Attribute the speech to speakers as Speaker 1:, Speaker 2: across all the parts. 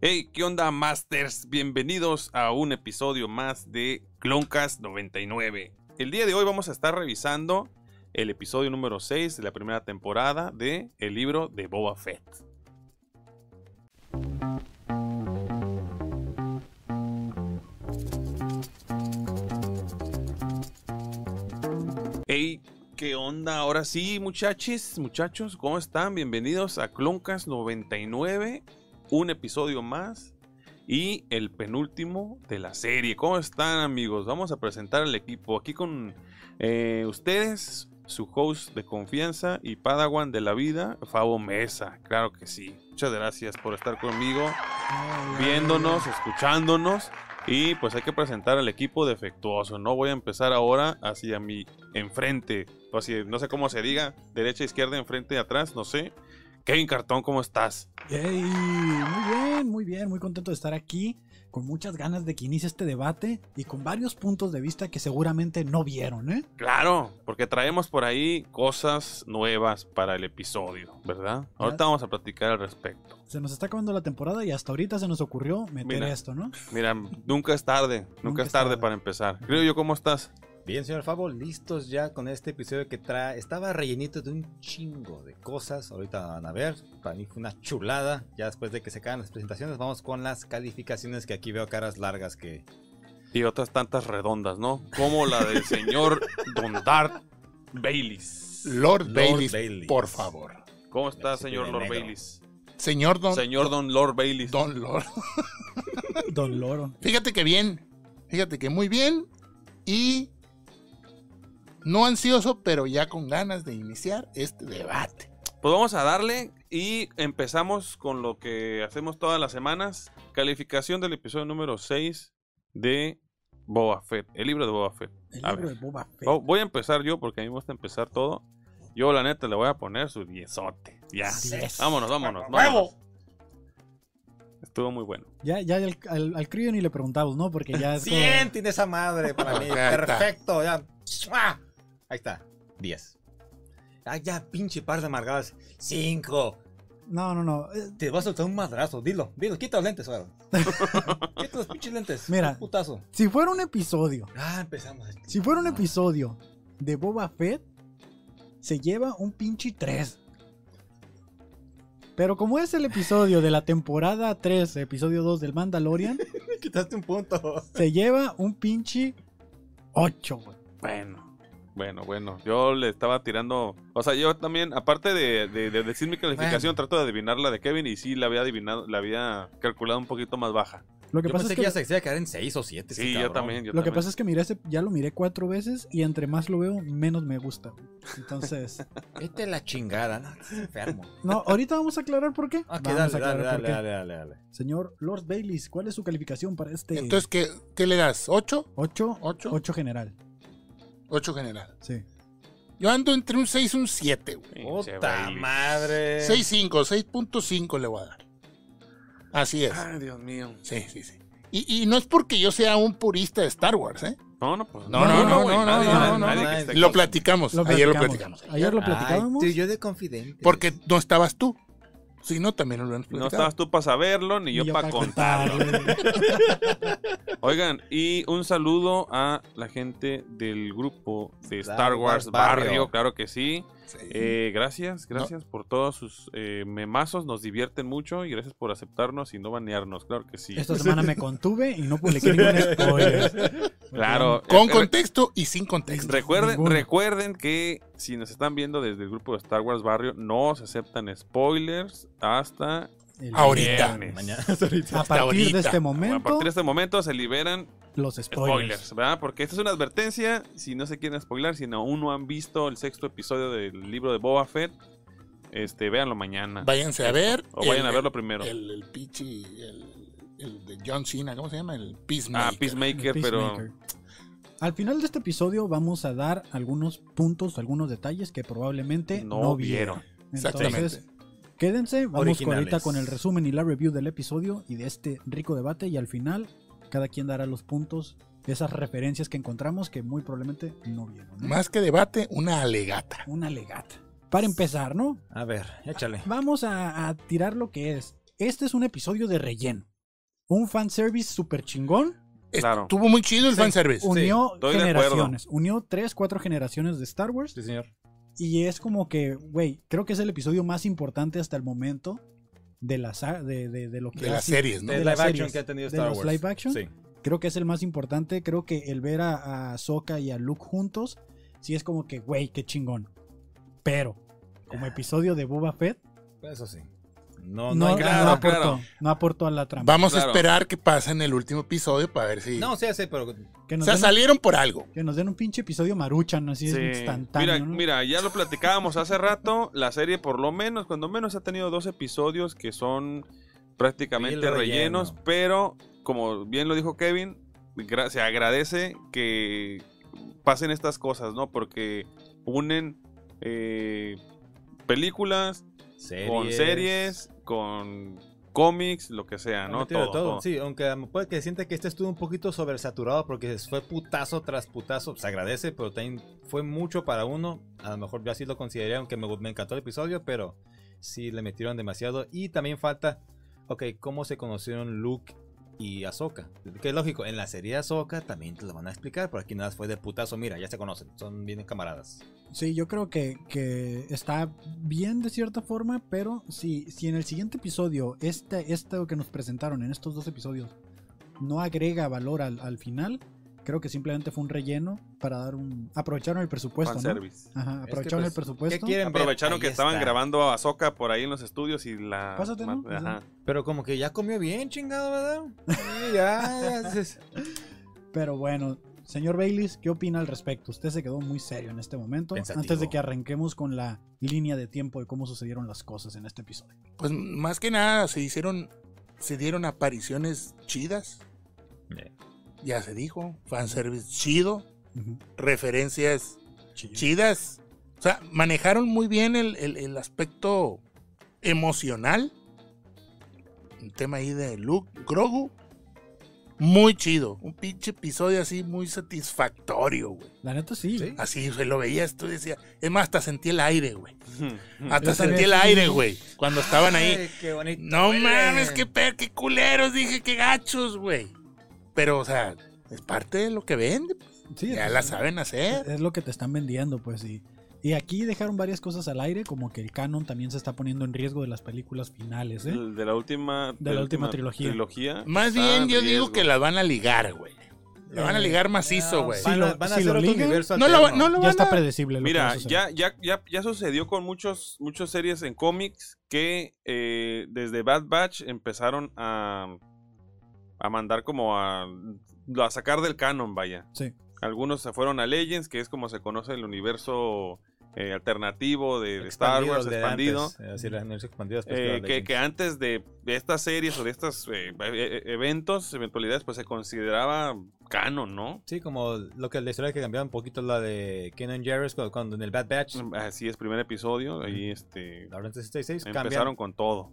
Speaker 1: Hey, ¿qué onda, Masters? Bienvenidos a un episodio más de Cloncast 99. El día de hoy vamos a estar revisando el episodio número 6 de la primera temporada de El libro de Boba Fett. Hey, ¿qué onda? Ahora sí, muchachos, muchachos, ¿cómo están? Bienvenidos a Cloncast 99 un episodio más y el penúltimo de la serie. ¿Cómo están amigos? Vamos a presentar al equipo aquí con eh, ustedes, su host de confianza y Padawan de la vida, Fabo Mesa. Claro que sí. Muchas gracias por estar conmigo, viéndonos, escuchándonos. Y pues hay que presentar al equipo defectuoso. No voy a empezar ahora hacia mi enfrente. O así, no sé cómo se diga. Derecha, izquierda, enfrente, atrás, no sé. Kevin Cartón, ¿cómo estás?
Speaker 2: Yay, Muy bien, muy bien, muy contento de estar aquí, con muchas ganas de que inicie este debate y con varios puntos de vista que seguramente no vieron, ¿eh?
Speaker 1: Claro, porque traemos por ahí cosas nuevas para el episodio, ¿verdad? Ahorita vamos a platicar al respecto.
Speaker 2: Se nos está acabando la temporada y hasta ahorita se nos ocurrió meter
Speaker 1: Mira.
Speaker 2: esto, ¿no?
Speaker 1: Mira, nunca es tarde, nunca,
Speaker 2: Nunca
Speaker 1: es
Speaker 2: es
Speaker 1: tarde,
Speaker 2: tarde.
Speaker 1: para empezar. Creo yo, ¿cómo estás?
Speaker 3: Bien, señor Fabo, listos ya con este episodio que trae. Estaba rellenito de un chingo de cosas. Ahorita van a ver. Para mí fue una chulada. Ya después de que se acaban las presentaciones, vamos con las calificaciones. Que aquí veo caras largas que.
Speaker 1: Y otras tantas redondas, ¿no? Como la del señor Don Dart Baileys.
Speaker 4: Lord,
Speaker 3: Lord
Speaker 4: Bailey,
Speaker 3: Bailey.
Speaker 4: por favor.
Speaker 1: ¿Cómo está,
Speaker 3: Sí,
Speaker 1: señor
Speaker 3: de
Speaker 1: Lord
Speaker 3: negro.
Speaker 1: Baileys?
Speaker 4: Señor Don,
Speaker 1: Señor Don Lord Baileys.
Speaker 4: Don Lord.
Speaker 2: Don Loro.
Speaker 4: Fíjate que bien. Fíjate que muy bien. Y no ansioso, pero ya con ganas de iniciar este debate.
Speaker 1: Pues vamos a darle y empezamos con lo que hacemos todas las semanas. Calificación del episodio número 6 de Boba Fett, el libro de Boba Fett.
Speaker 2: El
Speaker 1: A
Speaker 2: libro
Speaker 1: ver.
Speaker 2: de Boba Fett.
Speaker 1: Vo- Oh, Voy a empezar yo porque a mí me gusta empezar todo. Yo, la neta, le voy a poner su diezote. Ya.
Speaker 2: Diez.
Speaker 1: Vámonos, vámonos. vámonos. Estuvo muy bueno.
Speaker 2: Ya, ya al, al, al crío ni le preguntamos, ¿no? Porque ya es como-
Speaker 3: ¡Cien! Tiene esa madre para mí.
Speaker 4: Perfecta.
Speaker 3: Perfecto. Ya. ¡Mua! Ahí está. 10. Ah, ya, pinche par de amargadas. 5.
Speaker 2: No, no, no. Eh,
Speaker 3: Te vas a soltar un madrazo. Dilo, dilo. Quita los lentes, ahora. quita los pinches lentes.
Speaker 2: Mira.
Speaker 3: Un putazo.
Speaker 2: Si fuera un episodio,
Speaker 3: Ah, empezamos.
Speaker 2: si fuera
Speaker 3: Ah.
Speaker 2: un episodio de Boba Fett, se lleva un pinche 3. Pero como es el episodio de la temporada 3, episodio 2 del Mandalorian,
Speaker 3: Quitaste un punto.
Speaker 2: se lleva un pinche 8, güey.
Speaker 1: Bueno. Bueno, bueno. Yo le estaba tirando. O sea, yo también, aparte de, de- de decir mi calificación, trato de adivinar la de Kevin y sí la había adivinado, la había calculado un poquito más baja.
Speaker 2: Lo que
Speaker 3: Yo
Speaker 2: pasa
Speaker 3: pensé
Speaker 2: es que,
Speaker 3: que, ya se se iba a quedar en 6 o este 7.
Speaker 1: Sí, yo también. yo
Speaker 2: lo que
Speaker 1: también.
Speaker 2: pasa es que miré ese- ya lo miré cuatro veces y entre más lo veo, menos me gusta. güey. Entonces,
Speaker 3: Vete a la chingada, no, estás enfermo.
Speaker 2: no, ahorita vamos a aclarar por qué.
Speaker 3: Ok,
Speaker 2: vamos a
Speaker 3: dale, dale,
Speaker 2: aclarar por
Speaker 3: dale,
Speaker 2: qué.
Speaker 3: dale, dale, dale.
Speaker 2: Señor Lord Baileys, ¿cuál es su calificación para este
Speaker 4: Entonces, ¿qué, qué le das? ¿8?
Speaker 2: 8,
Speaker 4: ¿Ocho?
Speaker 2: 8 general?
Speaker 4: 8 general.
Speaker 2: Sí.
Speaker 4: Yo ando entre un 6 y un 7. güey.
Speaker 1: Pinche
Speaker 3: Puta
Speaker 1: Bailey.
Speaker 3: madre.
Speaker 4: 6.5, 6.5 le voy a dar. Así es.
Speaker 1: Ay, Dios mío.
Speaker 4: Sí, sí, sí. Y, y no es porque yo sea un purista de Star Wars, ¿eh?
Speaker 1: No, no, pues.
Speaker 4: No, no, no,
Speaker 1: güey,
Speaker 4: no,
Speaker 1: nadie,
Speaker 4: no,
Speaker 1: nadie,
Speaker 4: no, no,
Speaker 1: nadie
Speaker 3: no.
Speaker 1: que esté
Speaker 4: Lo
Speaker 1: aquí.
Speaker 4: platicamos.
Speaker 1: Pues
Speaker 4: Ayer lo platicamos.
Speaker 2: Ayer lo
Speaker 3: Ay,
Speaker 2: platicábamos.
Speaker 3: tú y yo de confidente.
Speaker 4: Porque no estabas tú. Si no, también lo hubieran
Speaker 1: No
Speaker 4: platicado.
Speaker 1: estabas tú para saberlo, ni
Speaker 2: y
Speaker 1: yo, para contarlo.
Speaker 2: contarlo.
Speaker 1: Oigan, y un saludo a la gente del grupo de Star Wars Barrio,
Speaker 3: Barrio.
Speaker 1: claro que sí.
Speaker 4: Sí.
Speaker 1: Eh, gracias, gracias por todos sus eh, memazos, nos divierten mucho y gracias por aceptarnos y no banearnos, claro que sí.
Speaker 2: Esta semana me contuve y no publiqué ningún spoiler.
Speaker 1: Claro.
Speaker 4: Con
Speaker 1: Eh,
Speaker 4: contexto y sin contexto.
Speaker 1: Recuerden,
Speaker 2: Ninguno.
Speaker 1: recuerden que si nos están viendo desde el grupo de Star Wars Barrio, no se aceptan spoilers hasta
Speaker 2: El-
Speaker 4: Ahorita.
Speaker 1: Viernes.
Speaker 3: Mañana.
Speaker 2: A
Speaker 4: Hasta
Speaker 2: partir
Speaker 4: ahorita.
Speaker 2: de este
Speaker 1: a
Speaker 2: momento,
Speaker 1: partir de este momento se liberan
Speaker 2: los
Speaker 1: spoilers,
Speaker 2: spoilers.
Speaker 1: ¿verdad? Porque esta es una advertencia, si no se quieren spoiler, si no, aún no han visto el sexto episodio del libro de Boba Fett, este, véanlo mañana.
Speaker 4: Váyanse a ver.
Speaker 1: o vayan
Speaker 4: el-
Speaker 1: a verlo primero.
Speaker 4: El, el pichi, el, el de John Cena, ¿cómo se llama? El
Speaker 1: ah,
Speaker 4: Peacemaker.
Speaker 1: Peacemaker, pero...
Speaker 2: Peacemaker. Al final de este episodio vamos a dar algunos puntos, algunos detalles que probablemente
Speaker 1: No
Speaker 2: no,
Speaker 1: vieron.
Speaker 2: vieron.
Speaker 4: Exactamente.
Speaker 2: Entonces, quédense, vamos con
Speaker 3: Originales.
Speaker 2: ahorita con el resumen y la review del episodio y de este rico debate y al final cada quien dará los puntos, esas referencias que encontramos que muy probablemente no vieron. ¿eh?
Speaker 4: Más que debate, una alegata.
Speaker 2: Una legata. Para empezar, ¿no?
Speaker 3: A ver, échale.
Speaker 2: Vamos a, a tirar lo que es. Este es un episodio de relleno. un fanservice súper chingón.
Speaker 1: Claro.
Speaker 4: Estuvo muy chido el
Speaker 2: Sí.
Speaker 4: fanservice.
Speaker 2: Unió
Speaker 1: estoy de
Speaker 2: generaciones. Unió tres, cuatro generaciones de Star Wars.
Speaker 3: Sí, señor.
Speaker 2: Y es como que, güey, creo que es el episodio más importante hasta el momento de la sa- de, de, de lo que
Speaker 4: De
Speaker 2: ha
Speaker 4: las
Speaker 2: sido.
Speaker 4: series, ¿no?
Speaker 2: De
Speaker 3: De live
Speaker 2: las
Speaker 3: action
Speaker 2: series,
Speaker 3: que ha tenido
Speaker 2: de
Speaker 3: Star
Speaker 2: los
Speaker 3: Wars.
Speaker 2: live action.
Speaker 3: Sí.
Speaker 2: Creo que es el más importante. Creo que el ver a, a Ahsoka y a Luke juntos, sí es como que, güey, qué chingón. Pero, como episodio de Boba Fett,
Speaker 3: Eso sí.
Speaker 2: no,
Speaker 3: No, no, hay
Speaker 2: no
Speaker 1: claro,
Speaker 3: nada.
Speaker 2: aportó,
Speaker 1: claro.
Speaker 2: no aportó a la trama.
Speaker 4: Vamos
Speaker 1: Claro.
Speaker 4: a esperar que pasa en el último episodio para ver si.
Speaker 3: No, sí, sí, pero.
Speaker 2: Que
Speaker 4: o
Speaker 2: nos,
Speaker 4: sea,
Speaker 2: den,
Speaker 4: salieron por algo.
Speaker 2: que nos den un pinche episodio maruchan, así
Speaker 1: Sí.
Speaker 2: es instantáneo.
Speaker 1: Mira,
Speaker 2: ¿no?
Speaker 1: mira, ya lo platicábamos hace rato. La serie, por lo menos, cuando menos, ha tenido dos episodios que son prácticamente
Speaker 3: El relleno.
Speaker 1: rellenos, pero como bien lo dijo Kevin, gra- se agradece que pasen estas cosas, ¿no? Porque unen eh, películas
Speaker 3: Series.
Speaker 1: con series, con cómics, lo que sea,
Speaker 3: Han
Speaker 1: Ah, ¿no?
Speaker 3: metido de
Speaker 1: Todo, todo.
Speaker 3: Sí, aunque a lo mejor que sienta que este estuvo un poquito sobresaturado porque fue putazo tras putazo, se agradece, pero también fue mucho para uno. A lo mejor yo así lo consideré, aunque me, me encantó el episodio, pero sí le metieron demasiado. Y también falta, ok, cómo se conocieron Luke y Ahsoka. Que es lógico, en la serie de Ahsoka también te lo van a explicar, pero aquí nada más fue de putazo. Mira, ya se conocen, son bien camaradas.
Speaker 2: Sí, yo creo que, que está bien de cierta forma, pero si, si en el siguiente episodio, este, esto que nos presentaron en estos dos episodios, no agrega valor al, al final, creo que simplemente fue un relleno para dar un. Aprovecharon el presupuesto, ¿no?
Speaker 1: Fanservice.
Speaker 2: Ajá,
Speaker 3: Es que,
Speaker 2: aprovecharon
Speaker 3: pues,
Speaker 2: el presupuesto.
Speaker 3: ¿qué quieren ver?
Speaker 1: Aprovecharon
Speaker 3: Ahí
Speaker 1: que estaban
Speaker 3: está.
Speaker 1: grabando a Bazooka por ahí en los estudios y la...
Speaker 2: Pásate, ¿no?
Speaker 1: Ajá.
Speaker 3: Pero como que ya comió bien, chingado, ¿verdad? Sí, ya, ya, se-
Speaker 2: Pero bueno, señor Baileys, ¿qué opina al respecto? Usted se quedó muy serio en este momento,
Speaker 3: Pensativo.
Speaker 2: antes de que arranquemos con la línea de tiempo de cómo sucedieron las cosas en este episodio.
Speaker 4: Pues más que nada se hicieron. Se dieron apariciones chidas.
Speaker 3: Eh.
Speaker 4: Ya se dijo. Fanservice chido.
Speaker 2: Ujú.
Speaker 4: Referencias
Speaker 2: Chido.
Speaker 4: chidas. O sea, manejaron muy bien el, el- el aspecto emocional. El tema ahí de Luke Grogu. Muy chido. Un pinche episodio así muy satisfactorio, güey.
Speaker 2: La neta sí. Ah,
Speaker 3: Sí.
Speaker 4: Así se lo veías, tú decías. Es más, hasta sentí el aire, güey.
Speaker 2: Pues
Speaker 1: Mm.
Speaker 2: Yo
Speaker 4: Hasta sentí
Speaker 2: también.
Speaker 4: el aire, güey. Cuando estaban ahí.
Speaker 3: Ay, qué bonito.
Speaker 4: No
Speaker 3: huele.
Speaker 4: mames, qué, pe- qué culeros, dije, qué gachos, güey. Pero, o sea, es parte de lo que vende. pues.
Speaker 2: Sí,
Speaker 4: Ya
Speaker 2: es-
Speaker 4: la saben hacer.
Speaker 2: es lo que te están vendiendo, pues y Y aquí dejaron varias cosas al aire, como que el canon también se está poniendo en riesgo de las películas finales,
Speaker 3: Mm.
Speaker 2: ¿eh?
Speaker 1: De la última...
Speaker 2: De la última trilogía.
Speaker 4: Más
Speaker 1: está
Speaker 4: bien
Speaker 1: en
Speaker 4: yo digo
Speaker 1: riesgo.
Speaker 4: que la van a ligar, güey. La van a ligar macizo,
Speaker 3: No,
Speaker 4: güey.
Speaker 2: Eh, ah, sí.
Speaker 3: Van, a-
Speaker 2: lo-
Speaker 3: van a
Speaker 2: si
Speaker 3: hacer
Speaker 2: lo
Speaker 3: otro
Speaker 2: ligan,
Speaker 3: universo
Speaker 4: No lo, va-
Speaker 3: alterno.
Speaker 4: no lo
Speaker 2: Ya
Speaker 4: van
Speaker 2: está
Speaker 4: a-
Speaker 2: predecible. lo que va a
Speaker 1: Mira,
Speaker 2: suceder.
Speaker 1: ya, ya, ya, ya sucedió con muchos, muchas series en cómics que eh, desde Bad Batch empezaron a, a mandar como a, a sacar del canon, vaya.
Speaker 2: Sí.
Speaker 1: Algunos se fueron a Legends, que es como se conoce el universo eh, alternativo de, de Star
Speaker 3: Expandido,
Speaker 1: Wars,
Speaker 3: el de
Speaker 1: expandido.
Speaker 3: antes. Eh, sí, las universos expandidos, pues,
Speaker 1: Eh,
Speaker 3: claro,
Speaker 1: que,
Speaker 3: Legends.
Speaker 1: que antes de, de estas series o de estos eventos, eventualidades, pues se consideraba canon, ¿no?
Speaker 3: Sí, como lo que la historia que cambiaba un poquito la de Kenan Jarrus cuando, cuando en el Bad Batch,
Speaker 1: Así es, primer episodio, ahí este,
Speaker 3: la Orden 66,
Speaker 1: empezaron
Speaker 3: cambiaron.
Speaker 1: con todo.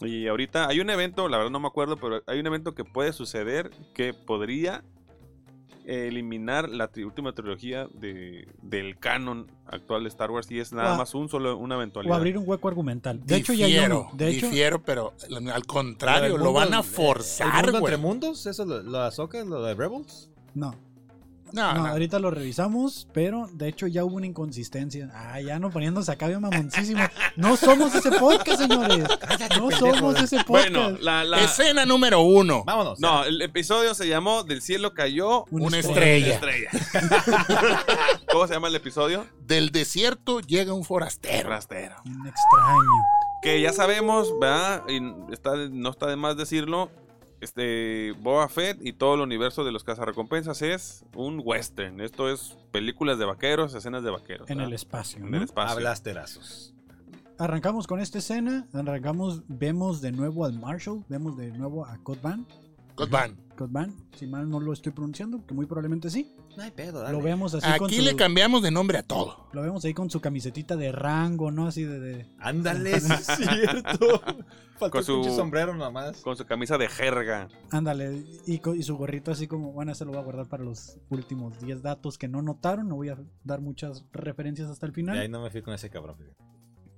Speaker 1: Y ahorita hay un evento, la verdad no me acuerdo, pero hay un evento que puede suceder que podría eliminar la tri- última trilogía de, del canon actual de Star Wars y es nada
Speaker 2: O a-
Speaker 1: más un solo una
Speaker 2: O
Speaker 1: eventualidad.
Speaker 2: abrir un hueco argumental. De hecho, ya hay
Speaker 4: Difiero,
Speaker 2: uno. De hecho,
Speaker 4: difiero, pero al contrario,
Speaker 3: Pero el
Speaker 4: lo van
Speaker 3: mundo-
Speaker 4: a
Speaker 3: ¿El
Speaker 4: forzar,
Speaker 3: mundo
Speaker 4: güey.
Speaker 3: entre mundos? ¿Eso lo, lo de Ahsoka, lo de Rebels?
Speaker 2: no,
Speaker 4: Ah, No,
Speaker 2: no,
Speaker 4: no.
Speaker 2: ahorita lo revisamos, pero de hecho ya hubo una inconsistencia. Ah, ya no poniéndose acá bien mamoncísimo. No somos ese podcast, señores. No somos ese podcast.
Speaker 1: Bueno, la, la-
Speaker 4: Escena número uno.
Speaker 3: Vámonos.
Speaker 1: no, el episodio se llamó Del cielo cayó
Speaker 2: Una
Speaker 4: Una
Speaker 2: estrella.
Speaker 4: estrella.
Speaker 1: ¿Cómo se llama el episodio?
Speaker 4: Del desierto llega un forastero.
Speaker 1: Rastero.
Speaker 2: Un extraño.
Speaker 1: Que ya sabemos, ¿verdad? Y está, de- no está de más decirlo. Este, Boba Fett y todo el universo de los cazarrecompensas es un western. Esto es películas de vaqueros, escenas de vaqueros.
Speaker 2: En el
Speaker 1: ¿verdad?
Speaker 2: espacio.
Speaker 1: En el
Speaker 2: ¿no?
Speaker 1: espacio.
Speaker 3: Hablasterazos.
Speaker 2: arrancamos con esta escena, arrancamos, vemos de nuevo al Marshall, vemos de nuevo a Cotban,
Speaker 4: Good man.
Speaker 2: Cotban, si mal no lo estoy pronunciando, que muy probablemente sí,
Speaker 3: No hay pedo,
Speaker 2: lo vemos así con
Speaker 4: Aquí
Speaker 2: su,
Speaker 4: le cambiamos de nombre a todo.
Speaker 2: lo vemos ahí con su camisetita de rango, ¿no? Así de, de-
Speaker 3: Ándale, sí es cierto. Faltó
Speaker 1: Con
Speaker 3: el pinche
Speaker 1: su-
Speaker 3: sombrero nomás.
Speaker 1: Con su camisa de jerga.
Speaker 2: ándale, y, co- y su gorrito así como, bueno, se lo voy a guardar para los últimos 10 datos que no notaron, no voy a dar muchas referencias hasta el
Speaker 3: Y
Speaker 2: final,
Speaker 3: ahí no me fui con ese cabrón. fíjate.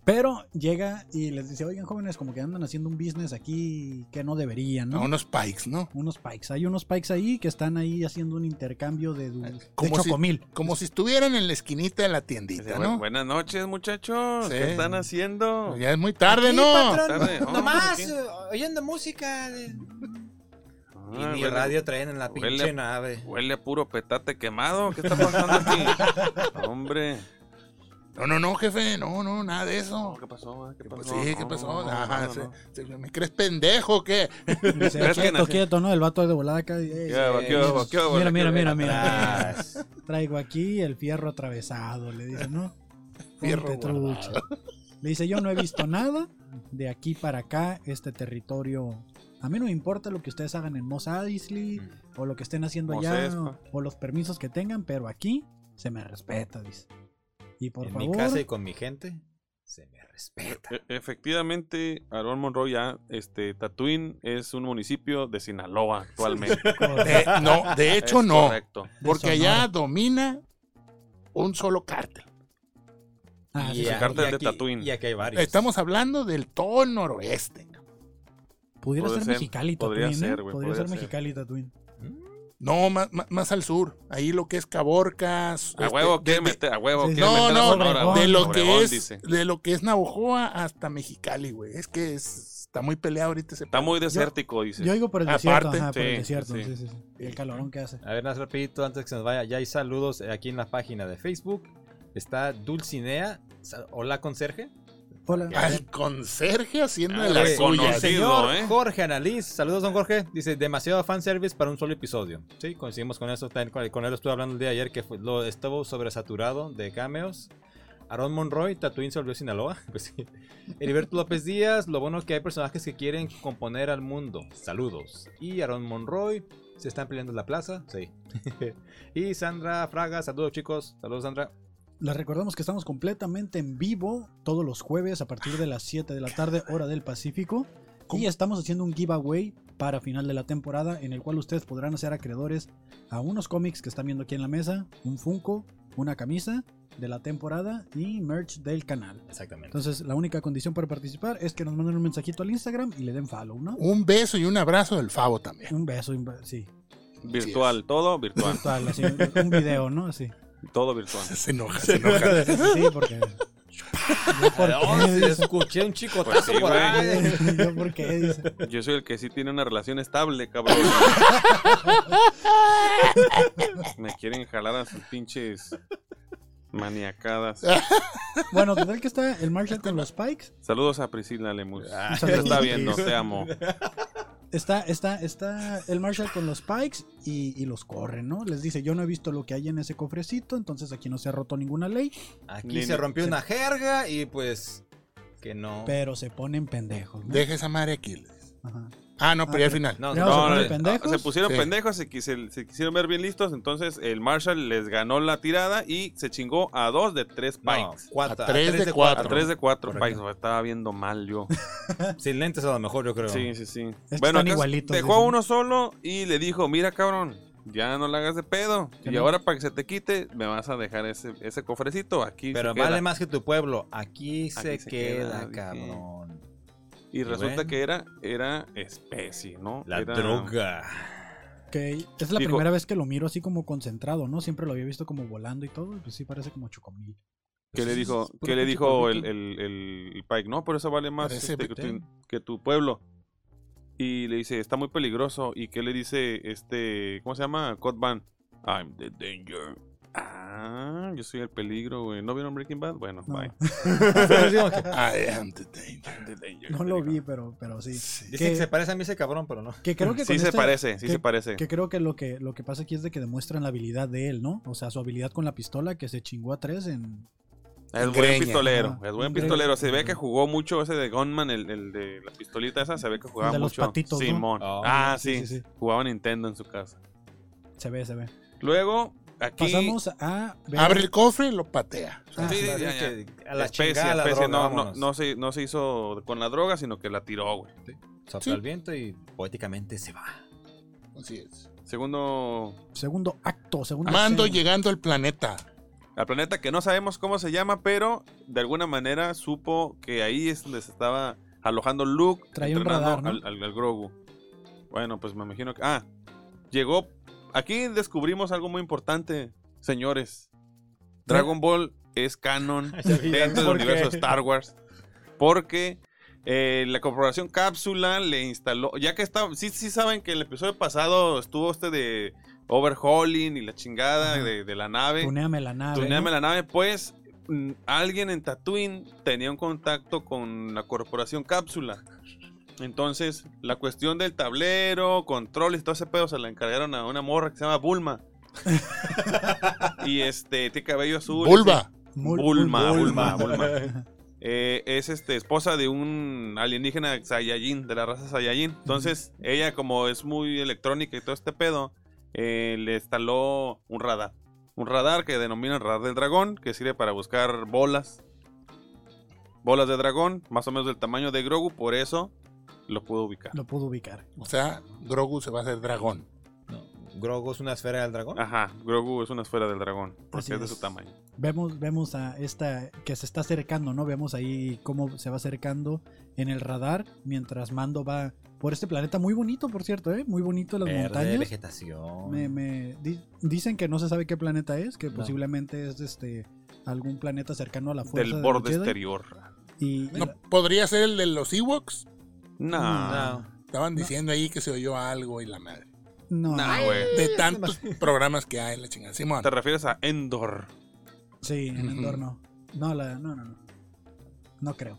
Speaker 2: Pero llega y les dice, oigan jóvenes, como que andan haciendo un business aquí que no deberían,
Speaker 4: A
Speaker 2: ¿no?
Speaker 4: unos pikes, ¿no?
Speaker 2: Unos pikes. Hay unos pikes ahí que están ahí haciendo un intercambio de, du- de
Speaker 4: Como si-
Speaker 2: chocomil.
Speaker 4: Como si estuvieran en la esquinita de la tiendita,
Speaker 1: Bu-
Speaker 4: ¿no?
Speaker 1: Buenas noches, muchachos.
Speaker 4: Sí.
Speaker 1: ¿Qué están haciendo?
Speaker 4: Ya es muy tarde, ¿no?
Speaker 1: Tarde, ¿no?
Speaker 3: Nomás
Speaker 1: ¿Qué?
Speaker 3: eh, oyendo música. de-
Speaker 1: Ah,
Speaker 3: y ni
Speaker 1: huele-
Speaker 3: radio traen en la
Speaker 1: huele-
Speaker 3: pinche nave.
Speaker 1: Huele a puro petate quemado. ¿Qué está pasando aquí? Hombre.
Speaker 4: No, no, no, jefe, no, no, nada de eso.
Speaker 1: No, ¿Qué pasó? ¿Qué
Speaker 4: Pues
Speaker 1: pasó?
Speaker 4: sí,
Speaker 1: No,
Speaker 4: ¿qué
Speaker 1: no,
Speaker 4: pasó?
Speaker 1: no, no,
Speaker 4: Ajá,
Speaker 1: no,
Speaker 4: se-
Speaker 1: no.
Speaker 4: se- ¿Me crees pendejo o qué?
Speaker 2: Y dice,
Speaker 1: Pero es que
Speaker 2: quieto,
Speaker 1: nació-
Speaker 2: quieto, ¿no? El vato de volada acá. "Ey,
Speaker 1: ¿Qué
Speaker 2: ey,
Speaker 1: hubo, qué hubo, qué hubo?
Speaker 2: mira, mira, mira, mira.
Speaker 3: Tras.
Speaker 2: Traigo aquí el fierro atravesado, le dice, ¿no?
Speaker 4: Fierro
Speaker 2: Ponte trucha. Le dice, yo no he visto nada de aquí para acá, este territorio. A mí no me importa lo que ustedes hagan en Mos Eisley o lo que estén haciendo
Speaker 1: Mm. Mos
Speaker 2: allá
Speaker 1: Espa.
Speaker 2: o, o los permisos que tengan, pero aquí se me respeta, dice. Y por
Speaker 3: en mi
Speaker 2: favor,
Speaker 3: casa y con mi gente se me respeta.
Speaker 1: E- Efectivamente, Aarón Monroya, este, Tatuín es un municipio de Sinaloa actualmente.
Speaker 2: pues,
Speaker 4: Eh, no, de hecho
Speaker 1: Es
Speaker 4: no.
Speaker 1: Correcto.
Speaker 4: Porque
Speaker 2: Eso,
Speaker 4: allá domina un solo cártel.
Speaker 2: Ah, sí,
Speaker 3: Y
Speaker 2: sí,
Speaker 1: a-
Speaker 2: sí.
Speaker 1: cartel de
Speaker 3: aquí-
Speaker 1: Tatooine.
Speaker 3: Y aquí hay varios.
Speaker 4: Estamos hablando del todo noroeste.
Speaker 2: pudiera
Speaker 1: puede
Speaker 2: ser,
Speaker 1: ser,
Speaker 2: Mexicali
Speaker 1: podría
Speaker 2: Tatooine, ¿eh?
Speaker 1: ser, güey,
Speaker 2: podría,
Speaker 1: podría
Speaker 2: ser,
Speaker 1: ser.
Speaker 2: Mexicali Tatooine.
Speaker 3: Mm.
Speaker 4: No, más, más- más al sur. Ahí lo que es Caborcas.
Speaker 1: A
Speaker 4: este,
Speaker 1: huevo
Speaker 4: de-
Speaker 1: quiere
Speaker 4: de-
Speaker 1: meter, a huevo
Speaker 2: sí,
Speaker 1: quiere
Speaker 4: no,
Speaker 1: meter a
Speaker 4: no,
Speaker 1: Sonora,
Speaker 2: Obregón,
Speaker 1: güey.
Speaker 4: de lo
Speaker 1: Obregón,
Speaker 4: que es
Speaker 1: dice.
Speaker 4: de lo que es Navojoa hasta Mexicali, güey. Es que es- está muy peleado ahorita ese
Speaker 1: Está
Speaker 4: pedo.
Speaker 1: muy desértico, dice.
Speaker 2: Yo digo por el
Speaker 4: Aparte,
Speaker 2: desierto, ajá, por
Speaker 1: sí,
Speaker 2: el desierto,
Speaker 1: sí,
Speaker 2: sí, sí, sí. Y el calorón que hace.
Speaker 3: A ver, más rapidito, antes que se nos vaya, ya hay saludos eh, aquí en la página de Facebook. Está Dulcinea. sa- Hola, conserje.
Speaker 2: Hola.
Speaker 4: al conserje haciendo
Speaker 1: Ah,
Speaker 4: de
Speaker 1: güey,
Speaker 4: las suyas.
Speaker 3: El
Speaker 1: Sí, no,
Speaker 3: señor
Speaker 1: ¿eh?
Speaker 3: Jorge Analiz. Saludos, don Jorge. Dice, demasiado fanservice para un solo episodio. Sí, coincidimos con eso. También con, con él estuve hablando el día de ayer que fue- lo estuvo sobresaturado de cameos. Aaron Monroy, Tatooine se volvió Sinaloa. Pues sí. Heriberto López Díaz, lo bueno que hay personajes que quieren componer al mundo. Saludos. Y Aaron Monroy, ¿se están peleando en la plaza? Sí. y Sandra Fraga, saludos chicos. Saludos, Sandra.
Speaker 2: Les recordamos que estamos completamente en vivo todos los jueves a partir de las 7 de la tarde, hora del Pacífico. Y estamos haciendo un giveaway para final de la temporada en el cual ustedes podrán hacer acreedores a unos cómics que están viendo aquí en la mesa, un Funko, una camisa de la temporada y merch del canal.
Speaker 3: Exactamente.
Speaker 2: Entonces, la única condición para participar es que nos manden un mensajito al Instagram y le den follow, ¿no?
Speaker 4: Un beso y un abrazo del Favo también.
Speaker 2: Un beso, un be- sí.
Speaker 1: Virtual, todo virtual.
Speaker 2: Tal, así, un video, ¿no? Así.
Speaker 1: todo virtual.
Speaker 4: Se enoja, se enoja.
Speaker 2: Sí, porque. Yo por
Speaker 3: Oh, sí,
Speaker 2: qué, dice.
Speaker 3: escuché un chicotazo
Speaker 1: Pues sí,
Speaker 3: por
Speaker 1: güey.
Speaker 3: ahí.
Speaker 2: Yo por qué, dice.
Speaker 1: Yo soy el que sí tiene una relación estable, cabrón. Me quieren jalar a sus pinches maniacadas.
Speaker 2: Bueno, total que está el Marshall con los Pikes.
Speaker 1: Saludos a Priscila Lemus.
Speaker 3: Ah.
Speaker 1: Te está viendo, te amo.
Speaker 2: Está, está, está el Marshall con los Pikes y, y los corre, ¿no? Les dice, yo no he visto lo que hay en ese cofrecito, entonces aquí no se ha roto ninguna ley,
Speaker 3: Aquí
Speaker 1: Ni-
Speaker 3: se rompió una jerga y pues que no.
Speaker 2: pero se ponen pendejos, ¿no?
Speaker 4: Deja esa madre aquí. le dice.
Speaker 2: Ajá.
Speaker 4: Ah, no, pero ya al final.
Speaker 3: No,
Speaker 2: Ya
Speaker 3: no,
Speaker 2: se
Speaker 1: No,
Speaker 2: ponen
Speaker 1: no, no,
Speaker 2: pendejos.
Speaker 1: se pusieron
Speaker 4: Sí.
Speaker 1: pendejos, se, quise- se quisieron ver bien listos, entonces el Marshall les ganó la tirada y se chingó a dos de tres
Speaker 3: no,
Speaker 1: pikes.
Speaker 3: cuatro,
Speaker 4: A tres de cuatro.
Speaker 1: A tres de cuatro pikes, o estaba viendo mal yo.
Speaker 3: Sin lentes a lo mejor, yo creo.
Speaker 1: Sí, sí, sí.
Speaker 2: que
Speaker 1: bueno,
Speaker 2: están
Speaker 1: acá
Speaker 2: igualitos,
Speaker 1: dejó
Speaker 2: dicen.
Speaker 1: a uno solo y le dijo, mira cabrón, ya no la hagas de pedo.
Speaker 2: Ya
Speaker 1: Y
Speaker 2: no.
Speaker 1: ahora para que se te quite, me vas a dejar ese, ese cofrecito aquí.
Speaker 3: Pero
Speaker 1: se queda".
Speaker 3: vale más que tu pueblo. Aquí se,
Speaker 1: se
Speaker 3: queda,
Speaker 1: queda,
Speaker 3: cabrón.
Speaker 1: Y resulta
Speaker 3: bueno.
Speaker 1: que era, era especie, ¿no?
Speaker 3: La
Speaker 1: Era-
Speaker 3: droga.
Speaker 2: Ok, es la
Speaker 1: Dijo-
Speaker 2: primera vez que lo miro así como concentrado, ¿no? Siempre lo había visto como volando y todo, y pues sí parece como chocomil.
Speaker 1: ¿Qué le dijo,
Speaker 3: Puro
Speaker 1: ¿qué le
Speaker 3: pinche
Speaker 1: dijo el,
Speaker 3: pueblito.
Speaker 1: el, el- el Pike? No, pero eso vale más
Speaker 4: Parece
Speaker 1: este, que,
Speaker 4: Petén.
Speaker 1: tu, que tu pueblo. Y le dice, está muy peligroso. ¿Y qué le dice este, cómo se llama? Codban. I'm the danger. Ah, yo soy el peligro, güey. ¿No vieron Breaking Bad? Bueno,
Speaker 2: No.
Speaker 1: bye.
Speaker 4: I am Ah, the danger.
Speaker 1: I'm the danger,
Speaker 2: No
Speaker 1: le
Speaker 2: lo
Speaker 1: dijo.
Speaker 2: vi, pues, pero, pero sí.
Speaker 4: Sí.
Speaker 3: Dice
Speaker 2: ¿Qué?
Speaker 3: que se parece a mí ese cabrón, pero no.
Speaker 2: Que creo que
Speaker 1: Sí
Speaker 2: con
Speaker 1: se
Speaker 2: este-
Speaker 1: parece, sí
Speaker 2: que-
Speaker 1: se parece.
Speaker 2: Que creo que lo que lo que pasa aquí es de que demuestran la habilidad de él, ¿no? O sea, su habilidad con la pistola que se chingó a tres en.
Speaker 1: Es buen
Speaker 4: Greña.
Speaker 1: pistolero,
Speaker 2: Ajá.
Speaker 1: es buen
Speaker 2: Un greña.
Speaker 1: pistolero. Se ve que jugó mucho ese de Gunman, el, el de la pistolita esa, se ve que jugaba
Speaker 2: de los
Speaker 1: mucho.
Speaker 2: patitos, ¿no?
Speaker 1: Simón.
Speaker 3: Ah,
Speaker 1: ah, sí,
Speaker 2: sí, sí, sí.
Speaker 1: Jugaba Nintendo en su casa.
Speaker 2: Se ve, se ve.
Speaker 1: Luego, aquí.
Speaker 2: Pasamos a ver-
Speaker 4: Abre el cofre y lo patea.
Speaker 2: Ah,
Speaker 1: Sí,
Speaker 2: sí,
Speaker 1: ya,
Speaker 3: Así
Speaker 1: ya.
Speaker 3: que A la
Speaker 1: especie,
Speaker 3: chingada, la
Speaker 1: especie,
Speaker 3: droga,
Speaker 1: no, no,
Speaker 3: vámonos.
Speaker 1: no se, no se hizo con la droga, sino que la tiró, güey.
Speaker 3: Sopla
Speaker 4: Sí.
Speaker 3: el viento y poéticamente se va.
Speaker 4: Así es.
Speaker 1: Segundo,
Speaker 2: segundo acto, segundo
Speaker 4: Mando
Speaker 2: escena.
Speaker 4: llegando al planeta.
Speaker 1: Al planeta que no sabemos cómo se llama, pero de alguna manera supo que ahí es donde se estaba alojando Luke
Speaker 2: Traía un
Speaker 1: entrenando
Speaker 2: radar, ¿no?
Speaker 1: al, al- al Grogu. Bueno, pues me imagino que. Ah, llegó. Aquí descubrimos algo muy importante, señores. Dragon Ball es canon
Speaker 3: Ya vi, ya vi
Speaker 1: dentro del
Speaker 3: por qué.
Speaker 1: universo de Star Wars. Porque eh, la corporación Cápsula le instaló. Ya que está. Sí, sí saben que el episodio pasado estuvo este de overhauling y la chingada
Speaker 2: Ajá.
Speaker 1: de, de la nave.
Speaker 2: Tuneame la nave.
Speaker 1: Tuneame
Speaker 2: ¿no?
Speaker 1: la nave, pues mm, alguien en Tatooine tenía un contacto con la corporación Cápsula. Entonces, la cuestión del tablero, controles y todo ese pedo se la encargaron a una morra que se llama Bulma. y este, tiene cabello azul.
Speaker 4: Vulva.
Speaker 2: Mul-
Speaker 1: Bulma,
Speaker 2: mul-
Speaker 1: Bulma, Bulma. Eh, es este, esposa de un alienígena Saiyajin, de la raza Saiyajin. Entonces, ella, como es muy electrónica y todo este pedo, eh, le instaló un radar. Un radar que denominan radar del dragón, que sirve para buscar bolas. Bolas de dragón, más o menos del tamaño de Grogu, por eso lo pudo ubicar.
Speaker 2: Lo pudo ubicar.
Speaker 4: O sea, Grogu se va a hacer dragón.
Speaker 3: No, Grogu es una esfera del dragón.
Speaker 1: Ajá, Grogu es una esfera del dragón, porque
Speaker 2: Así
Speaker 1: es de
Speaker 2: es.
Speaker 1: su tamaño.
Speaker 2: Vemos, vemos a esta que se está acercando, ¿no? Vemos ahí cómo se va acercando en el radar mientras Mando va por este planeta muy bonito, por cierto, ¿eh? Muy bonito las
Speaker 3: Verde,
Speaker 2: montañas.
Speaker 3: vegetación.
Speaker 2: Me, me di- dicen que no se sabe qué planeta es, que
Speaker 3: No.
Speaker 2: posiblemente es este algún planeta cercano a la fuerza
Speaker 1: Del
Speaker 2: de los
Speaker 1: borde
Speaker 2: Jedi.
Speaker 1: exterior.
Speaker 2: Y, y-
Speaker 4: No, ¿Podría ser el de los Ewoks?
Speaker 1: Nah,
Speaker 3: No.
Speaker 4: Estaban diciendo ahí que se oyó algo y la madre.
Speaker 2: no,
Speaker 1: nah, güey.
Speaker 4: De tantos programas que hay en la chingada. Simón.
Speaker 1: Te refieres a Endor.
Speaker 2: sí, en
Speaker 4: Ujú.
Speaker 2: entorno. No, la, no, no, no. No creo.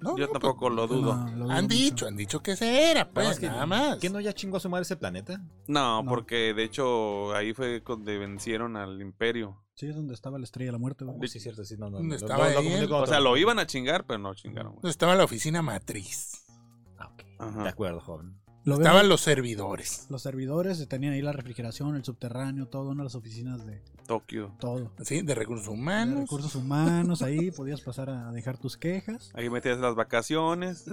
Speaker 4: No,
Speaker 1: Yo
Speaker 4: no,
Speaker 1: tampoco lo
Speaker 2: Pues No,
Speaker 1: dudo.
Speaker 2: lo dudo
Speaker 4: Han
Speaker 2: mucho.
Speaker 4: dicho, han dicho que se era,
Speaker 3: Nada
Speaker 4: pues,
Speaker 3: más que-
Speaker 4: nada más.
Speaker 3: ¿Qué no ya chingó a su madre ese planeta?
Speaker 1: No,
Speaker 2: No.
Speaker 1: porque de hecho ahí fue donde vencieron al imperio.
Speaker 2: Sí, es donde estaba la estrella de la muerte. güey.
Speaker 3: Oh,
Speaker 4: Pues
Speaker 3: sí, cierto, sí, no, no.
Speaker 4: ¿Dónde
Speaker 3: no,
Speaker 4: estaba
Speaker 3: no, no
Speaker 4: ahí
Speaker 3: confundí
Speaker 4: él?
Speaker 3: con
Speaker 1: O
Speaker 3: otro.
Speaker 1: sea, lo iban a chingar, pero no chingaron. güey.
Speaker 4: Estaba la oficina matriz.
Speaker 3: Ah, ok.
Speaker 1: Ajá.
Speaker 3: De acuerdo, joven.
Speaker 2: Lo vemos-
Speaker 4: Estaban los servidores.
Speaker 2: los servidores, tenían ahí la refrigeración, el subterráneo, todo, ¿no? las oficinas de
Speaker 1: Tokio.
Speaker 2: todo.
Speaker 4: ¿Sí? De recursos
Speaker 2: De
Speaker 4: humanos.
Speaker 2: recursos humanos, ahí podías pasar a dejar tus quejas.
Speaker 1: Ahí metías las vacaciones.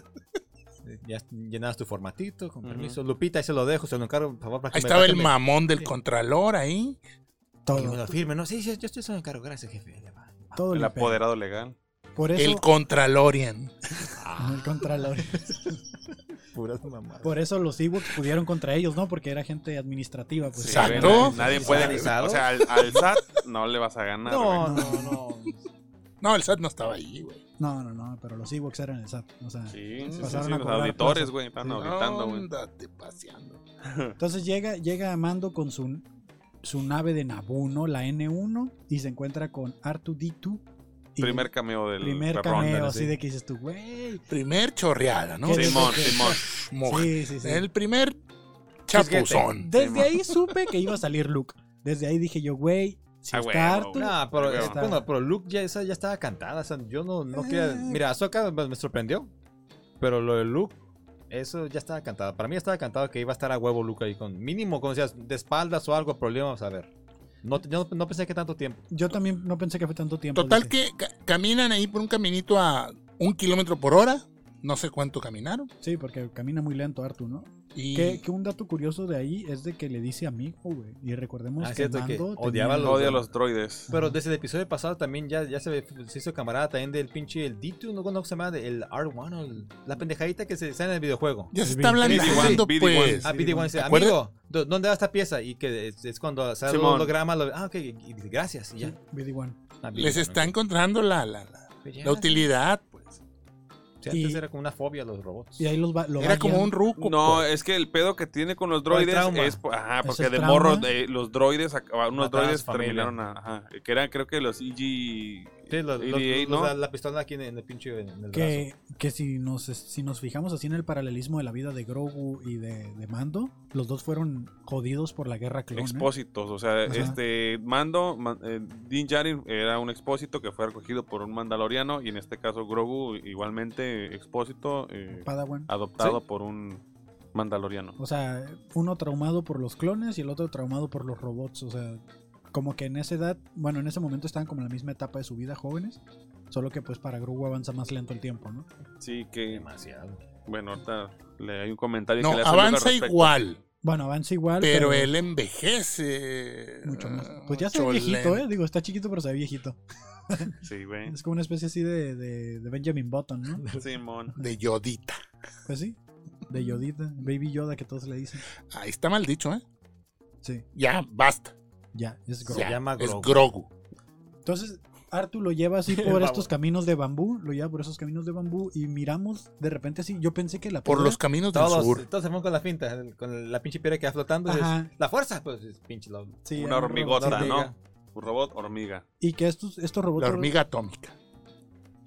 Speaker 3: Ya llenabas tu formatito, con
Speaker 1: Ujú.
Speaker 3: permiso. Lupita, ahí se lo dejo, se lo encargo, por favor, para que
Speaker 4: Ahí
Speaker 3: me
Speaker 4: estaba
Speaker 3: deje
Speaker 4: el
Speaker 3: me-
Speaker 4: mamón del contralor ahí.
Speaker 3: Que me
Speaker 2: Todo,
Speaker 3: lo firme, no, sí, sí, yo estoy solo encargo, gracias, jefe. Ya va.
Speaker 2: todo
Speaker 1: El
Speaker 2: el imperio.
Speaker 1: apoderado legal.
Speaker 2: Por eso,
Speaker 4: El contralorian.
Speaker 2: en el Contralor.
Speaker 3: Puras mamadas.
Speaker 2: Por eso los Ewoks pudieron contra ellos, ¿no? Porque era gente administrativa. Pues,
Speaker 1: Sí,
Speaker 4: Exacto.
Speaker 1: güey, Nadie, nadie puede.
Speaker 3: Organizado.
Speaker 1: O sea, al, al SAT no le vas a ganar.
Speaker 3: No,
Speaker 1: güey.
Speaker 3: no, no.
Speaker 4: No, el SAT no estaba ahí, güey.
Speaker 2: No, no, no, pero los Ewoks eran el SAT. O sea,
Speaker 1: Sí, sí, sí,
Speaker 2: Pasaron
Speaker 1: sí,
Speaker 2: a
Speaker 1: los
Speaker 2: cobrar
Speaker 1: auditores,
Speaker 2: plazas.
Speaker 1: güey. Están
Speaker 2: Sí.
Speaker 1: auditando, güey.
Speaker 4: Ándate paseando.
Speaker 2: Entonces llega, llega Mando con su, su nave de Naboo, ¿no? La N1, y se encuentra con R2D2. y-
Speaker 1: Primer cameo del
Speaker 2: primer
Speaker 1: perrón.
Speaker 2: cameo,
Speaker 3: sí.
Speaker 2: así de que dices tú, güey.
Speaker 4: Primer chorreada, ¿no?
Speaker 2: Sí,
Speaker 1: Simón,
Speaker 2: Sí.
Speaker 1: Simón.
Speaker 4: Moja.
Speaker 2: Sí, sí, eh, sí.
Speaker 4: El primer chapuzón.
Speaker 2: Desde ahí supe que iba a salir Luke. Desde ahí dije yo, güey, si
Speaker 1: Ah,
Speaker 2: está
Speaker 1: huevo,
Speaker 2: harto.
Speaker 1: güey.
Speaker 3: No, pero,
Speaker 1: Ahí
Speaker 3: es-
Speaker 2: está.
Speaker 3: bueno, pero Luke ya, esa ya estaba cantada. O sea, yo no, no quería.
Speaker 2: Eh.
Speaker 3: Mira, Ahsoka me me sorprendió. Pero lo de Luke, eso ya estaba cantado. Para mí ya estaba cantado que iba a estar a huevo Luke ahí con mínimo, como decías, de espaldas o algo, problemas, a ver. No, te- yo no, no pensé que tanto tiempo.
Speaker 2: Yo también no pensé que fue tanto tiempo.
Speaker 4: Total
Speaker 2: dije.
Speaker 4: que ca- caminan ahí por un caminito a un kilómetro por hora. No sé cuánto caminaron.
Speaker 2: Sí, porque camina muy lento Artu, ¿no?
Speaker 4: Y
Speaker 2: Que, que un dato curioso de ahí es de que le dice amigo, güey. Y recordemos
Speaker 3: Ah,
Speaker 2: que
Speaker 3: cierto,
Speaker 2: Mando
Speaker 3: que
Speaker 2: tenía-
Speaker 3: odiaba a los-
Speaker 1: Odio a los droides.
Speaker 3: Pero desde el episodio pasado también ya, ya se, ve- pues, se hizo camarada también del pinche el D2, no conozco se llama de- el R1, o el- la pendejadita que se sale en el videojuego.
Speaker 4: ya se está hablando
Speaker 1: BD1,
Speaker 4: pues.
Speaker 3: Ah, BD1 dice,
Speaker 4: ¿Te acuerdas?
Speaker 3: amigo, ¿dó- ¿dónde va esta pieza? Y que es, es cuando sale el
Speaker 1: Simón.
Speaker 3: holograma, lo- ah, ok, y- y dice, gracias, y ya.
Speaker 2: BD-1.
Speaker 3: Ah,
Speaker 4: Les
Speaker 3: BD1,
Speaker 4: está encontrando la, la, la-
Speaker 3: ok. Ya,
Speaker 4: la utilidad, pues.
Speaker 3: Sí, antes
Speaker 2: Y-
Speaker 3: era como una fobia a los robots.
Speaker 2: Y ahí los va, lo
Speaker 4: Era
Speaker 2: va
Speaker 4: como
Speaker 2: guiando.
Speaker 4: un ruco. pues.
Speaker 1: No, eh, es que el pedo que tiene con los
Speaker 3: Por el
Speaker 1: droides
Speaker 3: trauma.
Speaker 1: es. po- Ajá,
Speaker 2: Eso
Speaker 1: porque
Speaker 2: es
Speaker 1: de
Speaker 2: trauma.
Speaker 1: morros, eh, los droides, ac- unos
Speaker 3: Mataron a
Speaker 1: droides
Speaker 3: su familia.
Speaker 1: terminaron a. Ajá, que eran, creo que los E EG.
Speaker 3: Sí, los- los-
Speaker 1: EDA,
Speaker 3: los-
Speaker 1: ¿no?
Speaker 3: la, la pistola aquí en, en el pinche en el
Speaker 2: Que, que si, nos, si nos fijamos así en el paralelismo de la vida de Grogu y de, de Mando, los dos fueron jodidos por la guerra clon. ¿eh?
Speaker 1: expósitos, o sea,
Speaker 2: Ajá.
Speaker 1: este mando, ma- eh, Din Djarin era un expósito que fue recogido por un mandaloriano y en este caso Grogu igualmente expósito eh,
Speaker 2: Padawan.
Speaker 1: adoptado por un mandaloriano.
Speaker 2: O sea, uno traumado por los clones y el otro traumado por los robots. O sea, como que en esa edad, bueno, en ese momento estaban como en la misma etapa de su vida jóvenes. Solo que pues para Grogu avanza más lento el tiempo, ¿no?
Speaker 1: Sí que
Speaker 3: Demasiado.
Speaker 1: bueno, ahorita le hay un comentario
Speaker 4: No,
Speaker 1: que le hace Luke al
Speaker 4: avanza
Speaker 1: respecto.
Speaker 4: igual.
Speaker 2: Bueno, avanza igual.
Speaker 4: Pero él uh, envejece. ah,
Speaker 2: Mucho más. Pues ya se
Speaker 4: mucho
Speaker 2: ve viejito,
Speaker 4: lento.
Speaker 2: ¿eh? Digo, está chiquito, pero se ve viejito.
Speaker 1: Sí, güey.
Speaker 2: Es como una especie así de, de, de Benjamin Button, ¿no?
Speaker 1: Simón.
Speaker 4: De Yodita.
Speaker 2: Pues sí. De Yodita, Baby Yoda, que todos le dicen.
Speaker 4: Ahí está mal dicho, ¿eh?
Speaker 2: Sí,
Speaker 4: Ya, basta.
Speaker 2: ya, es Grogu.
Speaker 3: Se
Speaker 4: Ya,
Speaker 3: llama
Speaker 4: es
Speaker 3: Grogu.
Speaker 4: Grogu.
Speaker 2: Entonces, Artu lo lleva así por estos caminos de bambú, lo lleva por esos caminos de bambú y miramos de repente así. Yo pensé que la
Speaker 4: Por
Speaker 2: piedra-
Speaker 4: los caminos del sur.
Speaker 3: Todos, todos se fueron con la finta, con la pinche piedra que va flotando. y
Speaker 2: Ajá.
Speaker 3: es, la fuerza, pues es pinche lo-
Speaker 2: Sí,
Speaker 1: Una
Speaker 2: era un
Speaker 1: hormigota,
Speaker 2: robot.
Speaker 1: ¿no? Un robot hormiga.
Speaker 2: Y que estos, estos robots.
Speaker 4: La hormiga atómica.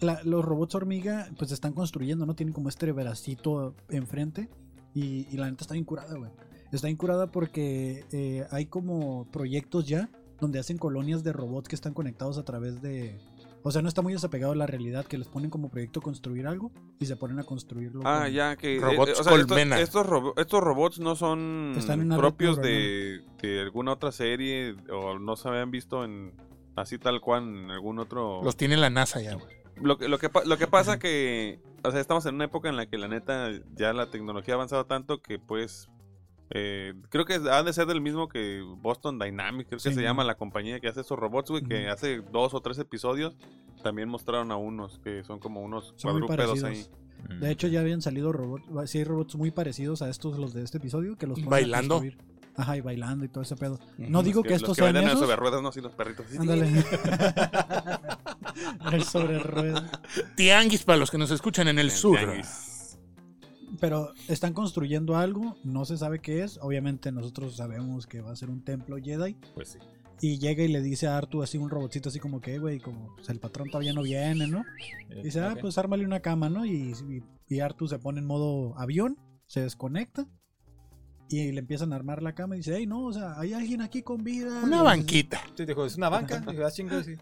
Speaker 2: la- los robots hormiga, pues están construyendo, ¿no? Tienen como este veracito enfrente. Y, y la neta está bien curada, güey. Está bien curada porque eh, hay como proyectos ya donde hacen colonias de robots que están conectados a través de. O sea, no está muy desapegado de la realidad, que les ponen como proyecto construir algo y se ponen a construirlo.
Speaker 1: Ah,
Speaker 2: con-
Speaker 1: ya que.
Speaker 4: Robots
Speaker 1: o sea, estos-
Speaker 4: colmena.
Speaker 1: Estos, robo- estos robots no son
Speaker 2: Están en una red
Speaker 1: propios de, de alguna otra serie o no se habían visto en así tal cual en algún otro.
Speaker 4: Los tiene la NASA ya, güey.
Speaker 1: Lo, que, lo, que, pa- lo que pasa que. O sea, estamos en una época en la que la neta ya la tecnología ha avanzado tanto que pues. eh, creo que ha de ser del mismo que Boston Dynamics, creo que
Speaker 2: Sí,
Speaker 1: se
Speaker 2: ¿no?
Speaker 1: llama la compañía que hace esos robots, güey, que
Speaker 2: Ujú.
Speaker 1: hace dos o tres episodios también mostraron a unos que son como unos
Speaker 2: Son muy
Speaker 1: cuadrúpedos ahí.
Speaker 2: parecidos. De hecho, ya habían salido robots. Sí, hay robots muy parecidos a estos, los de este episodio, que los ponen a
Speaker 4: Bailando.
Speaker 2: construir. Ajá, y bailando y todo ese pedo. No
Speaker 4: Ujú.
Speaker 2: digo que
Speaker 1: los
Speaker 2: estos
Speaker 1: que
Speaker 2: sean
Speaker 1: bailan en
Speaker 2: esos.
Speaker 1: sobre ruedas, no, sí, los perritos. Sí, sí.
Speaker 2: Ándale. el sobre ruedas.
Speaker 4: Tianguis para los que nos escuchan en el
Speaker 1: En
Speaker 4: sur.
Speaker 1: tianguis.
Speaker 2: Pero están construyendo algo, no se sabe qué es. Obviamente nosotros sabemos que va a ser un templo Jedi.
Speaker 3: Pues sí.
Speaker 2: Y llega y le dice a Artu así un robotcito así como que, güey, como pues, el patrón todavía no viene, ¿no? Y dice, ah,
Speaker 3: Ok.
Speaker 2: pues ármale una cama, ¿no? Y, y, y Artu se pone en modo avión, se desconecta. Y le empiezan a armar la cama y dice, hey, no, o sea, hay alguien aquí con vida.
Speaker 4: Una banquita.
Speaker 3: Sí, dijo, es una banca. Dijo, ah, chingo, sí.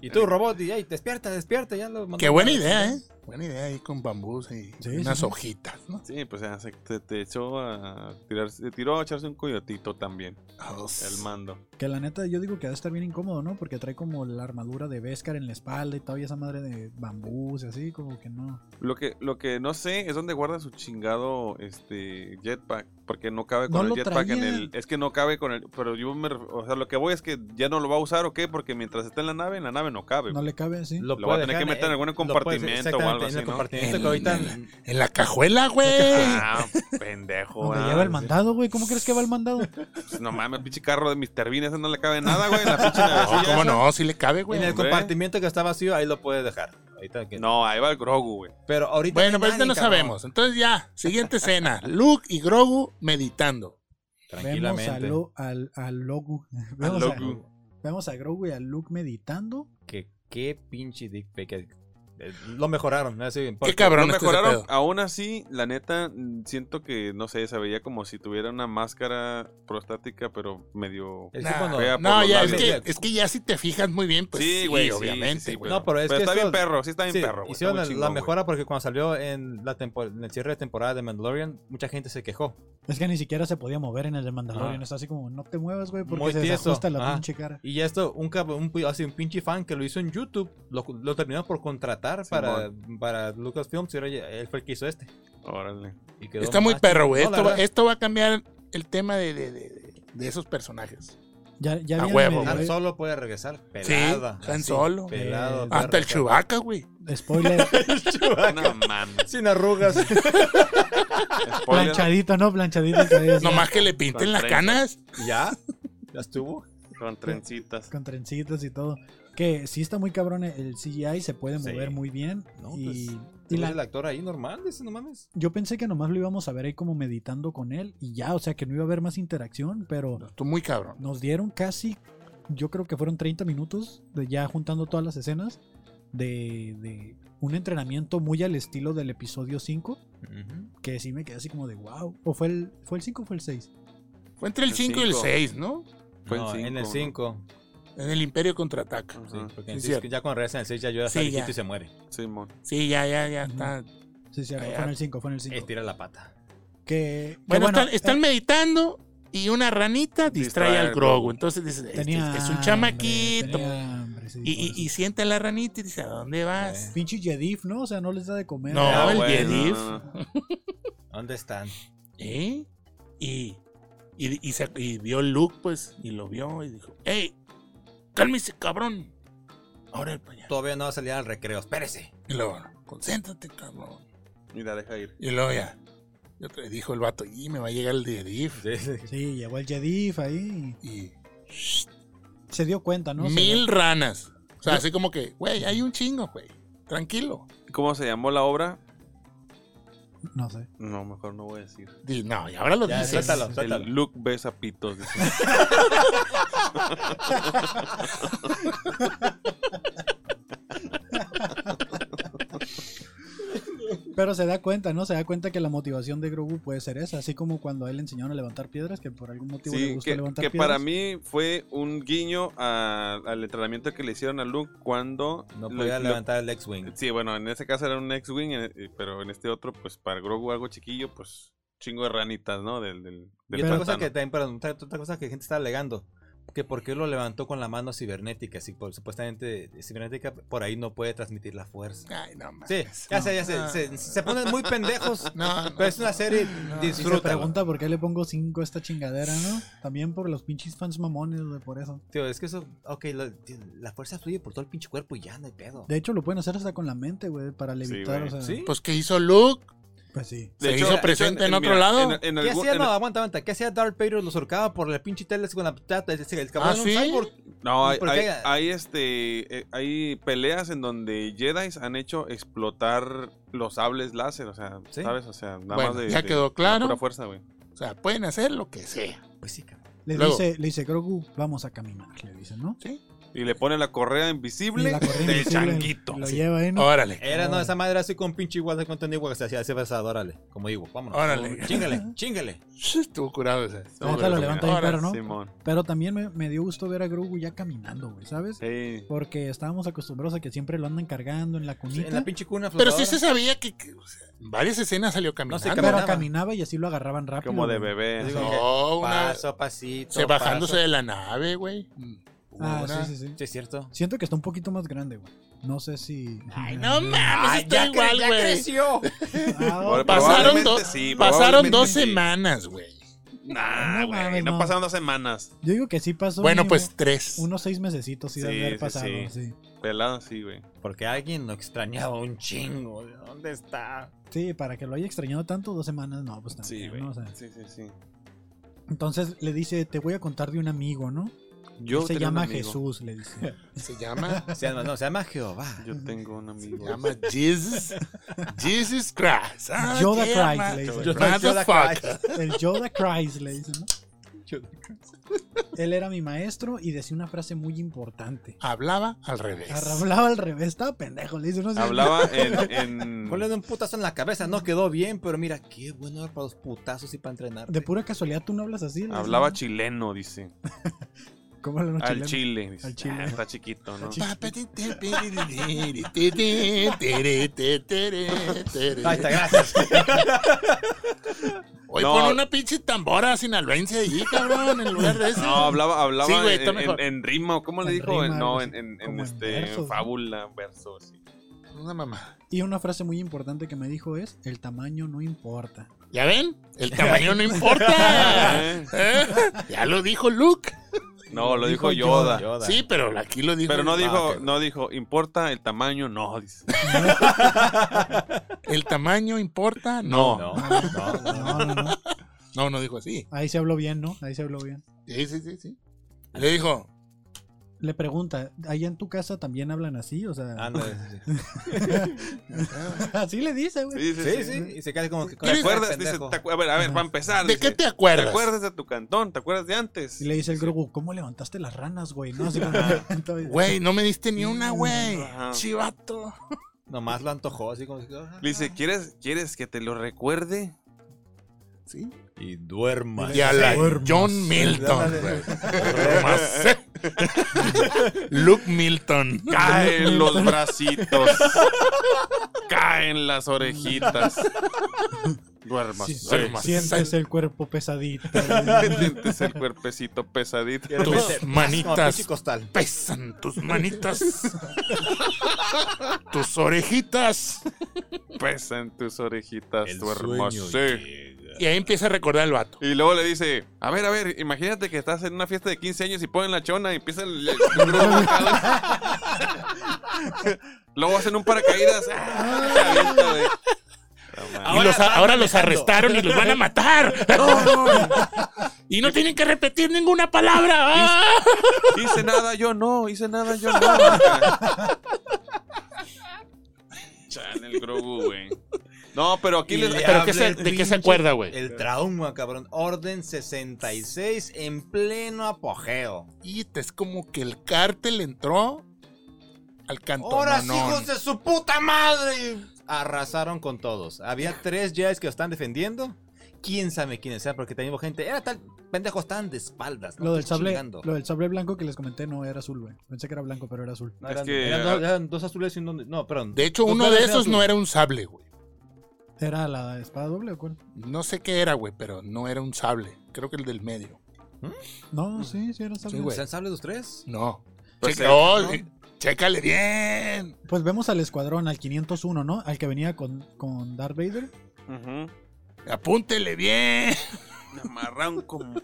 Speaker 3: Y tú, robot, y ahí, despierta, despierta. Ya lo mandó
Speaker 4: Qué buena
Speaker 3: para-
Speaker 4: idea, ¿eh? Buena idea ahí con bambús y
Speaker 2: Sí,
Speaker 4: unas
Speaker 2: sí, sí.
Speaker 4: hojitas, ¿no?
Speaker 1: Sí, pues ya se, te, te echó a tirarse, te tiró a echarse un coyotito también, el
Speaker 4: Dos.
Speaker 1: mando.
Speaker 2: Que la neta, yo digo que debe estar bien incómodo, ¿no? Porque trae como la armadura de Beskar en la espalda y todavía esa madre de bambús y así, como que no.
Speaker 1: Lo que, lo que no sé es dónde guarda su chingado este jetpack, porque no cabe
Speaker 2: No
Speaker 1: con
Speaker 2: lo
Speaker 1: el jetpack en
Speaker 2: traía.
Speaker 1: el, es que no cabe con el, pero yo me, ref- o sea, lo que voy es que ya no lo va a usar o qué, porque mientras está en la nave, en la nave no cabe.
Speaker 2: No
Speaker 1: güey.
Speaker 2: le cabe así.
Speaker 1: Lo va a
Speaker 3: puede eh,
Speaker 1: tener que meter en algún
Speaker 3: lo puede-
Speaker 1: compartimento o
Speaker 3: exactamente,
Speaker 1: algo
Speaker 3: en el
Speaker 1: así, ¿no?
Speaker 3: compartimento que ahorita.
Speaker 4: En la cajuela, güey.
Speaker 1: Ah, pendejo.
Speaker 2: Donde
Speaker 1: ah,
Speaker 2: lleva el mandado, güey. ¿Cómo crees que va el mandado?
Speaker 1: pues, no mames, pinche carro de Mr. Bean, ese no le cabe nada, güey, en la pinche
Speaker 4: No,
Speaker 1: navecilla
Speaker 4: ¿Cómo
Speaker 1: esa.
Speaker 4: no? Si le cabe,
Speaker 3: en
Speaker 4: güey.
Speaker 3: el
Speaker 1: Hombre.
Speaker 3: compartimiento que está vacío, ahí lo puede dejar. Ahorita que-
Speaker 1: No, ahí va el Grogu, güey.
Speaker 3: Pero ahorita.
Speaker 4: Bueno,
Speaker 3: hay
Speaker 4: pero ahorita
Speaker 3: nadie,
Speaker 4: no
Speaker 3: cabrón.
Speaker 4: sabemos. Entonces ya, siguiente escena. Luke y Grogu meditando.
Speaker 2: Vemos a,
Speaker 3: Tranquilamente.
Speaker 2: Lo- al, al Logu. Vemos,
Speaker 1: Logu.
Speaker 2: A, vemos a Grogu y a Luke meditando.
Speaker 3: Que qué pinche dick pic, que- eh, Lo mejoraron. ¿no? Sí,
Speaker 4: Qué
Speaker 3: porque-
Speaker 1: Lo
Speaker 4: cabrón está ese
Speaker 1: mejoraron,
Speaker 4: pedo.
Speaker 1: aún así, la neta, mm, siento que, no sé, se veía como si tuviera una máscara prostática, pero medio...
Speaker 3: Es
Speaker 4: Nah.
Speaker 3: que cuando-
Speaker 1: Fea.
Speaker 4: No,
Speaker 1: por los
Speaker 4: ya es que,
Speaker 3: labios.
Speaker 4: es que ya si te fijas muy bien, pues sí, güey,
Speaker 1: sí,
Speaker 4: obviamente,
Speaker 1: sí,
Speaker 4: güey.
Speaker 3: No, pero es
Speaker 1: pero
Speaker 3: que
Speaker 1: está bien
Speaker 3: esto-
Speaker 1: perro, sí está bien
Speaker 3: Sí,
Speaker 1: perro, güey. está
Speaker 3: hicieron
Speaker 1: muy
Speaker 3: la,
Speaker 1: chingón,
Speaker 3: la
Speaker 1: güey.
Speaker 3: mejora porque cuando salió en, la tempo- en el cierre de temporada de Mandalorian, mucha gente se quejó.
Speaker 2: Es que ni siquiera se podía mover en el de Mandalorian.
Speaker 3: Ah.
Speaker 2: Está así como, no te muevas, güey, porque
Speaker 3: Muy
Speaker 2: se
Speaker 3: tieso.
Speaker 2: desajusta la
Speaker 3: Ah.
Speaker 2: pinche cara.
Speaker 3: Y ya esto, un, cab- un, pi- así, un pinche fan que lo hizo en YouTube, lo, lo terminó por contratar para, para Lucasfilms y ahora ya- él fue el que hizo este.
Speaker 1: Órale.
Speaker 3: Y quedó
Speaker 4: Está muy
Speaker 3: más
Speaker 4: perro,
Speaker 3: chingón,
Speaker 4: güey.
Speaker 3: la
Speaker 4: Esto, va-
Speaker 3: verdad.
Speaker 4: esto va a cambiar el tema de, de- de- de esos personajes.
Speaker 2: Ya, ya
Speaker 4: A
Speaker 2: habían
Speaker 4: huevo,
Speaker 2: medio-
Speaker 3: Han Solo puede regresar pelada.
Speaker 4: Sí, Han
Speaker 3: así,
Speaker 4: Solo.
Speaker 3: pelado,
Speaker 2: Eh,
Speaker 3: perro,
Speaker 4: Hasta el
Speaker 3: perro.
Speaker 4: Chewbacca, güey.
Speaker 2: Spoiler.
Speaker 3: El Chewbacca.
Speaker 1: No mames.
Speaker 3: Sin arrugas.
Speaker 1: Spoiler.
Speaker 2: planchadito, ¿no? Planchadito. se ve así,
Speaker 4: Nomás que le pinten
Speaker 1: Con
Speaker 4: las
Speaker 1: trenza.
Speaker 4: canas.
Speaker 3: ¿Ya? ¿Ya estuvo?
Speaker 1: Con trencitas.
Speaker 2: Con trencitos y todo. Que sí está muy cabrón el CGI, se puede
Speaker 3: Sí.
Speaker 2: mover muy bien.
Speaker 3: No,
Speaker 2: y,
Speaker 3: pues,
Speaker 2: y
Speaker 3: ¿Y
Speaker 2: la-
Speaker 3: el actor ahí normal? Ese no mames.
Speaker 2: yo pensé que nomás lo íbamos a ver ahí como meditando con él y ya, o sea que no iba a haber más interacción, pero
Speaker 4: Esto muy cabrón.
Speaker 2: nos dieron casi, yo creo que fueron 30 minutos de ya juntando todas las escenas de, de un entrenamiento muy al estilo del episodio 5, que sí me quedé así como de wow. ¿O fue el, fue el 5 o fue el 6?
Speaker 4: Fue entre el
Speaker 1: El
Speaker 4: 5 y el
Speaker 1: cinco.
Speaker 4: 6, ¿no?
Speaker 1: Fue el
Speaker 3: No,
Speaker 1: cinco,
Speaker 3: en el
Speaker 1: ¿no? Ah,
Speaker 3: 5.
Speaker 4: En el Imperio Contraataca.
Speaker 1: Ajá,
Speaker 3: Sí, pues. porque
Speaker 4: Sí,
Speaker 3: en sí,
Speaker 4: cierto.
Speaker 3: ya cuando regresa en el 6 ya llora
Speaker 4: Sí,
Speaker 3: hasta viejito
Speaker 4: ya.
Speaker 3: y se muere.
Speaker 1: Simón.
Speaker 4: Sí, ya, ya, ya. Está.
Speaker 2: Sí, sí, fue
Speaker 4: Ah,
Speaker 2: en el 5, fue en el 5.
Speaker 3: Estira la pata.
Speaker 2: Que, que
Speaker 4: Bueno,
Speaker 2: bueno,
Speaker 4: están, están
Speaker 2: eh,
Speaker 4: meditando y una ranita distrae,
Speaker 1: Distrae al
Speaker 4: al Grogu.
Speaker 1: Grogu.
Speaker 4: Entonces dice, este
Speaker 2: tenía
Speaker 4: es un
Speaker 2: hambre,
Speaker 4: chamaquito.
Speaker 2: tenía hambre, sí,
Speaker 4: Y,
Speaker 2: por
Speaker 4: y-
Speaker 2: eso.
Speaker 4: y sienta la ranita y dice, ¿a dónde vas?
Speaker 3: Eh.
Speaker 2: Pinche Jedif, ¿no? O sea, no les da de comer.
Speaker 4: No,
Speaker 1: Ah,
Speaker 4: el
Speaker 1: bueno,
Speaker 4: Jedif.
Speaker 1: no, no.
Speaker 3: ¿Dónde están?
Speaker 4: ¿Eh? Y Y, y, se- y vio el look, pues, y lo vio y dijo, ¡Ey! ¡Cálmese, cabrón! Ahora el payaso.
Speaker 3: Todavía no va a salir al recreo, espérese.
Speaker 4: Y luego, concéntrate, cabrón.
Speaker 1: Mira, deja ir.
Speaker 4: Y luego ya. Y otro- dijo el vato, y me va a llegar el de DIF.
Speaker 3: Sí, sí.
Speaker 2: Sí, llegó el Jedif ahí.
Speaker 4: Y
Speaker 2: y Se dio cuenta, ¿no? Se-
Speaker 4: mil ranas. O sea, así como que, güey, hay un chingo, güey. Tranquilo.
Speaker 1: ¿Cómo se llamó la obra?
Speaker 2: No sé.
Speaker 1: No, mejor no voy a decir.
Speaker 4: Di- no, y ahora lo
Speaker 3: Ya,
Speaker 4: dices.
Speaker 3: suéltalo, suéltalo.
Speaker 1: El Luke besa pitos. dice.
Speaker 2: Pero se da cuenta, ¿no? Se da cuenta que la motivación de Grogu puede ser esa. Así como cuando a él le enseñaron a levantar piedras, que por algún motivo le
Speaker 1: Sí,
Speaker 2: gusta
Speaker 1: que,
Speaker 2: levantar
Speaker 1: que
Speaker 2: piedras.
Speaker 1: para mí fue un guiño a- al entrenamiento que le hicieron a Luke cuando...
Speaker 3: No
Speaker 1: lo-
Speaker 3: podía
Speaker 1: lo-
Speaker 3: levantar el X-Wing.
Speaker 1: Sí, bueno, en ese caso era un X-Wing, en- pero en este otro, pues para Grogu algo chiquillo, pues chingo de ranitas, ¿no? Del, del, del
Speaker 3: Y otra cosa
Speaker 1: pantano.
Speaker 3: que también, perdón, otra otra cosa que gente está alegando, que porque lo levantó con la mano cibernética, si por- supuestamente eh, cibernética por ahí no puede transmitir la fuerza.
Speaker 4: Ay, no, mames.
Speaker 3: Sí, ya sé, ya sé,
Speaker 4: No.
Speaker 3: se, se ponen muy pendejos,
Speaker 4: No, no,
Speaker 3: pero es una
Speaker 4: no.
Speaker 3: serie,
Speaker 4: No.
Speaker 2: Y se
Speaker 3: disfruta.
Speaker 2: pregunta por qué le pongo 5 a esta chingadera, ¿no? También por los pinches fans mamones, güey, por eso.
Speaker 3: Tío, es que eso, ok, lo- tío, la fuerza fluye por todo el pinche cuerpo y ya no hay pedo.
Speaker 2: De hecho, lo pueden hacer hasta con la mente, güey, para levitar,
Speaker 1: güey.
Speaker 2: o sea.
Speaker 3: Sí.
Speaker 4: Pues que hizo Luke.
Speaker 2: Pues sí.
Speaker 4: se hizo presente en otro lado.
Speaker 1: en- en
Speaker 3: ¿Qué
Speaker 1: algún-
Speaker 3: hacía?
Speaker 1: en-
Speaker 3: No, aguanta, aguanta. ¿Qué hacía Darth Vader? Lo surcaba por la pinche tele con la plata. El, el cabrón
Speaker 4: Ah,
Speaker 3: era un
Speaker 4: ¿sí?
Speaker 3: cyborg.
Speaker 1: No, hay,
Speaker 3: ¿Por
Speaker 1: hay-
Speaker 3: qué?
Speaker 1: hay, este, eh, hay peleas en donde Jedi han hecho explotar los sables láser, o sea,
Speaker 3: Sí.
Speaker 1: ¿sabes? O sea, nada
Speaker 4: Bueno,
Speaker 1: más de,
Speaker 4: ya
Speaker 1: de-
Speaker 4: quedó
Speaker 1: de
Speaker 4: claro.
Speaker 1: pura fuerza, güey.
Speaker 4: O sea, pueden hacer lo que sea.
Speaker 3: Pues sí, cabrón.
Speaker 2: Le
Speaker 4: Luego.
Speaker 2: dice, le dice Grogu, vamos a caminar, le dice, ¿no?
Speaker 4: Sí.
Speaker 1: Y le pone la correa
Speaker 2: Y
Speaker 1: invisible
Speaker 2: la correa
Speaker 1: del
Speaker 2: invisible
Speaker 1: changuito. Ah.
Speaker 2: Lo
Speaker 1: Sí.
Speaker 2: lleva ahí, ¿no?
Speaker 4: Órale.
Speaker 3: Era, no, esa madre así con pinche igual de contenido igual que se hacía ese besado, órale, como digo, vámonos.
Speaker 4: Órale.
Speaker 3: Chingale, chingale.
Speaker 4: Estuvo curado ese.
Speaker 1: No,
Speaker 2: Ahorita lo
Speaker 1: pero-
Speaker 2: levanta bien,
Speaker 4: Ahora,
Speaker 2: perro, ¿no?
Speaker 1: Simón.
Speaker 2: Pero también me, me dio gusto ver a Grogu ya caminando, güey, ¿sabes?
Speaker 1: Sí.
Speaker 2: Porque estábamos acostumbrados a que siempre lo andan cargando en la cunita.
Speaker 3: En la pinche cuna
Speaker 4: Pero
Speaker 3: flotadora.
Speaker 4: sí se sabía que, que, o sea, en varias escenas salió caminando.
Speaker 3: No, sí,
Speaker 2: pero
Speaker 3: caminaba.
Speaker 2: caminaba y así lo agarraban rápido.
Speaker 1: Como de
Speaker 2: güey.
Speaker 1: bebé.
Speaker 3: Digo,
Speaker 1: así.
Speaker 4: No, una-
Speaker 3: Paso a pasito.
Speaker 4: se bajándose
Speaker 3: paso.
Speaker 4: de la nave, güey. Mm.
Speaker 2: Ah,
Speaker 4: Una-
Speaker 2: sí, sí, sí.
Speaker 3: Sí, es cierto.
Speaker 2: Siento que está un poquito más grande, güey. No sé si.
Speaker 4: Ay, no mames,
Speaker 3: Ay,
Speaker 4: Ah, pues está
Speaker 3: Ah, ya
Speaker 4: igual,
Speaker 3: cre- ya
Speaker 4: güey.
Speaker 3: creció.
Speaker 2: Ah,
Speaker 1: Ahora,
Speaker 4: Pasaron,
Speaker 1: Probablemente
Speaker 4: dos
Speaker 1: sí,
Speaker 4: pasaron
Speaker 1: probablemente
Speaker 4: dos
Speaker 1: sí.
Speaker 4: semanas, güey.
Speaker 1: Nah,
Speaker 2: No
Speaker 1: güey,
Speaker 2: mames,
Speaker 1: no
Speaker 2: no.
Speaker 1: pasaron dos semanas.
Speaker 2: Yo digo que sí pasó.
Speaker 4: Bueno,
Speaker 2: mínimo
Speaker 4: pues tres.
Speaker 2: Unos seis mesecitos sí, de
Speaker 1: Sí,
Speaker 2: haber
Speaker 1: sí,
Speaker 2: pasado.
Speaker 1: sí.
Speaker 2: Sí.
Speaker 1: Pelado, sí, güey.
Speaker 3: Porque alguien lo extrañaba un chingo. ¿De ¿Dónde está?
Speaker 2: Sí, para que lo haya extrañado tanto, dos semanas, no, pues
Speaker 1: Sí,
Speaker 2: también.
Speaker 1: güey.
Speaker 2: ¿no? O sea,
Speaker 1: Sí, sí, sí.
Speaker 2: entonces le dice, te voy a contar de un amigo, ¿no?
Speaker 1: Yo
Speaker 2: Él se
Speaker 1: tenía un
Speaker 2: llama
Speaker 1: amigo.
Speaker 2: Jesús, le dice.
Speaker 4: Se llama,
Speaker 3: Se llama, no, se llama Jehová.
Speaker 1: Yo tengo un amigo.
Speaker 4: se llama Jesus. Jesus Christ. Ah,
Speaker 2: Yoda
Speaker 4: qué
Speaker 2: Christ,
Speaker 4: ma-
Speaker 2: le dice.
Speaker 1: Yo-
Speaker 4: Motherfucker.
Speaker 2: El Yoda Christ, le dice, ¿no? Él era mi maestro y decía una frase muy importante.
Speaker 4: Hablaba al revés.
Speaker 2: Hablaba al revés, estaba pendejo, le dice, no sé.
Speaker 1: Hablaba en. en-
Speaker 3: Ponle de un putazo en la cabeza, no quedó bien, pero mira, qué bueno era para los putazos y para entrenar.
Speaker 2: De pura casualidad tú no hablas así. le dice,
Speaker 1: Hablaba
Speaker 2: ¿no?
Speaker 1: chileno, dice.
Speaker 2: ¿Cómo hablan los
Speaker 1: Al
Speaker 2: chilenos?
Speaker 1: chile. dice.
Speaker 2: Al chile.
Speaker 1: Ah, está chiquito, ¿no?
Speaker 3: Ahí está, gracias.
Speaker 4: Hoy
Speaker 1: No.
Speaker 4: pon una pinche tambora sinaloense allí, cabrón, en lugar de eso.
Speaker 1: No, hablaba, hablaba
Speaker 4: Sí, güey,
Speaker 1: en,
Speaker 4: está mejor.
Speaker 1: en- en rima, ¿o ¿cómo le
Speaker 2: En
Speaker 1: dijo?
Speaker 2: rima,
Speaker 1: no,
Speaker 2: algo
Speaker 1: en,
Speaker 2: así,
Speaker 1: en- en
Speaker 2: como en
Speaker 1: este,
Speaker 2: versos, ¿no?
Speaker 1: fábula, versos. sí.
Speaker 4: Una mamá.
Speaker 2: Y una frase muy importante que me dijo es, el tamaño no importa.
Speaker 4: ¿Ya ven? El tamaño no
Speaker 2: Ah,
Speaker 4: importa.
Speaker 1: ¿Eh?
Speaker 4: ¿Eh? Ya lo dijo Luke.
Speaker 1: No, lo dijo
Speaker 2: Dijo
Speaker 1: Yoda.
Speaker 3: Yoda.
Speaker 4: Sí, pero aquí lo dijo.
Speaker 1: Pero no
Speaker 4: Ah,
Speaker 1: dijo,
Speaker 4: ok.
Speaker 1: no dijo, importa el tamaño, no, dice.
Speaker 4: ¿El tamaño importa? No. No,
Speaker 3: No, no, no.
Speaker 2: No, no, no.
Speaker 4: no, dijo así.
Speaker 2: Ahí se habló bien, ¿no? Ahí se habló bien.
Speaker 4: Sí, sí, sí, sí. Le dijo,
Speaker 2: Le pregunta, ¿allá en tu casa también hablan así? O sea,
Speaker 3: Ándale, sí, sí.
Speaker 2: así le dice, güey.
Speaker 1: Sí, sí, sí.
Speaker 3: Sí, sí, y se cae como que con
Speaker 1: ¿Te
Speaker 3: la cara de
Speaker 1: acuerdas? Dice,
Speaker 3: pendejo.
Speaker 1: "Te acu- a ver, a ver,
Speaker 2: Ajá.
Speaker 1: para empezar.
Speaker 4: ¿de
Speaker 1: dice,
Speaker 4: qué te
Speaker 1: ¿Te
Speaker 4: acuerdas?
Speaker 1: acuerdas de tu cantón? ¿Te acuerdas de antes?
Speaker 2: Y le dice el Grogu, ¿cómo levantaste las ranas, güey? No, así como... Entonces,
Speaker 4: Güey, no me diste ni una, güey.
Speaker 1: Ajá.
Speaker 4: Chivato.
Speaker 3: Nomás lo antojó, así como que, ah.
Speaker 1: Le dice, ¿quieres, ¿quieres que te lo recuerde?
Speaker 4: Sí.
Speaker 3: Y duerma.
Speaker 4: Y a la
Speaker 2: Duermas.
Speaker 4: John Milton,
Speaker 3: Ándale.
Speaker 4: güey. Duermas. Luke Milton.
Speaker 1: Caen los bracitos. Caen las orejitas. Duermas.
Speaker 2: Sí,
Speaker 4: duermas.
Speaker 2: Sientes el cuerpo pesadito.
Speaker 1: Sientes el cuerpecito pesadito.
Speaker 3: Y de repente,
Speaker 4: Tus
Speaker 3: ¡zas!
Speaker 4: manitas.
Speaker 3: Como pinche costal.
Speaker 4: Pesan tus manitas. tus orejitas.
Speaker 1: Pesan tus orejitas,
Speaker 3: El
Speaker 1: tu hermoso.
Speaker 3: sueño llega.
Speaker 4: Y ahí empieza a recordar el vato.
Speaker 1: Y luego le dice, a ver, a ver, imagínate que estás en una fiesta de 15 años y ponen la chona y empiezan... el- el- luego hacen un paracaídas. Ah, se avienta, güey. No mames.
Speaker 4: y los,
Speaker 3: están
Speaker 4: ahora los
Speaker 3: manejando.
Speaker 4: arrestaron y los van a matar. y no tienen que repetir ninguna palabra. Ah.
Speaker 1: Hice nada yo, no, hice nada yo, no. Chan, el Grogu, güey. No, pero aquí
Speaker 3: Y
Speaker 1: les...
Speaker 3: le
Speaker 4: ¿Pero qué
Speaker 3: habla
Speaker 4: se-
Speaker 3: el
Speaker 4: de qué se
Speaker 3: pinche-
Speaker 4: acuerda, güey?
Speaker 3: El trauma, cabrón. Orden 66 en pleno apogeo.
Speaker 4: Y te- es como que el cártel entró al cantón.
Speaker 3: ¡Horas, hijos de su puta madre! Arrasaron con todos. Había tres Jedi's que lo están defendiendo. Quién sabe quiénes sean, porque también hubo gente. Era tal. Pendejos estaban de espaldas. ¿no?
Speaker 2: Lo del,
Speaker 3: Estoy
Speaker 2: sable,
Speaker 3: chingando.
Speaker 2: lo del sable blanco que les comenté no era azul, güey. Pensé que era blanco, pero era azul.
Speaker 3: No,
Speaker 1: Es
Speaker 3: eran,
Speaker 1: que-
Speaker 3: eran dos, eran dos azules y un. No, perdón.
Speaker 4: ah, De hecho,
Speaker 3: Dos
Speaker 4: uno de
Speaker 3: verdes y un
Speaker 4: esos
Speaker 3: azul.
Speaker 4: no era un sable, güey.
Speaker 2: ¿Era la espada doble o cuál?
Speaker 4: No sé qué era, güey, pero no era un sable. Creo que el del medio.
Speaker 2: No, sí, sí era sable.
Speaker 4: Sí, güey.
Speaker 3: ¿Sean sables los tres?
Speaker 4: No.
Speaker 1: Pues
Speaker 4: Checa-
Speaker 1: sí,
Speaker 4: oh,
Speaker 1: ¿no?
Speaker 4: eh, Chécale bien.
Speaker 2: Pues vemos al escuadrón, al 501, ¿no? Al que venía con, con Darth Vader.
Speaker 1: Ujú.
Speaker 4: Apúntele bien.
Speaker 1: Me amarraron como...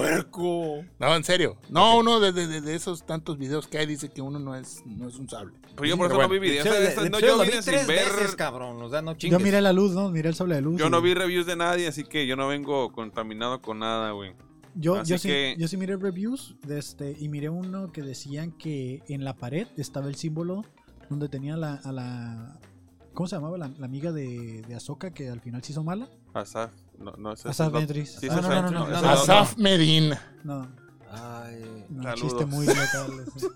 Speaker 3: ¡Puerco!
Speaker 4: No, en serio. No, uno de, de- de- de esos tantos videos que hay dice que uno no es, no es un sable.
Speaker 1: Pero yo por eso
Speaker 4: Pero
Speaker 1: no vi
Speaker 4: bueno,
Speaker 1: videos.
Speaker 3: Sí,
Speaker 1: O sea,
Speaker 3: de-
Speaker 1: esta-
Speaker 3: de-
Speaker 1: no,
Speaker 3: yo
Speaker 1: yo
Speaker 3: lo
Speaker 1: vine
Speaker 3: vi
Speaker 1: sin
Speaker 3: tres
Speaker 1: ver...
Speaker 3: veces, cabrón. O sea, no chingues.
Speaker 2: Yo miré la luz, ¿no? Miré el sable de luz.
Speaker 1: Yo
Speaker 2: y-
Speaker 1: no vi reviews de nadie, así que yo no vengo contaminado con nada, güey.
Speaker 2: Yo,
Speaker 1: así
Speaker 2: yo, sí,
Speaker 1: que-
Speaker 2: yo sí miré reviews de este, y miré uno que decían que en la pared estaba el símbolo donde tenía la, a la... ¿Cómo se llamaba? La, la amiga de, de Ahsoka que al final se hizo mala.
Speaker 1: Asaf, no, no sé.
Speaker 2: Asaf Ventress.
Speaker 1: Sí,
Speaker 2: Ah,
Speaker 1: sí,
Speaker 2: no,
Speaker 1: sí,
Speaker 2: no, no,
Speaker 1: sí,
Speaker 2: no,
Speaker 1: sí,
Speaker 2: no,
Speaker 1: sí, sí.
Speaker 4: Asaf Medina.
Speaker 2: No,
Speaker 3: Ay.
Speaker 2: no,
Speaker 1: Saludos.
Speaker 2: chiste muy local. ese.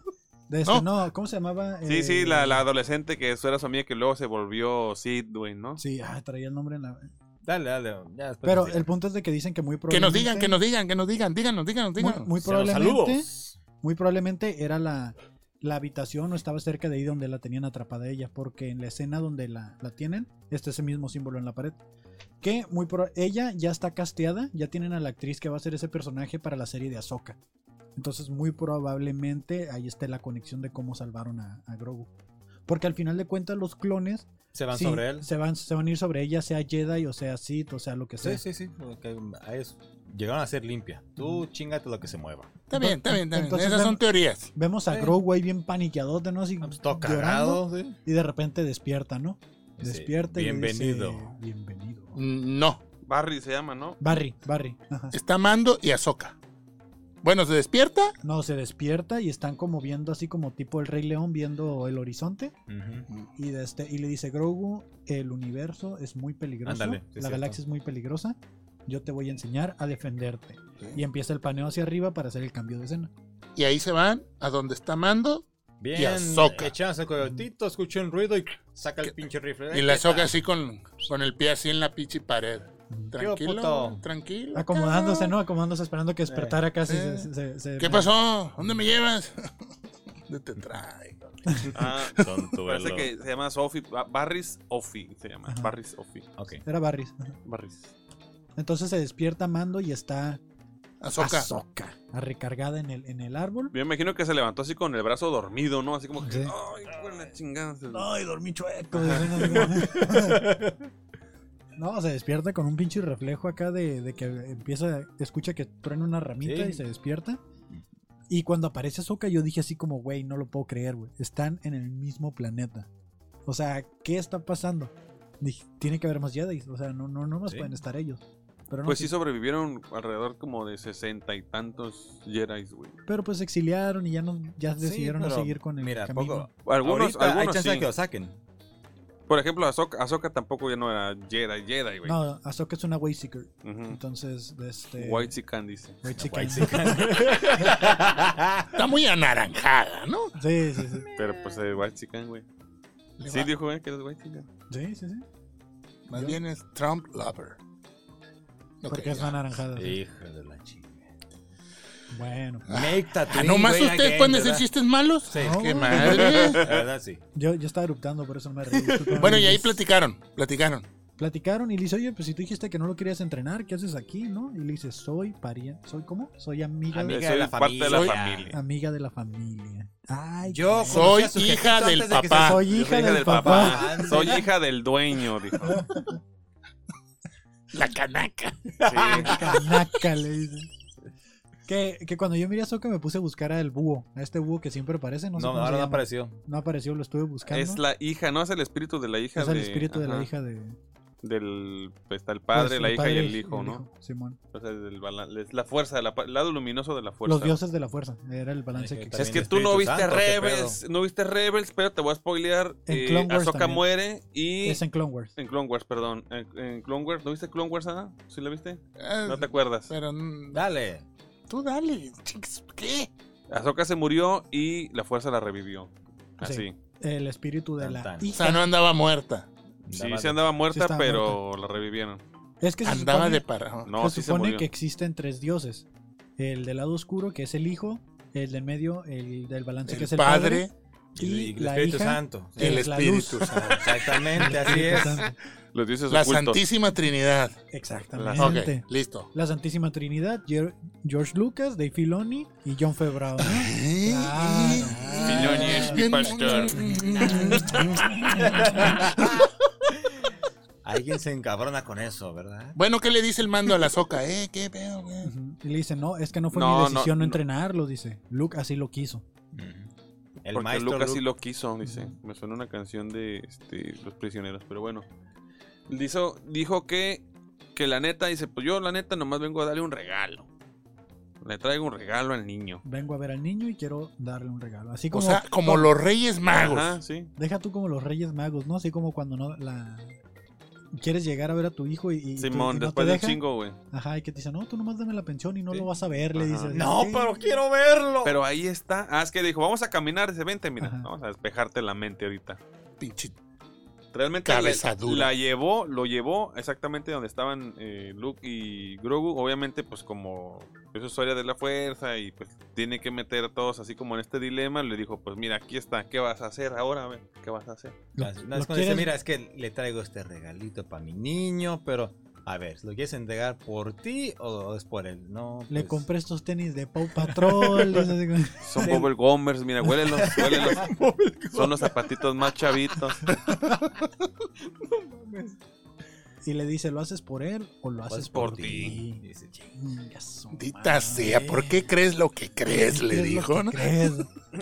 Speaker 2: De este, no. ¿cómo se llamaba?
Speaker 1: Sí,
Speaker 2: Eh,
Speaker 1: sí, la, la adolescente que eso era su amiga que luego se volvió Sid, güey, ¿no?
Speaker 2: Sí, ah, traía el nombre en la...
Speaker 3: Dale, dale. Ya, después
Speaker 2: Pero
Speaker 3: te
Speaker 2: el punto es de que dicen que muy
Speaker 4: Pues Que nos
Speaker 2: probablemente...
Speaker 4: digan, que nos digan, que nos digan, díganos, díganos,
Speaker 2: Muy,
Speaker 4: díganos.
Speaker 2: muy
Speaker 3: Se los
Speaker 2: probablemente...
Speaker 3: saludos.
Speaker 2: Muy probablemente era la, la habitación o estaba cerca de ahí donde la tenían atrapada ella, porque en la escena donde la, la tienen, este es el mismo símbolo en la pared. Que muy pro- ella ya está casteada, ya tienen a la actriz que va a ser ese personaje para la serie de Ahsoka. Entonces muy probablemente ahí esté la conexión de cómo salvaron a, a Grogu. Porque al final de cuentas los clones
Speaker 3: Se van
Speaker 2: sí,
Speaker 3: sobre él.
Speaker 2: Se, van, se van a ir sobre ella, sea Jedi o sea Sith o sea lo que sea.
Speaker 3: Sí, sí, sí. ok, a eso. Llegaron a ser limpia. Tú chingate lo que se mueva.
Speaker 4: Está bien, está bien, está bien.
Speaker 2: Entonces,
Speaker 4: Esas son
Speaker 2: vemos-
Speaker 4: teorías.
Speaker 2: Vemos a
Speaker 3: Sí.
Speaker 2: Grogu ahí bien paniqueadote, ¿no? Así,
Speaker 3: Pues, todo
Speaker 2: llorando.
Speaker 3: cagado. sí.
Speaker 2: Y de repente despierta, ¿no?
Speaker 3: Dice,
Speaker 2: Despierta y le dice,
Speaker 3: "Bienvenido".
Speaker 2: Bienvenido.
Speaker 4: Mm, No.
Speaker 1: Barry se llama, ¿no?
Speaker 2: Barry, Barry. Ajá.
Speaker 4: Está Mando y Azoka. Bueno, se despierta.
Speaker 2: No, se despierta y están como viendo así como tipo el Rey León viendo el horizonte.
Speaker 3: Ujú.
Speaker 2: Y, de este, y le dice, Grogu, el universo es muy peligroso.
Speaker 3: Ándale, sí,
Speaker 2: la
Speaker 3: cierto.
Speaker 2: galaxia es muy peligrosa. Yo te voy a enseñar a defenderte. Y empieza el paneo hacia arriba para hacer el cambio de escena.
Speaker 4: Y ahí se van a donde está Mando.
Speaker 3: Bien.
Speaker 4: Y Ahsoka.
Speaker 3: Echándose el coyotito, escuchó un ruido y saca el pinche rifle.
Speaker 4: Y la Azoka
Speaker 3: soca
Speaker 4: así con, con el pie así en la pinche pared. Tranquilo,
Speaker 3: puto.
Speaker 4: tranquilo.
Speaker 2: Acomodándose,
Speaker 4: cabrón.
Speaker 2: ¿no? Acomodándose esperando que despertara casi.
Speaker 4: eh.
Speaker 2: se- se- se-
Speaker 4: ¿Qué pasó? ¿Dónde me llevas? ¿Dónde te traigo?
Speaker 1: Ah,
Speaker 3: Tonto,
Speaker 1: parece
Speaker 3: velo.
Speaker 1: que se llama Sophie, Ba- Barris Offee se llama.
Speaker 2: Ajá.
Speaker 1: Barris Offee.
Speaker 3: Ok.
Speaker 2: Era Barry. ajá.
Speaker 1: Barris.
Speaker 2: Entonces se despierta Mando y está
Speaker 4: Azoka.
Speaker 2: Ahsoka, recargada en el, en el árbol.
Speaker 1: Yo imagino que se levantó así con el brazo dormido, ¿no? Así como que.
Speaker 2: Sí.
Speaker 1: Ay, güey, la chingada. se-
Speaker 2: Ay, dormí chueco. dicen. No, se despierta con un pinche reflejo acá de, de que empieza, escucha que truena una ramita
Speaker 3: Sí.
Speaker 2: y se despierta. Y cuando aparece Ahsoka, yo dije así como, güey, no lo puedo creer, güey. Están en el mismo planeta. O sea, ¿qué está pasando? Dije, tiene que haber más Jedi. O sea, no, no, no más
Speaker 3: Sí.
Speaker 2: pueden estar ellos. Pero no,
Speaker 1: Pues
Speaker 2: sí.
Speaker 1: sí sobrevivieron alrededor como de sesenta y tantos Jedi's, güey.
Speaker 2: Pero pues se exiliaron y ya no, ya
Speaker 3: Sí,
Speaker 2: decidieron no
Speaker 3: pero
Speaker 2: seguir con el
Speaker 3: Mira,
Speaker 2: camino.
Speaker 3: poco.
Speaker 1: Algunos,
Speaker 3: Ahorita hay
Speaker 1: algunos
Speaker 3: chance de
Speaker 1: sí.
Speaker 3: que lo saquen.
Speaker 1: Por ejemplo, Ahsoka, Ahsoka tampoco ya no era Jedi, Jedi, güey.
Speaker 2: No, Ahsoka es una Wayseeker.
Speaker 1: Ujú.
Speaker 2: Entonces, de este.
Speaker 1: White Sican dice.
Speaker 2: White chicken.
Speaker 3: Mm. White
Speaker 2: sí,
Speaker 3: chicken.
Speaker 4: Está muy anaranjada, ¿no?
Speaker 2: sí, sí.
Speaker 1: Pero pues eh, White Sican, güey.
Speaker 4: Le
Speaker 1: Sí
Speaker 4: va-
Speaker 1: dijo, güey, que eres White Sican.
Speaker 2: Sí, sí, sí.
Speaker 4: Más bien es Trump lover. Ok,
Speaker 2: Porque es
Speaker 4: ya.
Speaker 2: anaranjada. sí.
Speaker 3: Hijo de la chinga.
Speaker 2: Bueno,
Speaker 3: Make
Speaker 4: Ah, nomás ustedes pueden decir chistes malos.
Speaker 3: Sí.
Speaker 4: Qué
Speaker 2: No.
Speaker 3: La
Speaker 4: madre.
Speaker 3: verdad, sí.
Speaker 2: yo, yo estaba eruptando, por eso no me reí. discúlpame,
Speaker 4: Bueno, y ahí
Speaker 2: Luis.
Speaker 4: platicaron, platicaron.
Speaker 2: platicaron y le dice, oye, pues si tú dijiste que no lo querías entrenar, ¿qué haces aquí, no? Y le dice, soy pariente, soy cómo? Soy amiga, de-
Speaker 1: Amiga
Speaker 3: Amiga
Speaker 1: Soy
Speaker 3: de la
Speaker 1: parte de
Speaker 3: familia.
Speaker 1: la familia.
Speaker 2: amiga de la familia. Ay,
Speaker 3: Yo
Speaker 2: qué-
Speaker 4: Soy
Speaker 3: conocí a su
Speaker 4: hija
Speaker 3: jefecito
Speaker 4: del
Speaker 3: antes de que se-
Speaker 1: ah,
Speaker 4: papá.
Speaker 2: soy
Speaker 1: Yo
Speaker 2: hija
Speaker 1: soy
Speaker 2: del papá. Ah,
Speaker 1: Soy hija del dueño, dijo.
Speaker 4: La canaca.
Speaker 2: ah, Canaca, le dice. Que, que cuando yo miré a Soca me puse a buscar al búho, a este búho que siempre aparece, no,
Speaker 3: No,
Speaker 2: sé cómo se
Speaker 3: ahora no
Speaker 2: llama.
Speaker 3: apareció.
Speaker 2: No apareció, lo estuve buscando.
Speaker 1: Es la hija, no es el espíritu de la hija.
Speaker 2: Es el
Speaker 1: de-
Speaker 2: espíritu de la
Speaker 1: ajá,
Speaker 2: hija de...
Speaker 1: Del, está el padre,
Speaker 2: pues,
Speaker 1: la hija y
Speaker 2: padre
Speaker 1: el hijo, ¿no?
Speaker 2: Simón.
Speaker 1: O sea, del bala- es la fuerza, la pa- el lado luminoso de la fuerza.
Speaker 2: Los dioses de la fuerza, era el balance
Speaker 3: Ay,
Speaker 2: que
Speaker 3: que
Speaker 1: O sea, es
Speaker 2: existía.
Speaker 1: que
Speaker 3: También
Speaker 1: tú no
Speaker 3: Espíritu
Speaker 1: viste
Speaker 3: Santo, qué
Speaker 1: Rebels, no viste Rebels, pero te voy a spoilear.
Speaker 2: En
Speaker 1: eh,
Speaker 2: Clone Wars
Speaker 1: Ahsoka
Speaker 2: también.
Speaker 1: muere y...
Speaker 2: Es en Clone Wars.
Speaker 1: En Clone Wars, perdón. En, en Clone Wars, ¿no viste Clone Wars, Ana? ¿Sí la viste?
Speaker 2: Ah,
Speaker 4: Eh,
Speaker 1: No te acuerdas.
Speaker 4: Pero mm,
Speaker 3: Dale.
Speaker 4: tú dale, chicas, ¿qué?
Speaker 1: Ahsoka se murió y la fuerza la revivió. Así.
Speaker 2: Sí. El espíritu de
Speaker 3: Tan,
Speaker 2: la
Speaker 3: tan.
Speaker 4: O sea,
Speaker 2: hija.
Speaker 4: no andaba muerta.
Speaker 1: Sí,
Speaker 3: Andaba
Speaker 1: sí
Speaker 3: de-
Speaker 1: andaba muerta,
Speaker 2: estaba
Speaker 1: pero la revivieron.
Speaker 2: Es que se
Speaker 4: Andaba
Speaker 2: supone,
Speaker 4: de para.
Speaker 1: No, sí
Speaker 2: se supone
Speaker 1: se murió.
Speaker 2: que existen tres dioses. El del lado oscuro, que es el hijo, el del medio, el del balance, que
Speaker 4: El
Speaker 2: es el
Speaker 4: padre,
Speaker 2: padre. Y,
Speaker 3: el
Speaker 2: la
Speaker 3: Espíritu
Speaker 2: hija,
Speaker 3: Santo.
Speaker 2: que
Speaker 4: el
Speaker 2: es la
Speaker 4: Espíritu
Speaker 2: luz.
Speaker 4: Santo.
Speaker 3: Exactamente, así
Speaker 2: Espíritu
Speaker 3: es.
Speaker 2: Santo.
Speaker 1: Los dioses
Speaker 4: La
Speaker 1: ocultos.
Speaker 4: Santísima Trinidad.
Speaker 2: Exactamente.
Speaker 4: Ok, listo.
Speaker 2: La Santísima Trinidad, Jer- George Lucas, Dave Filoni y John Febrao. ¿no? Claro.
Speaker 1: Filoni es mi pastor.
Speaker 3: Alguien se encabrona con eso, ¿verdad?
Speaker 4: Bueno, ¿qué le dice el mando a la soca? Eh, qué pedo, güey.
Speaker 2: Ujú. Y le dice, no, es que no fue
Speaker 1: No,
Speaker 2: mi
Speaker 1: no,
Speaker 2: decisión no,
Speaker 1: no.
Speaker 2: entrenarlo, dice. Luke así lo quiso.
Speaker 3: El
Speaker 1: Porque
Speaker 3: maestro
Speaker 1: Lucas sí
Speaker 3: Luke-
Speaker 1: lo quiso, dice. Me suena una canción de este, Los Prisioneros, pero bueno. Dijo, dijo que, que la neta, dice, pues yo la neta nomás vengo a darle un regalo. Le traigo un regalo al niño.
Speaker 2: Vengo a ver al niño y quiero darle un regalo. Así
Speaker 4: O
Speaker 2: como,
Speaker 4: sea, como los Reyes Magos.
Speaker 1: Ajá, sí.
Speaker 2: deja tú como los Reyes Magos, ¿no? Así como cuando no la quieres llegar a ver a tu hijo y, y-
Speaker 1: Simón,
Speaker 2: y no
Speaker 1: después
Speaker 2: te
Speaker 1: del
Speaker 2: deja.
Speaker 1: chingo, güey.
Speaker 2: Ajá, y que te dice, no, tú nomás dame la pensión y no
Speaker 1: Sí.
Speaker 2: lo vas a ver, le
Speaker 1: Ajá.
Speaker 2: dices.
Speaker 3: No,
Speaker 2: "Sí".
Speaker 3: pero quiero verlo.
Speaker 1: Pero ahí está. Ah, es que dijo, vamos a caminar. Dice, vente, mira.
Speaker 2: Ajá.
Speaker 1: Vamos a despejarte la mente ahorita.
Speaker 4: Pinche.
Speaker 1: Realmente la-
Speaker 4: Cabezadura.
Speaker 1: La, llevó, lo llevó exactamente donde estaban eh, Luke y Grogu. Obviamente, pues como es usuaria de la fuerza y pues tiene que meter a todos así como en este dilema, le dijo, pues mira, aquí está, ¿qué vas a hacer ahora? A ver, ¿qué vas a hacer?
Speaker 2: Lo-
Speaker 3: Una vez
Speaker 2: lo
Speaker 3: cuando dice,
Speaker 2: quieres-
Speaker 3: mira, es que le traigo este regalito para mi niño, pero a ver, ¿lo quieres entregar por ti o es por él? No,
Speaker 2: Le
Speaker 3: pues,
Speaker 2: compré estos tenis de Paw Patrol. le dices así como-
Speaker 1: Son Bubble Gomers, mira, huélelos, huélelos. Son los zapatitos más chavitos.
Speaker 2: y le dice, ¿lo haces por él o lo haces por, ti?
Speaker 3: Y pues, dice, "Ching".
Speaker 2: Chinga su
Speaker 4: Dita
Speaker 2: madre.
Speaker 4: sea, ¿por qué crees lo que crees?
Speaker 2: ¿Qué
Speaker 4: Le
Speaker 2: es lo
Speaker 4: dijo,
Speaker 2: que
Speaker 4: ¿no?
Speaker 2: crees?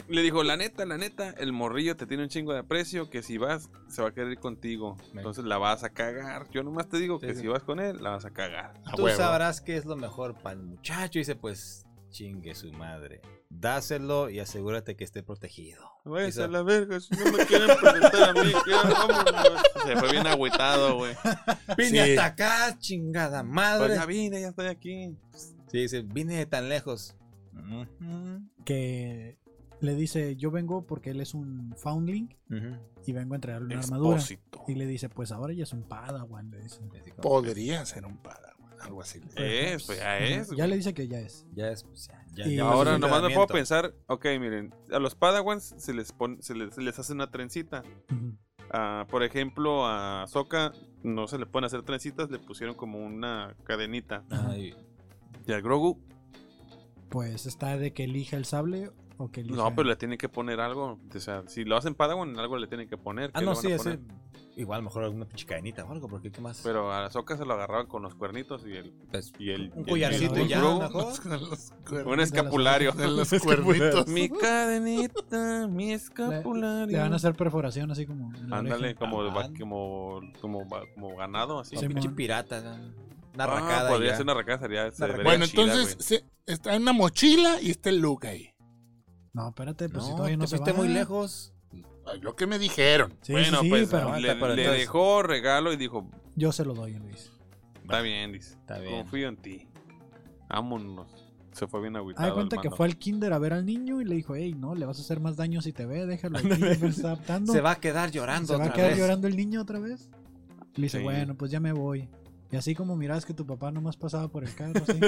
Speaker 1: Le dijo, la neta, la neta, el morrillo te tiene un chingo de aprecio, que si vas, se va a querer ir contigo. Entonces la vas a cagar. Yo nomás te digo
Speaker 3: Sí,
Speaker 1: que
Speaker 3: sí.
Speaker 1: si vas con él, la vas a cagar.
Speaker 4: A
Speaker 3: Tú
Speaker 4: huevo.
Speaker 3: sabrás qué es lo mejor para el muchacho. Y dice, pues, chingue su madre. Dáselo y asegúrate que esté protegido.
Speaker 1: Váyase
Speaker 3: Hizo-
Speaker 1: a la verga, si no me quieren presentar a mí, ¿qué? Vámonos. Se fue bien agüitado, güey.
Speaker 3: Vine
Speaker 4: Sí.
Speaker 3: hasta acá, chingada
Speaker 1: Pues
Speaker 3: madre.
Speaker 1: ya vine, ya estoy aquí.
Speaker 3: Sí, dice, vine de tan lejos. Ujú,
Speaker 2: que le dice, yo vengo porque él es un foundling
Speaker 3: ujú.
Speaker 2: y vengo a entregarle una armadura.
Speaker 4: Expósito.
Speaker 2: Y le dice, pues ahora ya es un padawan, le dice.
Speaker 3: Así como,
Speaker 4: Podría ser un padawan, algo así.
Speaker 1: Es, pues ya es.
Speaker 2: Ya
Speaker 1: güey.
Speaker 2: le dice que ya es.
Speaker 3: Ya es, o sea, ya,
Speaker 2: Y
Speaker 1: Y
Speaker 3: ya pasó
Speaker 1: ahora
Speaker 3: su
Speaker 1: nomás me puedo
Speaker 3: entrenamiento.
Speaker 1: pensar, ok, miren, a los Padawans se les, pone, se les, se les hace una trencita.
Speaker 2: Ujú.
Speaker 1: Ah, por ejemplo, a Soka no se le pueden hacer trencitas, le pusieron como una cadenita.
Speaker 3: Ay,
Speaker 1: Y al Grogu,
Speaker 2: Pues está de que elija el sable o que elija...
Speaker 1: no, pues pero le tienen que poner algo. O sea, si lo hacen Padawan, algo le tienen que poner.
Speaker 3: Ah,
Speaker 1: ¿qué
Speaker 3: no,
Speaker 1: le van a
Speaker 3: sí, es
Speaker 1: poner?
Speaker 3: igual mejor alguna pinche cadenita o algo, porque qué más.
Speaker 1: Pero a Soka se lo agarraban con los cuernitos y el.
Speaker 3: Pues,
Speaker 1: Y el y
Speaker 3: un
Speaker 1: el-
Speaker 3: collarcito
Speaker 1: el
Speaker 3: ya,
Speaker 1: Grogu,
Speaker 3: una
Speaker 4: Los- los cuer-
Speaker 1: Un escapulario.
Speaker 4: de los cuernitos.
Speaker 1: Mi cadenita, mi escapulario.
Speaker 2: Le van a hacer perforación así como... en la
Speaker 1: Ándale,
Speaker 2: oreja.
Speaker 1: como,
Speaker 3: Ah,
Speaker 1: va- como, como, va- como ganado, así.
Speaker 3: un
Speaker 2: Sí,
Speaker 3: pinche
Speaker 2: mon.
Speaker 3: pirata. ¿no? Una
Speaker 1: Ah,
Speaker 3: racada.
Speaker 1: podría
Speaker 3: ya.
Speaker 1: ser una racada, sería. se
Speaker 3: Una
Speaker 1: vería
Speaker 4: Bueno,
Speaker 1: chida,
Speaker 4: entonces
Speaker 1: güey.
Speaker 4: se- está en una mochila y está el Luke ahí.
Speaker 2: No, espérate, pues si
Speaker 3: No,
Speaker 2: todavía no
Speaker 3: te
Speaker 2: se
Speaker 3: fuiste
Speaker 2: va.
Speaker 3: muy lejos.
Speaker 4: Ay, Lo que me dijeron.
Speaker 2: Sí,
Speaker 1: bueno,
Speaker 2: sí, sí,
Speaker 1: pues
Speaker 2: pero
Speaker 3: ah,
Speaker 1: le,
Speaker 3: pero
Speaker 1: le
Speaker 3: entonces-
Speaker 1: dejó regalo y dijo:
Speaker 2: yo se lo doy, Luis.
Speaker 1: Está bien, dice.
Speaker 3: Está bien.
Speaker 1: Confío en ti. Vámonos. Se fue bien agüitado.
Speaker 2: Haz Ah, de
Speaker 1: el
Speaker 2: cuenta que
Speaker 1: mando.
Speaker 2: fue al kinder a ver al niño y le dijo, hey, no, le vas a hacer más daño si te ve, déjalo aquí, se está adaptando.
Speaker 3: Se va a quedar llorando
Speaker 2: ¿Se va a
Speaker 3: otra
Speaker 2: quedar
Speaker 3: vez.
Speaker 2: llorando el niño otra vez? Le dice,
Speaker 1: Sí.
Speaker 2: bueno, pues ya me voy. Y así como mirás que tu papá nomás pasaba por el carro, así,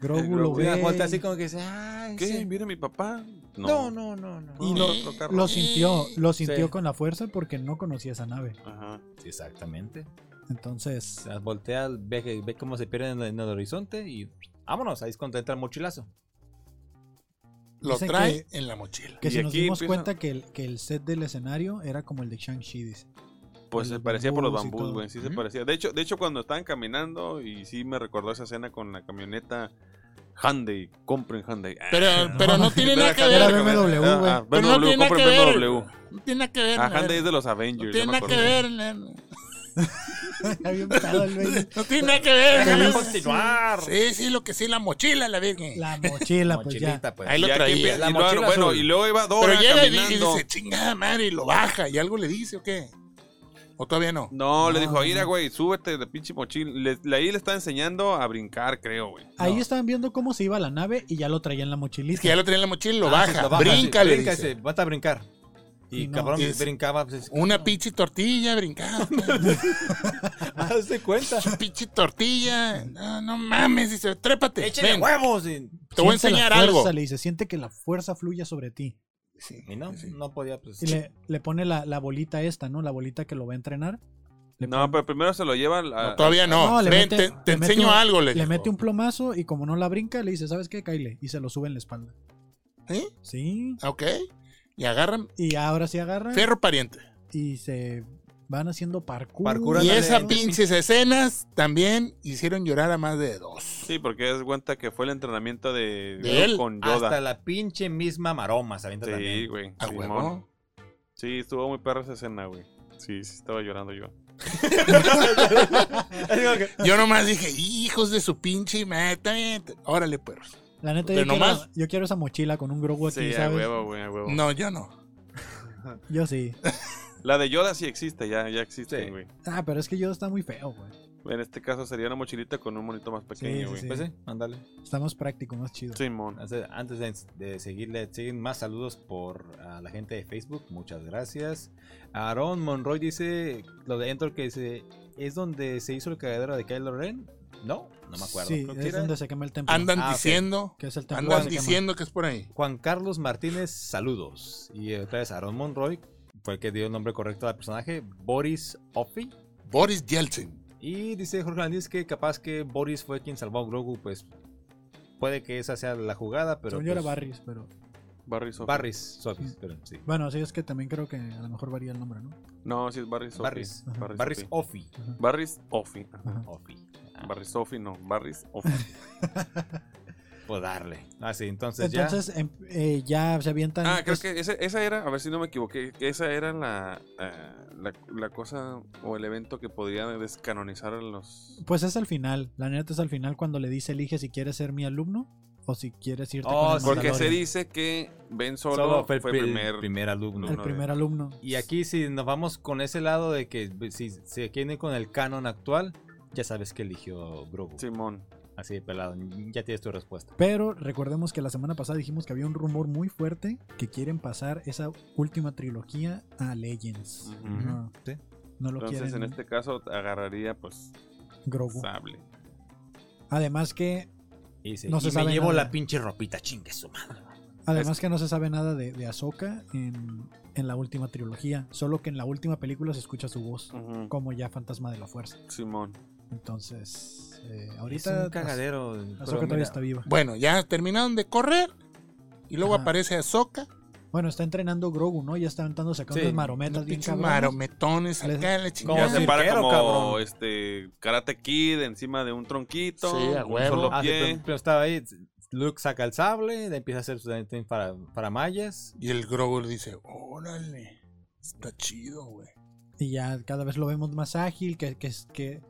Speaker 2: Grogu
Speaker 1: El
Speaker 2: lo
Speaker 1: Grogu.
Speaker 2: ve.
Speaker 3: Mira, voltea así como que dice, ay,
Speaker 1: ¿Qué?
Speaker 3: sí.
Speaker 1: ¿Mira mi papá?
Speaker 3: No, no, no, no.
Speaker 2: Y
Speaker 1: No,
Speaker 2: lo,
Speaker 1: otro carro.
Speaker 2: lo sintió, lo sintió
Speaker 3: Sí.
Speaker 2: con la fuerza porque no conocía esa nave.
Speaker 1: Ajá.
Speaker 3: Sí, Exactamente.
Speaker 2: Entonces,
Speaker 3: O sea, voltea, ve, que- ve cómo se pierde en el, en el horizonte y vámonos. Ahí es cuando entra el mochilazo.
Speaker 4: Lo
Speaker 2: Dicen
Speaker 4: trae en la mochila.
Speaker 2: que
Speaker 1: y
Speaker 2: si nos
Speaker 1: aquí
Speaker 2: dimos
Speaker 1: empieza-
Speaker 2: cuenta que el, que el set del escenario era como el de Shang-Chi, dice.
Speaker 1: Pues
Speaker 2: de
Speaker 1: se parecía por los
Speaker 2: bambús y
Speaker 1: bambús,
Speaker 2: todo.
Speaker 1: güey. Sí se
Speaker 3: Ujú.
Speaker 1: parecía. De hecho, de hecho, cuando estaban caminando, y sí me recordó esa escena con la camioneta Hyundai. Compren Hyundai. Ah,
Speaker 4: Pero, pero no tiene nada que
Speaker 1: Hyundai,
Speaker 2: Era
Speaker 4: ver.
Speaker 1: la camioneta.
Speaker 2: BMW, güey.
Speaker 1: Ah, ah,
Speaker 4: Pero no
Speaker 1: BMW,
Speaker 4: tiene nada
Speaker 1: compren
Speaker 4: que ver.
Speaker 1: BMW.
Speaker 4: No tiene nada que ver.
Speaker 1: Ah,
Speaker 4: la
Speaker 1: Hyundai es
Speaker 4: verga.
Speaker 1: de los
Speaker 4: No
Speaker 1: Avengers. ya
Speaker 4: tiene
Speaker 1: me
Speaker 4: nada que
Speaker 1: acordé.
Speaker 4: ver. la- No
Speaker 2: Está bien pedo el güey.
Speaker 4: tiene nada que ver.
Speaker 3: Déjame
Speaker 4: la-
Speaker 3: continuar.
Speaker 4: Sí, sí, lo que sí, la mochila, la virgen.
Speaker 2: La mochila, pues ya.
Speaker 3: Mochilita, pues.
Speaker 4: Ahí
Speaker 1: Y
Speaker 4: lo
Speaker 1: aquí
Speaker 4: traía.
Speaker 1: empieza-
Speaker 3: la
Speaker 1: y luego-
Speaker 3: mochila
Speaker 1: bueno,
Speaker 3: azul.
Speaker 1: y luego iba
Speaker 4: Pero
Speaker 1: Dora
Speaker 4: llega y di- y
Speaker 1: caminando.
Speaker 4: dice, chingada madre, y lo baja. ¿Y algo le dice o qué? ¿O todavía no?
Speaker 1: No, le
Speaker 2: No,
Speaker 1: dijo, mira,
Speaker 2: no.
Speaker 1: güey, súbete de pinche mochila. Le- le- ahí le está enseñando a brincar, creo, güey.
Speaker 2: Ahí
Speaker 4: No.
Speaker 2: estaban viendo cómo se iba la nave y ya lo traía en la mochilita.
Speaker 4: Es que ya lo tenía en la mochila y lo
Speaker 3: Ah, sí,
Speaker 4: baja.
Speaker 3: lo
Speaker 4: brinca,
Speaker 3: sí,
Speaker 4: le
Speaker 3: brinca,
Speaker 4: dice.
Speaker 3: dice, Vete a brincar. Y
Speaker 2: Y no.
Speaker 3: cabrón
Speaker 4: Y es-
Speaker 3: brincaba. Pues,
Speaker 4: Una pinche tortilla, brincaba.
Speaker 3: Hazte cuenta.
Speaker 4: Una pinche tortilla. No, no mames, dice, trépate.
Speaker 3: Échale
Speaker 4: ven,
Speaker 3: huevos. Y,
Speaker 4: te voy a
Speaker 2: Siente la
Speaker 4: enseñar
Speaker 2: fuerza,
Speaker 4: algo.
Speaker 2: Le dice, siente que la fuerza fluya sobre ti.
Speaker 4: Sí,
Speaker 3: y no,
Speaker 4: sí.
Speaker 3: no podía. Pues,
Speaker 2: Y le, le pone la, la bolita esta, ¿no? La bolita que lo va a entrenar. Le
Speaker 1: No, pero primero se lo lleva al- a-
Speaker 4: No, todavía no.
Speaker 2: No, le
Speaker 4: Ven,
Speaker 2: mete-
Speaker 4: te, te
Speaker 2: le mete
Speaker 4: enseño
Speaker 2: un-
Speaker 4: algo, le,
Speaker 2: Le
Speaker 4: dijo.
Speaker 2: mete un plomazo y como no la brinca, le dice, ¿sabes qué? Caile. Y se lo sube en la espalda.
Speaker 4: ¿Sí?
Speaker 2: Sí.
Speaker 4: Ok. Y agarran
Speaker 2: Y ahora sí agarran
Speaker 4: ferro pariente.
Speaker 2: y se van haciendo parkour.
Speaker 3: Parkour
Speaker 4: Y
Speaker 3: Ándale,
Speaker 4: esas
Speaker 3: ándale.
Speaker 4: pinches escenas también hicieron llorar a más de dos.
Speaker 1: Sí, porque das cuenta que fue el entrenamiento de,
Speaker 4: ¿De él?
Speaker 1: con
Speaker 3: hasta
Speaker 1: Yoda.
Speaker 3: la pinche misma maroma se avienta
Speaker 1: Sí,
Speaker 3: también.
Speaker 1: güey.
Speaker 4: A
Speaker 1: Simón.
Speaker 4: huevo.
Speaker 1: Sí, estuvo muy perra esa escena, güey. Sí, sí, estaba llorando yo.
Speaker 4: Yo nomás dije, hijos de su pinche madre. está bien, te- Órale, perros.
Speaker 2: La neta,
Speaker 4: Pero
Speaker 2: yo,
Speaker 4: nomás-
Speaker 2: quiero, yo quiero esa mochila con un Grogu aquí,
Speaker 1: Sí, a
Speaker 2: ¿sabes?
Speaker 1: huevo, güey, a huevo.
Speaker 4: No, yo no.
Speaker 2: Yo sí.
Speaker 1: La de Yoda sí existe, ya, ya existe,
Speaker 3: Sí.
Speaker 1: güey.
Speaker 2: Ah, pero es que yo está muy feo, güey.
Speaker 1: En este caso sería una mochilita con un monito más
Speaker 2: Sí,
Speaker 1: pequeño,
Speaker 2: sí,
Speaker 1: güey.
Speaker 2: sí.
Speaker 3: Pues sí, Ah, ándale.
Speaker 2: Está más práctico, más chido.
Speaker 1: Simón.
Speaker 3: Antes- Antes de, de seguirle, siguen más saludos por a la gente de Facebook. Muchas gracias. Aaron Monroy dice lo de Endor que dice: ¿Es donde se hizo el cagadero de Kylo Ren? No, no me acuerdo.
Speaker 2: Sí,
Speaker 3: Creo que
Speaker 2: es
Speaker 3: era-
Speaker 2: donde se quema el templo.
Speaker 4: Andan
Speaker 3: Ah, ok.
Speaker 4: diciendo,
Speaker 2: Que es el templo.
Speaker 4: andan
Speaker 2: donde se quema.
Speaker 4: diciendo que es por ahí.
Speaker 3: Juan Carlos Martínez, saludos. Y otra vez Aaron Monroy fue el que dio el nombre correcto al personaje, Boris Offi.
Speaker 4: Boris Yeltsin.
Speaker 3: Y dice Jorge Landis que capaz que Boris fue quien salvó a Grogu, pues puede que esa sea la jugada, pero.
Speaker 2: Según yo era
Speaker 3: pues,
Speaker 2: Barris, pero.
Speaker 1: Barry Sophie.
Speaker 3: Barris, Sophie, perdón, sí.
Speaker 2: Bueno, sí, es que también creo que a lo mejor varía el nombre, ¿no?
Speaker 1: No, sí es Barry Sophie.
Speaker 3: Barris.
Speaker 2: Ajá.
Speaker 1: Barry
Speaker 3: Barris
Speaker 1: Sophie.
Speaker 3: Offi.
Speaker 1: Barry's Offie.
Speaker 2: Ajá.
Speaker 3: Offi. Ah,
Speaker 1: Barry Sophie, no. Barry's Offie.
Speaker 3: Puedo darle. Ah, sí, entonces,
Speaker 2: Entonces em- eh, ya se avientan.
Speaker 1: Ah, creo
Speaker 2: es-
Speaker 1: que ese- esa era, a ver si no me equivoqué, que esa era la, eh, la, la cosa o el evento que podría descanonizar a los...
Speaker 2: Pues es al final. La neta es al final cuando le dice elige si quieres ser mi alumno o si quieres irte
Speaker 3: Oh,
Speaker 2: con el
Speaker 3: sí.
Speaker 1: Porque se
Speaker 2: Mandalorian.
Speaker 1: dice que Ben
Speaker 3: ya.
Speaker 1: Solo, fue el
Speaker 3: pri-
Speaker 1: primer...
Speaker 3: alumno.
Speaker 2: el
Speaker 1: uno de-
Speaker 2: primer alumno.
Speaker 3: Y aquí, si nos vamos con ese lado de que pues, si se quieren con el canon actual, ya sabes que eligió Grogu.
Speaker 1: Simón.
Speaker 3: Así de pelado. Ya tienes tu respuesta.
Speaker 2: Pero recordemos que la semana pasada dijimos que había un rumor muy fuerte que quieren pasar esa última trilogía a Legends.
Speaker 1: Ujú.
Speaker 2: No,
Speaker 3: Sí.
Speaker 2: no lo
Speaker 1: Entonces
Speaker 2: quieren
Speaker 1: en este caso agarraría pues
Speaker 2: Grogu.
Speaker 1: sable.
Speaker 2: Además que
Speaker 3: Y dice,
Speaker 2: No
Speaker 3: "Y
Speaker 2: se
Speaker 3: me
Speaker 2: sabe
Speaker 3: llevo
Speaker 2: nada".
Speaker 3: la pinche ropita, chingue su madre.
Speaker 2: Además que no se sabe nada de, de Ahsoka en, en la última trilogía, solo que en la última película se escucha su voz,
Speaker 1: Ujú.
Speaker 2: como ya Fantasma de la Fuerza.
Speaker 1: Simón.
Speaker 2: Entonces, eh,
Speaker 3: es
Speaker 2: ahorita
Speaker 3: un cagadero.
Speaker 2: Ah-
Speaker 3: pero
Speaker 2: Ahsoka todavía
Speaker 3: mira,
Speaker 2: está viva.
Speaker 4: Bueno, ya terminaron de correr. Y luego
Speaker 2: Ajá.
Speaker 4: aparece Azoka.
Speaker 2: Bueno, está entrenando Grogu, ¿no? Ya está aventando sacando
Speaker 3: Sí,
Speaker 2: unas marometas bien
Speaker 4: Pinches
Speaker 2: cabrones.
Speaker 4: marometones acá,
Speaker 3: Como
Speaker 4: la
Speaker 1: Ya
Speaker 4: chingada.
Speaker 3: un
Speaker 1: se para
Speaker 3: cirquero,
Speaker 1: como
Speaker 3: cabrón.
Speaker 1: este Karate Kid encima de un tronquito.
Speaker 4: Sí, a
Speaker 1: un
Speaker 4: huevo.
Speaker 1: solo
Speaker 3: Ah, sí,
Speaker 1: pie.
Speaker 3: pero, pero estaba ahí. Luke saca el sable, le empieza a hacer sus para, para mallas.
Speaker 4: Y el Grogu le dice, órale, está chido, güey.
Speaker 2: Y ya cada vez lo vemos más ágil, que, que, que,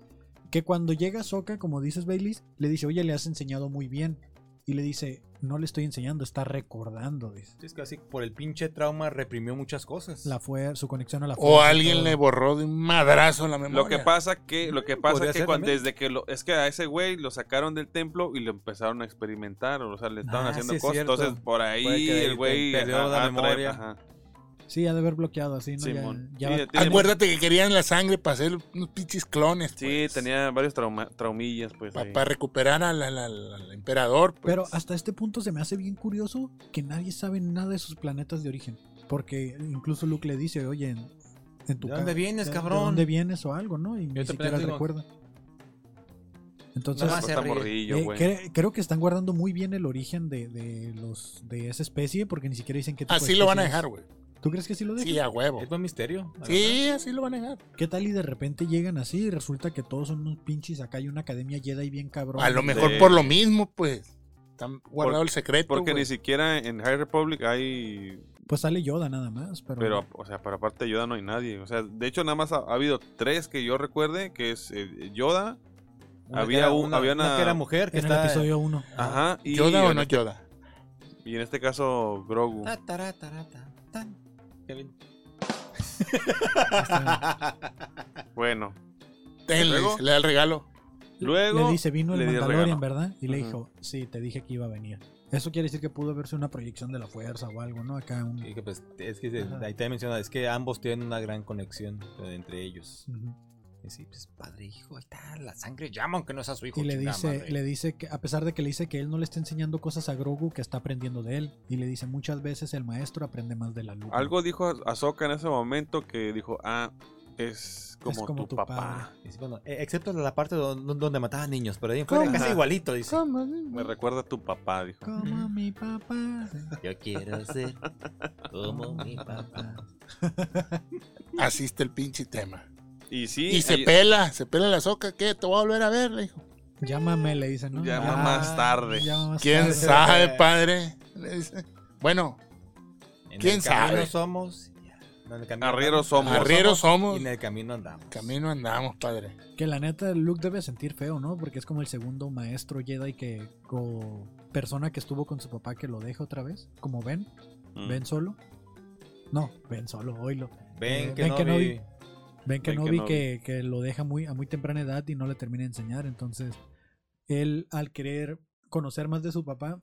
Speaker 2: que cuando llega Ahsoka, como dices Bailey, le dice, oye, le has enseñado muy bien. Y le dice, no le estoy enseñando, está recordando, dice.
Speaker 3: Es que así por el pinche trauma reprimió muchas cosas.
Speaker 2: La fue, su conexión a la
Speaker 4: O
Speaker 2: fuerza y
Speaker 4: alguien
Speaker 2: todo.
Speaker 4: le borró de un madrazo la memoria.
Speaker 1: Lo que pasa que lo que
Speaker 3: Mm,
Speaker 1: pasa
Speaker 3: pues, podría
Speaker 1: que
Speaker 3: ser
Speaker 1: cuando,
Speaker 3: también.
Speaker 1: desde que lo es que a ese güey lo sacaron del templo y lo empezaron a experimentar, o sea, le estaban
Speaker 3: Ah,
Speaker 1: haciendo
Speaker 3: sí es
Speaker 1: cosas,
Speaker 3: cierto.
Speaker 1: entonces por
Speaker 3: Puede
Speaker 1: ahí
Speaker 3: que ahí
Speaker 1: el güey
Speaker 3: te perdió
Speaker 1: ajá,
Speaker 3: la
Speaker 1: ah, trae-
Speaker 3: memoria.
Speaker 1: ajá.
Speaker 2: Sí, ha de haber bloqueado así, ¿no? Ya-
Speaker 1: Simón.
Speaker 2: ya
Speaker 1: Sí,
Speaker 2: va-
Speaker 1: ya tiene-
Speaker 4: Acuérdate que querían la sangre para hacer unos pinches clones.
Speaker 1: Sí, tenía varios trauma- traumillas pues
Speaker 4: Para
Speaker 1: ahí.
Speaker 4: recuperar al, al- al- al emperador. pues.
Speaker 2: Pero hasta este punto se me hace bien curioso que nadie sabe nada de sus planetas de origen. Porque incluso Luke le dice, oye, en, en tu
Speaker 3: ¿De dónde
Speaker 2: ca-
Speaker 3: vienes,
Speaker 2: de-
Speaker 3: cabrón?
Speaker 2: ¿De dónde vienes o algo, no? Y ni
Speaker 3: te
Speaker 2: siquiera
Speaker 3: platico.
Speaker 2: recuerda.
Speaker 1: No,
Speaker 2: Entonces,
Speaker 3: Nada más
Speaker 1: pues,
Speaker 3: se
Speaker 1: está
Speaker 3: ríe.
Speaker 1: morrillo,
Speaker 2: eh,
Speaker 1: güey.
Speaker 2: cre- creo que están guardando muy bien el origen de, de los de esa especie porque ni siquiera dicen que
Speaker 4: Así lo van a dejar, güey.
Speaker 2: ¿Tú crees que sí lo dejan?
Speaker 4: Sí, a
Speaker 1: Oh.
Speaker 4: huevo.
Speaker 3: Es buen misterio. la verdad.
Speaker 4: Sí, así lo va a negar.
Speaker 2: ¿Qué tal y de repente llegan así y resulta que todos son unos pinches? Acá hay una academia Jedi bien cabrón.
Speaker 4: A lo mejor
Speaker 1: Sí.
Speaker 4: por lo mismo, pues. Están guardado el secreto.
Speaker 1: Pues, Porque
Speaker 4: güey.
Speaker 1: ni siquiera en High Republic hay.
Speaker 2: Pues sale Yoda nada más, pero,
Speaker 1: Pero, o sea, pero aparte de Yoda no hay nadie. O sea, de hecho, nada más ha, ha habido tres que yo recuerde: que es eh, Yoda,
Speaker 3: Una
Speaker 1: Había
Speaker 3: que era-
Speaker 1: un- había una-
Speaker 3: que era mujer que
Speaker 2: en
Speaker 3: está.
Speaker 2: el episodio 1.
Speaker 1: ajá, y,
Speaker 4: ¿Yoda o
Speaker 1: en
Speaker 4: no
Speaker 1: este-
Speaker 4: Yoda?
Speaker 1: y en este caso, Grogu.
Speaker 4: Ah,
Speaker 2: Ah.
Speaker 3: Ta, tará, tará, ta, tan. Qué bien.
Speaker 1: Bueno,
Speaker 4: Tenle,
Speaker 1: Luego-
Speaker 4: se le da el regalo.
Speaker 1: Luego,
Speaker 2: le dice, vino
Speaker 1: le
Speaker 2: el
Speaker 1: di el regalo.
Speaker 2: Mandalorian, ¿verdad? Y le
Speaker 1: Ujú.
Speaker 2: dijo, sí, te dije que iba a venir. Eso quiere decir que pudo verse una proyección de la fuerza o algo, ¿no? Acá un...
Speaker 3: Y que, pues, es que se-
Speaker 2: Ajá.
Speaker 3: ahí te menciona, es que ambos tienen una gran conexión eh, entre ellos.
Speaker 2: Ujú.
Speaker 3: Y sí, pues padre, hijo, ahí está, la sangre llama, aunque no sea su hijo.
Speaker 2: Y le
Speaker 3: chingada
Speaker 2: dice,
Speaker 3: madre.
Speaker 2: le dice que, a pesar de que le dice que él no le está enseñando cosas a Grogu, que está aprendiendo de él. Y le dice, muchas veces el maestro aprende más del alumno.
Speaker 1: algo dijo Ah- Ahsoka en ese momento que dijo: Ah, es como,
Speaker 2: como
Speaker 1: tu,
Speaker 2: tu
Speaker 1: papá.
Speaker 2: padre.
Speaker 3: Y dice, bueno, eh, excepto la parte donde, donde mataban niños, pero ahí en fuera
Speaker 4: ¿Cómo?
Speaker 3: casi igualito, dice.
Speaker 1: Me recuerda a tu papá, dijo.
Speaker 2: Como a mi papá.
Speaker 3: Yo quiero ser como mi papá.
Speaker 4: Asiste el pinche tema.
Speaker 1: Y sí,
Speaker 4: Y se
Speaker 1: ahí-
Speaker 4: pela, se pela la soca. ¿Qué? Te voy a volver a ver, le dijo.
Speaker 2: Llámame, le dice, ¿no?
Speaker 1: Llama
Speaker 2: Ah,
Speaker 1: más tarde.
Speaker 2: llama más
Speaker 4: ¿Quién
Speaker 2: tarde.
Speaker 4: sabe, padre? Le dice. Bueno,
Speaker 3: En
Speaker 4: ¿Quién
Speaker 3: el camino
Speaker 4: sabe?
Speaker 3: somos. ya. No, en el camino
Speaker 1: Arrieros
Speaker 3: andamos.
Speaker 1: somos.
Speaker 4: arrieros somos.
Speaker 3: Y en el camino andamos.
Speaker 4: Camino andamos, padre.
Speaker 2: Que la neta, Luke debe sentir feo, ¿no? Porque es como el segundo maestro Jedi que. o persona que estuvo con su papá que lo deja otra vez. Como Ben.
Speaker 1: Mm.
Speaker 2: Ben solo. No, Ben solo, oílo.
Speaker 3: Ven,
Speaker 2: Eh,
Speaker 3: que
Speaker 2: ven
Speaker 3: no
Speaker 2: que no
Speaker 3: vi.
Speaker 2: vi. Ben
Speaker 1: Ben
Speaker 2: Kenobi
Speaker 1: Kenobi.
Speaker 2: que, que lo deja muy, a muy temprana edad y no le termina de enseñar. Entonces, él al querer conocer más de su papá,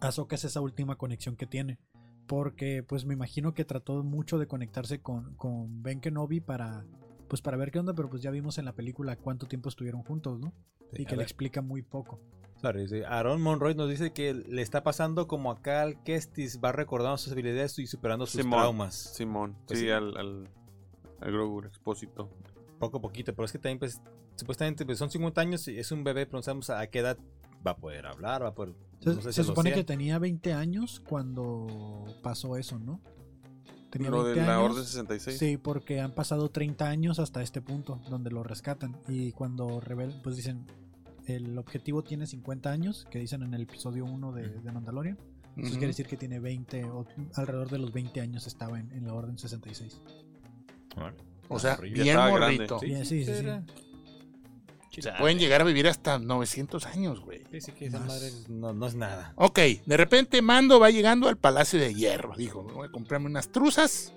Speaker 2: Ahsoka es esa última conexión que tiene. Porque, pues me imagino que trató mucho de conectarse con, con Ben Kenobi para. Pues para ver qué onda, pero pues ya vimos en la película cuánto tiempo estuvieron juntos, ¿no?
Speaker 3: Sí,
Speaker 2: y
Speaker 3: Este, a
Speaker 2: que le
Speaker 3: ver,
Speaker 2: explica muy poco.
Speaker 3: sorry, dice, Aaron Monroy nos dice que le está pasando como acá al Kestis, va recordando sus habilidades y superando sus
Speaker 1: Simón.
Speaker 3: traumas.
Speaker 1: Simón,
Speaker 3: Pues
Speaker 1: sí,
Speaker 3: sí.
Speaker 1: al, al, al Grogu, el expósito.
Speaker 3: poco a poquito, pero es que también, pues, supuestamente pues, son 50 años y es un bebé, pero no sabemos a qué edad va a poder hablar, va a poder.
Speaker 2: Entonces,
Speaker 3: no sé
Speaker 2: se
Speaker 3: si lo
Speaker 2: supone
Speaker 3: sea.
Speaker 2: que tenía 20 años cuando pasó eso, ¿no? Tenía
Speaker 1: Lo de
Speaker 2: 20
Speaker 1: la
Speaker 2: años.
Speaker 1: Orden 66.
Speaker 2: Sí, porque han pasado 30 años hasta este punto donde lo rescatan. Y cuando revelan, pues dicen, el objetivo tiene 50 años, que dicen en el episodio 1 de, de Mandalorian. Eso
Speaker 4: Ujú.
Speaker 2: quiere decir que tiene 20, o alrededor de los 20 años estaba en, en la Orden 66.
Speaker 4: O sea,
Speaker 3: Ya
Speaker 4: bien
Speaker 1: estaba grande,
Speaker 4: morrito.
Speaker 2: Sí, sí, sí, sí.
Speaker 3: era.
Speaker 4: Pueden llegar a vivir hasta 900 años, güey.
Speaker 3: Sí, sí, que esa
Speaker 2: Más.
Speaker 3: madre no, no es nada.
Speaker 4: Ok, de repente Mando va llegando al Palacio de Hierro. Dijo, voy a comprarme unas truzas.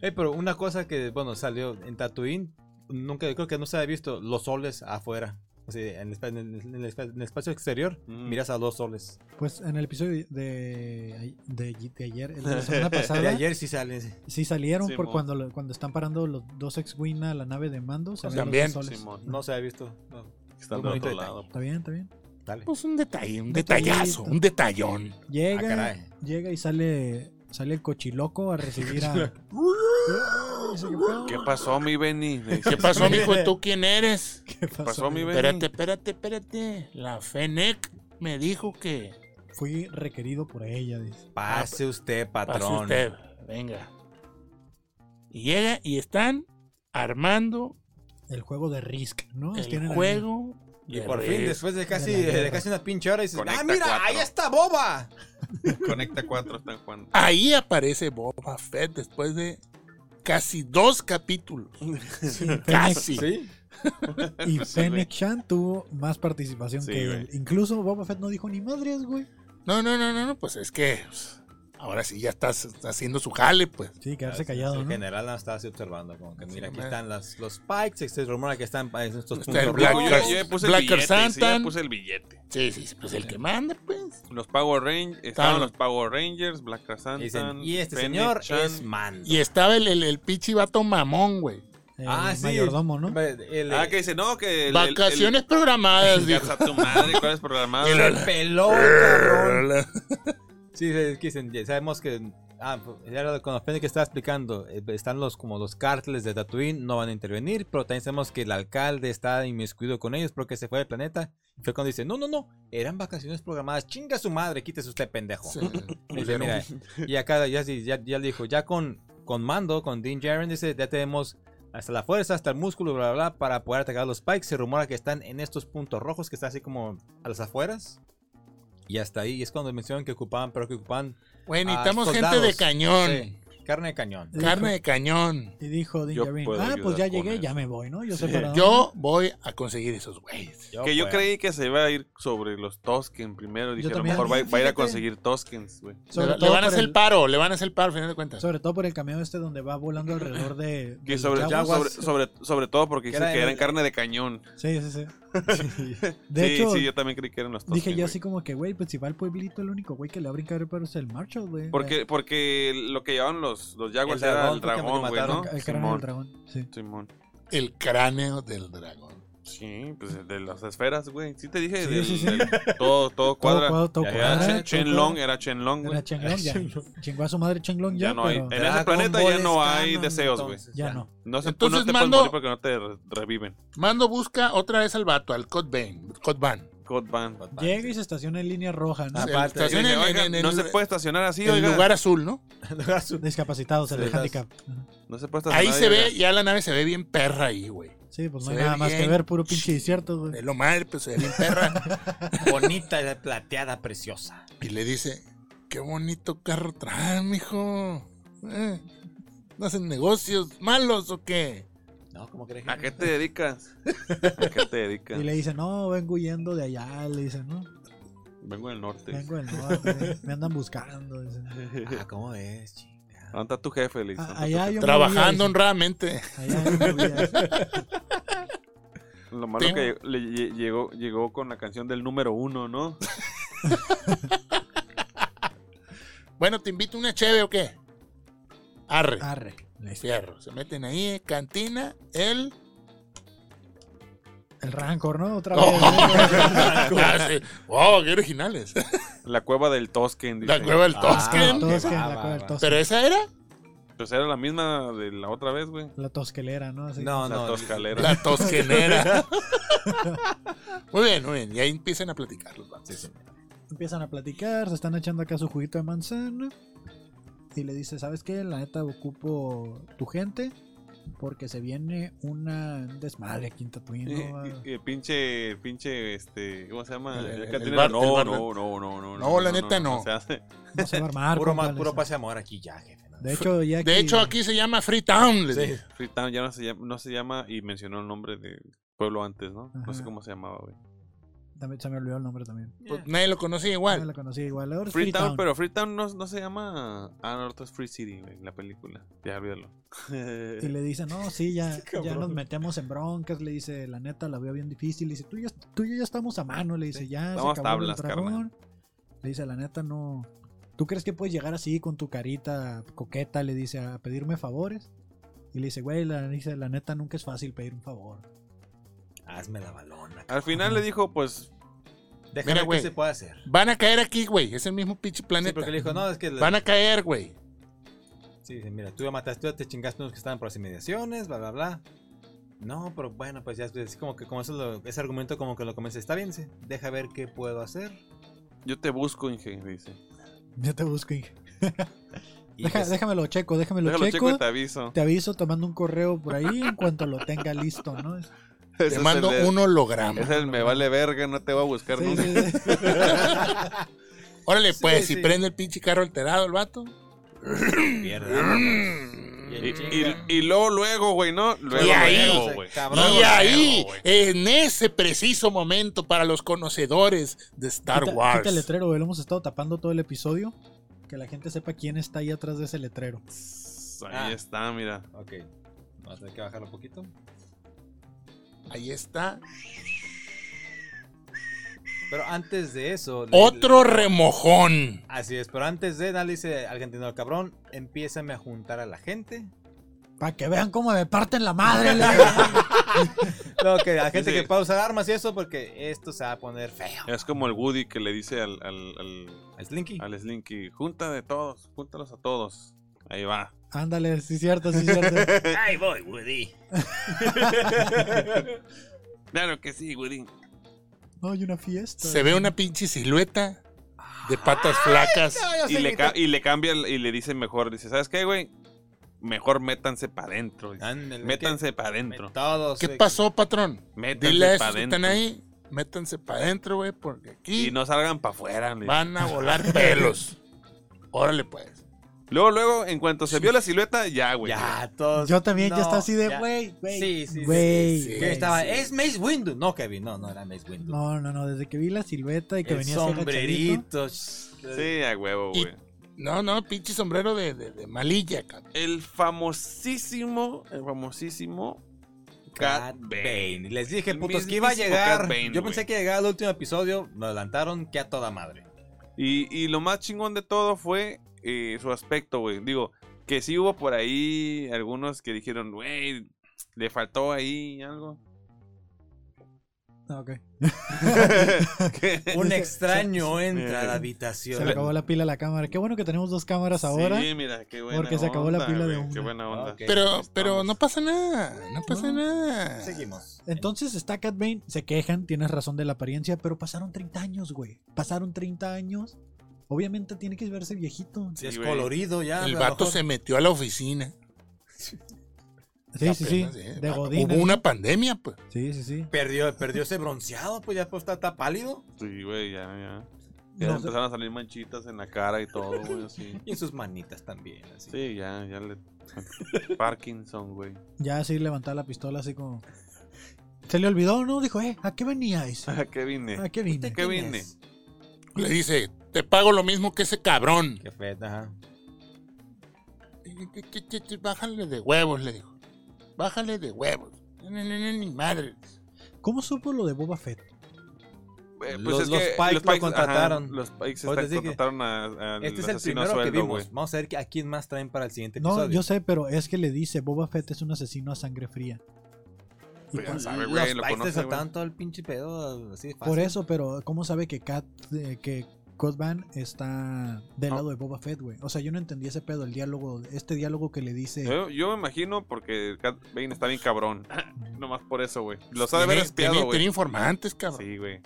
Speaker 3: Eh, pero una cosa que, bueno, salió en Tatooine, nunca, yo creo que no se había visto los soles afuera. O sea, en el, espa- en el- en el espa- en el espacio exterior,
Speaker 1: Mm.
Speaker 3: miras a los soles.
Speaker 2: Pues en el episodio de, de, de ayer, el de la semana
Speaker 3: De
Speaker 2: pasada,
Speaker 3: ayer sí salen. sí.
Speaker 2: sí salieron
Speaker 1: Sí,
Speaker 2: por
Speaker 1: mo.
Speaker 2: cuando, lo- cuando están parando los dos ex-wing a la nave de mando. se ven los
Speaker 4: También,
Speaker 2: soles.
Speaker 1: Simón.
Speaker 3: No se había visto. no.
Speaker 1: Está
Speaker 3: Muy
Speaker 1: del
Speaker 3: bonito
Speaker 1: otro
Speaker 3: detalle.
Speaker 1: lado.
Speaker 2: Está bien, está bien.
Speaker 3: Dale.
Speaker 4: Pues un detalle, un
Speaker 2: Detallito.
Speaker 4: detallazo, un detallón.
Speaker 3: Ah,
Speaker 2: Llega,
Speaker 3: caray.
Speaker 2: llega y sale, sale el cochiloco a recibir a... Dice, ¿qué pedo?
Speaker 1: ¿Qué pasó, mi Benny? Le dice,
Speaker 4: ¿Qué pasó, mijo? ¿Tú quién eres?
Speaker 2: ¿Qué pasó?
Speaker 1: pasó, mi
Speaker 2: amigo?
Speaker 1: Benny?
Speaker 4: Espérate, espérate, espérate. La FENEC me dijo que
Speaker 2: Fui requerido por ella, dice.
Speaker 3: Pase usted, patrón.
Speaker 4: Ah, pase usted. Venga. Y llega y están armando
Speaker 2: El juego de Risk, ¿no?
Speaker 4: el
Speaker 2: Tienen ahí-
Speaker 4: juego.
Speaker 3: Y
Speaker 4: de
Speaker 3: por fin,
Speaker 4: Risk.
Speaker 3: después de casi,
Speaker 2: De la guerra.
Speaker 3: de casi una pinche hora, dices,
Speaker 1: Conecta
Speaker 3: ¡ah, mira!
Speaker 1: cuatro.
Speaker 3: ¡Ahí está Boba!
Speaker 1: Conecta 4 están jugando.
Speaker 4: Ahí aparece Boba Fett después de casi dos capítulos.
Speaker 2: Sí, Fennec-
Speaker 4: Casi.
Speaker 3: Sí.
Speaker 2: Y
Speaker 1: Sí, güey.
Speaker 2: Fennec Chan tuvo más participación
Speaker 1: Sí,
Speaker 2: que
Speaker 1: güey.
Speaker 2: él. Incluso Boba Fett no dijo ni madres, güey.
Speaker 4: No, no, no, no, no, pues es que pues, ahora sí ya estás haciendo su jale, pues.
Speaker 2: Sí, quedarse
Speaker 3: El-
Speaker 2: callado,
Speaker 3: El
Speaker 2: ¿no?
Speaker 3: general no estaba así observando, como que mira,
Speaker 4: Sí,
Speaker 3: aquí
Speaker 4: man.
Speaker 3: están las, los este spikes, se rumora que están en estos
Speaker 4: Está
Speaker 3: puntos
Speaker 4: el
Speaker 1: Yo,
Speaker 4: Black
Speaker 3: rojos.
Speaker 1: yo-
Speaker 4: Cars-
Speaker 1: yo ya puse
Speaker 4: Black
Speaker 1: el billete.
Speaker 4: Cars
Speaker 1: sí, ya
Speaker 4: Santan.
Speaker 1: puse el billete.
Speaker 4: Sí, sí, sí, pues el que manda, pues.
Speaker 1: Los Power Rangers. Estaban
Speaker 4: Tan-
Speaker 1: los Power Rangers, Black Cars
Speaker 3: Y dicen,
Speaker 1: Santan,
Speaker 3: y este
Speaker 1: Fennec
Speaker 3: señor
Speaker 1: Chan".
Speaker 3: es mando.
Speaker 4: Y estaba el, el, el pinche vato mamón, güey.
Speaker 2: El
Speaker 3: ah, sí.
Speaker 2: Eh, mayordomo, ¿no?
Speaker 3: El, el- eh,
Speaker 1: Ah, que dice, no, que. el- el-
Speaker 4: Vacaciones
Speaker 1: El,
Speaker 4: programadas,
Speaker 1: Ya
Speaker 4: dijo.
Speaker 1: está tu madre, ¿cuál es programado?
Speaker 4: Y
Speaker 3: el
Speaker 4: la-
Speaker 3: pelón, cabrón. Sí, sí, es que dicen, ya sabemos que Ah, pues, ya lo- con los planes que estaba explicando, eh, están los como los cárteles de Tatooine, no van a intervenir, pero también sabemos que el alcalde está inmiscuido con ellos porque se fue del planeta. Y fue cuando dice, no, no, no, eran vacaciones programadas, chinga su madre, quítese usted pendejo.
Speaker 4: Sí.
Speaker 3: Y
Speaker 2: Pues
Speaker 1: Pues
Speaker 3: dice, "Mira", y acá ya, sí, ya, ya le dijo, ya con, con mando, con Dean Jaren, dice, ya tenemos hasta la fuerza, hasta el músculo, bla, bla, bla, para poder atacar a los Pikes. Se rumora que están en estos puntos rojos que están así como a las afueras. Y hasta ahí, y es cuando mencionan que ocupaban, pero que ocupaban
Speaker 4: Güey,
Speaker 3: Ah,
Speaker 4: necesitamos gente
Speaker 3: soldados.
Speaker 4: de cañón.
Speaker 3: sí, carne de cañón.
Speaker 4: Carne de cañón.
Speaker 2: Y dijo Din
Speaker 1: Yo
Speaker 2: Djarin,
Speaker 1: puedo
Speaker 2: ah, pues ya
Speaker 1: ayudar con
Speaker 2: llegué,
Speaker 1: eso".
Speaker 2: ya me voy, ¿no? Yo sé
Speaker 1: Sí.
Speaker 2: para dónde.
Speaker 4: Yo voy a conseguir esos güeyes.
Speaker 1: Que yo
Speaker 3: pues,
Speaker 1: creí que se iba a ir sobre los Tosken primero. Dije, a lo
Speaker 2: también,
Speaker 1: mejor va, va a ir
Speaker 2: fíjate.
Speaker 1: a conseguir Toskens, güey.
Speaker 4: Le,
Speaker 2: Sobre
Speaker 4: le
Speaker 2: todo
Speaker 4: van a
Speaker 2: por
Speaker 4: hacer el
Speaker 2: el-
Speaker 4: paro, le van a hacer el paro al final de cuentas.
Speaker 2: Sobre todo por el cameo este donde va volando alrededor de.
Speaker 1: Que
Speaker 2: del
Speaker 1: sobre,
Speaker 2: Jawas.
Speaker 1: sobre, sobre, sobre todo porque
Speaker 3: Que
Speaker 1: dice
Speaker 3: era
Speaker 1: que
Speaker 3: el-
Speaker 1: eran carne de cañón.
Speaker 2: Sí, sí, sí. De
Speaker 1: sí,
Speaker 2: hecho,
Speaker 1: sí, yo también creí que eran los Tosken.
Speaker 2: dije yo
Speaker 1: güey.
Speaker 2: así como que, güey, pues si va al pueblito, el único güey que le va a brincar el paro es el Marshall, güey. Eh,
Speaker 1: Porque, porque lo que llevaban los, los Jaguars
Speaker 3: El
Speaker 1: era el
Speaker 3: dragón,
Speaker 1: dragón,
Speaker 3: porque me
Speaker 1: güey, ¿no?
Speaker 3: mataron.
Speaker 2: El cráneo del
Speaker 1: Simón.
Speaker 2: dragón. Sí.
Speaker 1: Simón.
Speaker 4: El cráneo del dragón.
Speaker 1: Sí, pues de las esferas, güey. Sí te dije,
Speaker 2: Sí,
Speaker 1: del-
Speaker 2: sí, sí.
Speaker 1: del- todo, todo cuadra.
Speaker 2: Todo, todo, todo
Speaker 3: Ya,
Speaker 1: Era
Speaker 2: cuadra,
Speaker 1: Chen-
Speaker 2: todo
Speaker 1: Chen
Speaker 2: cuadra.
Speaker 1: Long, era Chen Long, güey.
Speaker 2: Era Chenglong, ya. Chingó a su madre Chenglong ya,
Speaker 1: Ya no hay.
Speaker 2: pero
Speaker 1: En ese
Speaker 3: Dragon
Speaker 1: planeta
Speaker 3: Ball
Speaker 1: ya
Speaker 3: es
Speaker 1: no hay
Speaker 3: canon,
Speaker 1: deseos, güey.
Speaker 3: entonces,
Speaker 2: ya no.
Speaker 1: No, se,
Speaker 4: Entonces
Speaker 1: no te
Speaker 4: mando-
Speaker 1: puedes morir porque no te re- reviven.
Speaker 4: Mando busca otra vez al vato, al Cotban. Cotban.
Speaker 1: God ban.
Speaker 2: Llega y se estaciona en línea roja, ¿no?
Speaker 3: Ah,
Speaker 4: Se
Speaker 3: Aparte,
Speaker 1: Y le
Speaker 4: estaciona
Speaker 1: dije,
Speaker 4: en-
Speaker 1: "Oiga,
Speaker 4: en- en
Speaker 1: no
Speaker 4: el-
Speaker 1: se puede estacionar así,
Speaker 4: el
Speaker 1: oiga.
Speaker 4: lugar azul, ¿no?
Speaker 2: Discapacitados, el
Speaker 3: Sí.
Speaker 2: handicap.
Speaker 1: No se puede estacionar
Speaker 4: Ahí se
Speaker 1: oiga.
Speaker 4: ve, ya la nave se ve bien perra ahí, güey.
Speaker 2: Sí, pues no hay
Speaker 4: Se ve
Speaker 2: nada más que
Speaker 4: bien.
Speaker 2: ver, puro pinche desierto, güey.
Speaker 4: Es lo mal, pues se ve bien perra.
Speaker 3: Bonita, la plateada, preciosa.
Speaker 4: y le dice, qué bonito carro trae, mijo. Eh, ¿No hacen negocios malos o qué?
Speaker 3: No, ¿cómo crees?
Speaker 1: ¿A qué te dedicas? ¿A qué te dedicas?
Speaker 2: Y le dice, no, vengo huyendo de allá, le dice, no,
Speaker 1: Vengo del norte.
Speaker 2: vengo del norte, ¿eh? me andan buscando. dice.
Speaker 3: Ah, ¿cómo es, chinga?
Speaker 1: ¿Dónde está tu jefe, Liz?
Speaker 2: Ah, allá yo
Speaker 4: Trabajando
Speaker 2: me
Speaker 4: honradamente.
Speaker 2: huía, dice. Allá yo me huía.
Speaker 1: Lo malo que le lle- llegó, llegó con la canción del número uno, ¿no?
Speaker 4: Bueno, te invito una cheve o qué. Arre.
Speaker 2: Arre. le dice.
Speaker 4: Fierro. Se meten ahí, eh, cantina, el...
Speaker 2: El rancor, ¿no? Otra vez. ¿no?
Speaker 4: Ah, sí. wow, qué originales.
Speaker 1: La cueva del Tosken.
Speaker 4: La
Speaker 1: dice.
Speaker 4: cueva del
Speaker 3: Ah,
Speaker 4: Tosken.
Speaker 3: ok.
Speaker 2: Tosque, la
Speaker 3: Va, va,
Speaker 2: cueva del
Speaker 3: va.
Speaker 2: tosque.
Speaker 4: Pero esa era
Speaker 1: Pues era la misma de la otra vez, güey.
Speaker 2: La tosquelera, ¿no? Así.
Speaker 3: No,
Speaker 1: La
Speaker 3: no.
Speaker 1: toscalera.
Speaker 4: la tosquenera. muy bien, muy bien. Y ahí empiezan a platicar los vatos.
Speaker 3: Sí, sí.
Speaker 2: Empiezan a platicar, se están echando acá su juguito de manzana. Y le dice, ¿sabes qué? La neta ocupo tu gente. Porque se viene una un desmadre aquí en Tatooine.
Speaker 1: Eh,
Speaker 2: ¿no? Ah,
Speaker 1: eh, eh, pinche, pinche, este, ¿cómo se llama?
Speaker 4: El- el-
Speaker 1: Acá
Speaker 4: el
Speaker 1: tiene-
Speaker 4: bar-
Speaker 1: no,
Speaker 4: el bar-
Speaker 1: no, no, no, no,
Speaker 4: No, la neta, no.
Speaker 1: se hace.
Speaker 2: No se va a armar.
Speaker 3: Puro,
Speaker 2: compa,
Speaker 3: ma-
Speaker 2: le
Speaker 3: puro
Speaker 2: dice.
Speaker 3: pase de amor aquí ya, jefe. ¿no?
Speaker 2: De hecho, ya
Speaker 4: De hecho, aquí se llama Freetown. les
Speaker 3: Sí.
Speaker 4: dije.
Speaker 1: Freetown ya no se, llama, no se llama y mencionó el nombre del pueblo antes, ¿no? No sé
Speaker 2: Ajá.
Speaker 1: cómo se llamaba, güey.
Speaker 2: También, se me olvidó el nombre también.
Speaker 4: Pues nadie lo conocía
Speaker 2: Ya
Speaker 4: igual.
Speaker 2: la conocí igual. Ahora es
Speaker 1: Freetown,
Speaker 2: Freetown.
Speaker 1: pero Freetown no, no se llama. Ah, no, esto es Free City, güey, en la película. Ya, olvídalo.
Speaker 2: Y le dice, no, sí, ya,
Speaker 3: Cabrón.
Speaker 2: ya nos metemos en broncas. Le dice, la neta, la veo bien difícil. Le dice, tú y yo, tú y yo ya estamos a mano. Le dice, ya,
Speaker 1: Estamos
Speaker 2: se acabó el
Speaker 1: tablas,
Speaker 2: dragón".
Speaker 1: carnal.
Speaker 2: Le dice, la neta, no. ¿Tú crees que puedes llegar así con tu carita coqueta? Le dice, a pedirme favores. Y le dice, güey, la, dice, la neta, nunca es fácil pedir un favor.
Speaker 3: Hazme la balona.
Speaker 1: Al final le dijo, pues,
Speaker 4: Mira,
Speaker 3: Déjame ver
Speaker 4: güey.
Speaker 3: qué se puede hacer.
Speaker 4: Van a caer aquí, güey. Es el mismo pinche
Speaker 3: Sí,
Speaker 4: planeta.
Speaker 3: porque le dijo, no, es que...
Speaker 4: Van a caer, güey.
Speaker 3: Sí, dice, mira, tú ya mataste, tú ya te chingaste unos que estaban por las inmediaciones, bla, bla, bla. No, pero bueno, pues ya es como que como eso lo- ese argumento como que lo comencé. Está bien, dice, deja ver qué puedo hacer.
Speaker 1: yo te busco, Inge, dice.
Speaker 2: Yo te busco, Inge.
Speaker 3: Y
Speaker 2: Deja-
Speaker 3: pues,
Speaker 2: déjamelo checo, déjamelo,
Speaker 1: Déjalo
Speaker 2: checo.
Speaker 1: checo y te aviso.
Speaker 2: Te aviso tomando un correo por ahí en cuanto lo tenga listo, ¿no? Es-
Speaker 1: Ese
Speaker 4: Te
Speaker 1: es
Speaker 4: mando
Speaker 1: el de-
Speaker 4: un holograma.
Speaker 1: Ese es el me vale verga, no te voy a buscar
Speaker 2: Sí,
Speaker 1: nunca.
Speaker 2: sí, sí.
Speaker 4: Órale,
Speaker 3: Sí,
Speaker 4: pues, si
Speaker 3: sí.
Speaker 4: prende el pinche carro alterado el vato.
Speaker 3: pierde, vámonos.
Speaker 4: Mm.
Speaker 1: Y, y, y luego, luego, güey, ¿no? Luego,
Speaker 4: Y ahí,
Speaker 1: luego, güey.
Speaker 3: cabrón.
Speaker 4: Y ahí,
Speaker 1: güey.
Speaker 4: en ese preciso momento, para los conocedores de Star
Speaker 2: Quita-
Speaker 4: Wars.
Speaker 2: Quita el letrero, güey. Lo hemos estado tapando todo el episodio. Que la gente sepa quién está ahí atrás de ese letrero.
Speaker 1: Ahí
Speaker 3: Ah.
Speaker 1: está, mira.
Speaker 3: Ok, vamos a tener que bajarlo un poquito.
Speaker 4: Ahí está.
Speaker 3: Pero antes de eso... le-
Speaker 4: Otro remojón.
Speaker 3: Así es, pero antes de, dale, dice Argentino el cabrón, empiézame a juntar a la gente.
Speaker 2: Para que vean cómo me parten la madre. le-
Speaker 3: No, que la gente
Speaker 1: Sí.
Speaker 3: que pueda usar armas y eso, porque esto se va a poner feo.
Speaker 1: Es como el Woody que le dice al, al, al,
Speaker 3: Al Slinky.
Speaker 1: al Slinky, junta de todos, júntalos a todos. Ahí va.
Speaker 2: Ándale, sí cierto, sí cierto.
Speaker 3: Ahí voy, Woody.
Speaker 1: Claro que sí, Woody.
Speaker 2: No hay una fiesta.
Speaker 4: Se ve una pinche silueta de patas flacas.
Speaker 3: Ah,
Speaker 1: Y le, ca- y le cambia el- y le dice mejor, dice, ¿sabes qué, güey? Mejor métanse para adentro. dice.
Speaker 3: Ándale,
Speaker 1: Métanse para
Speaker 3: que-
Speaker 1: adentro.
Speaker 3: Todos.
Speaker 4: ¿Qué
Speaker 3: eh,
Speaker 4: pasó, patrón? Dile
Speaker 1: Métanse para
Speaker 4: a esos que están
Speaker 1: adentro.
Speaker 4: ahí, métanse para adentro, güey, porque aquí
Speaker 1: Y no salgan para afuera. le dice.
Speaker 4: van a volar pelos. Órale, pues.
Speaker 1: Luego, luego, en cuanto se vio la silueta, ya, güey.
Speaker 3: Ya, todos.
Speaker 2: Yo también
Speaker 3: no,
Speaker 2: ya está así de,
Speaker 3: ya.
Speaker 2: güey, güey.
Speaker 3: Sí, sí, sí,
Speaker 2: güey,
Speaker 4: sí, sí.
Speaker 3: Yo
Speaker 2: güey".
Speaker 3: estaba, es Mace Windu. No, Kevin, no, no era Mace Windu.
Speaker 2: No, no, no, desde que vi la silueta y que
Speaker 3: El
Speaker 2: venía así agachadito.
Speaker 3: sombrerito. Sí.
Speaker 1: Sí, a huevo,
Speaker 4: Y-
Speaker 1: güey.
Speaker 4: No, no, pinche sombrero de, de, de malilla, cabrón.
Speaker 1: El famosísimo, el famosísimo Cat
Speaker 3: Cat
Speaker 1: Bane.
Speaker 3: Bane. Les dije,
Speaker 1: El
Speaker 3: putos, que iba a
Speaker 1: mismísimo
Speaker 3: llegar.
Speaker 1: Cat Bane,
Speaker 3: Yo pensé
Speaker 1: güey.
Speaker 3: que llegaba el último episodio. Me adelantaron que a toda madre.
Speaker 1: Y, y lo más chingón de todo fue eh, su aspecto, güey. Digo, que sí hubo por ahí algunos que dijeron, güey, le faltó ahí algo.
Speaker 2: Ah, ok.
Speaker 1: Que-
Speaker 3: Un
Speaker 2: Se-
Speaker 3: extraño entra
Speaker 1: Eh,
Speaker 3: a la
Speaker 2: Se le
Speaker 3: habitación.
Speaker 2: acabó la pila a la cámara. Qué bueno que tenemos dos cámaras ahora.
Speaker 1: Sí, mira, qué buena
Speaker 2: porque se acabó la
Speaker 1: onda,
Speaker 2: pila de
Speaker 1: güey, Qué
Speaker 2: una.
Speaker 1: buena onda.
Speaker 3: Ok.
Speaker 4: Pero, pero
Speaker 1: pues estamos.
Speaker 4: no pasa nada, no pasa nada.
Speaker 3: Seguimos.
Speaker 2: Entonces está Cat Bane, se quejan, tienes razón de la apariencia, pero pasaron 30 años, güey. Pasaron 30 años. Obviamente tiene que verse viejito.
Speaker 1: Sí,
Speaker 3: es
Speaker 1: güey.
Speaker 3: colorido ya.
Speaker 4: El
Speaker 3: a lo
Speaker 4: vato
Speaker 3: mejor.
Speaker 4: se metió a la oficina.
Speaker 2: Sí, sí, sí.
Speaker 4: Apenas, eh.
Speaker 2: De
Speaker 4: Hubo
Speaker 2: Godín.
Speaker 4: una pandemia, pues.
Speaker 2: Sí, sí, sí.
Speaker 3: perdió, perdió ese bronceado, pues ya pues, está, está pálido.
Speaker 1: Sí, güey, ya, ya. Ya
Speaker 2: No sé.
Speaker 1: empezaron a salir manchitas en la cara y todo, güey, así.
Speaker 3: Y en sus manitas también. Así.
Speaker 1: Sí, ya, ya le. Parkinson, güey.
Speaker 2: Ya así levantaba la pistola así como... Se le olvidó, ¿no? Dijo, eh, ¿a qué veníais?
Speaker 1: ¿A qué vine?
Speaker 2: ¿A qué vine?
Speaker 1: Ah, ¿Qué
Speaker 3: ¿Quién
Speaker 1: vine?
Speaker 3: es?
Speaker 4: Le dice, te pago lo mismo que ese cabrón.
Speaker 3: Qué feta, ajá.
Speaker 4: Bájale de huevos, le dijo. Bájale de huevos. No, no, no, no, ni madre.
Speaker 2: ¿Cómo supo lo de Boba Fett?
Speaker 1: Este Eh,
Speaker 3: Los- los Pikes lo
Speaker 1: ajá,
Speaker 3: contrataron.
Speaker 1: los Pikes
Speaker 3: Pues
Speaker 1: está-
Speaker 3: les dije,
Speaker 1: contrataron a, al
Speaker 3: Este es el
Speaker 1: asesino a
Speaker 3: primero que
Speaker 1: sueldo,
Speaker 3: vimos.
Speaker 1: güey.
Speaker 3: Vamos a ver a quién más traen para el siguiente
Speaker 2: No,
Speaker 3: episodio.
Speaker 2: yo sé, pero es que le dice, Boba Fett es un asesino a sangre fría. Y
Speaker 1: Pues ya
Speaker 2: por-
Speaker 1: sabe,
Speaker 3: Los
Speaker 1: güey, lo
Speaker 3: Pikes
Speaker 1: conoce, güey.
Speaker 3: desataron todo el pinche pedo así de fácil.
Speaker 2: Por eso, pero ¿cómo sabe que Cat, eh, que Codman está del
Speaker 1: Ah.
Speaker 2: lado de Boba Fett, güey? O sea, yo no entendí ese pedo, el diálogo, este diálogo que le dice.
Speaker 1: Yo, yo me imagino porque Cat Bane está bien cabrón. Nomás por eso, güey. Los ha de haber
Speaker 4: Tiene-
Speaker 1: espiado,
Speaker 4: tiene- tiene
Speaker 1: güey.
Speaker 4: informantes, cabrón.
Speaker 1: Sí, güey.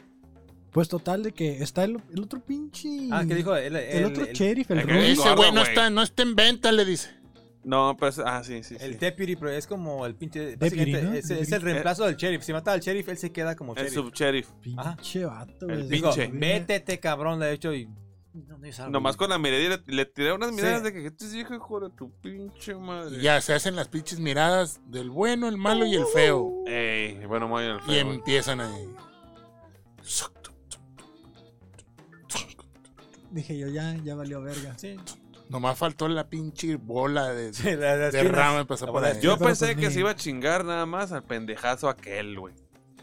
Speaker 2: Pues total de que está el, el otro pinche.
Speaker 3: Ah, ¿qué dijo? El, el,
Speaker 2: El, otro
Speaker 3: el-
Speaker 2: sheriff, el,
Speaker 1: el que-
Speaker 2: Ruiz.
Speaker 4: Ese güey
Speaker 1: Gordo,
Speaker 4: no
Speaker 1: güey.
Speaker 4: está, no está en venta, le dice.
Speaker 1: No, pero. es- Ah, sí, sí. sí.
Speaker 3: el deputy, pero es como el pinche.
Speaker 2: Deputy,
Speaker 3: básicamente
Speaker 2: ¿no?
Speaker 3: Es, es el
Speaker 2: Deputy.
Speaker 3: reemplazo del sheriff. Si mata al sheriff, él se queda como
Speaker 1: El
Speaker 3: sheriff.
Speaker 1: subsheriff.
Speaker 3: Ajá.
Speaker 2: Pinche vato,
Speaker 1: El
Speaker 2: güey.
Speaker 1: pinche.
Speaker 3: Digo,
Speaker 1: Pinche.
Speaker 3: métete, cabrón, le he hecho y. No, no, yo salgo.
Speaker 1: Nomás con la mirada. Le, le tiré unas
Speaker 3: Ah, Sí.
Speaker 1: miradas de que este hijo hijo de tu pinche madre.
Speaker 4: Y ya se hacen las pinches miradas del bueno, el malo y el feo.
Speaker 1: Ey, bueno, muy bien.
Speaker 4: Y empiezan ahí.
Speaker 2: Dije yo, ya, ya valió verga.
Speaker 3: Sí.
Speaker 4: Nomás faltó la pinche bola de,
Speaker 3: Sí, la- las
Speaker 4: de
Speaker 3: espinas.
Speaker 4: rama y pasó
Speaker 3: La
Speaker 4: por
Speaker 3: bola de
Speaker 4: ahí.
Speaker 1: Yo
Speaker 2: Sí, pero
Speaker 1: pensé
Speaker 2: pues
Speaker 1: que
Speaker 2: ni-
Speaker 1: se iba a chingar nada más al pendejazo aquel, güey.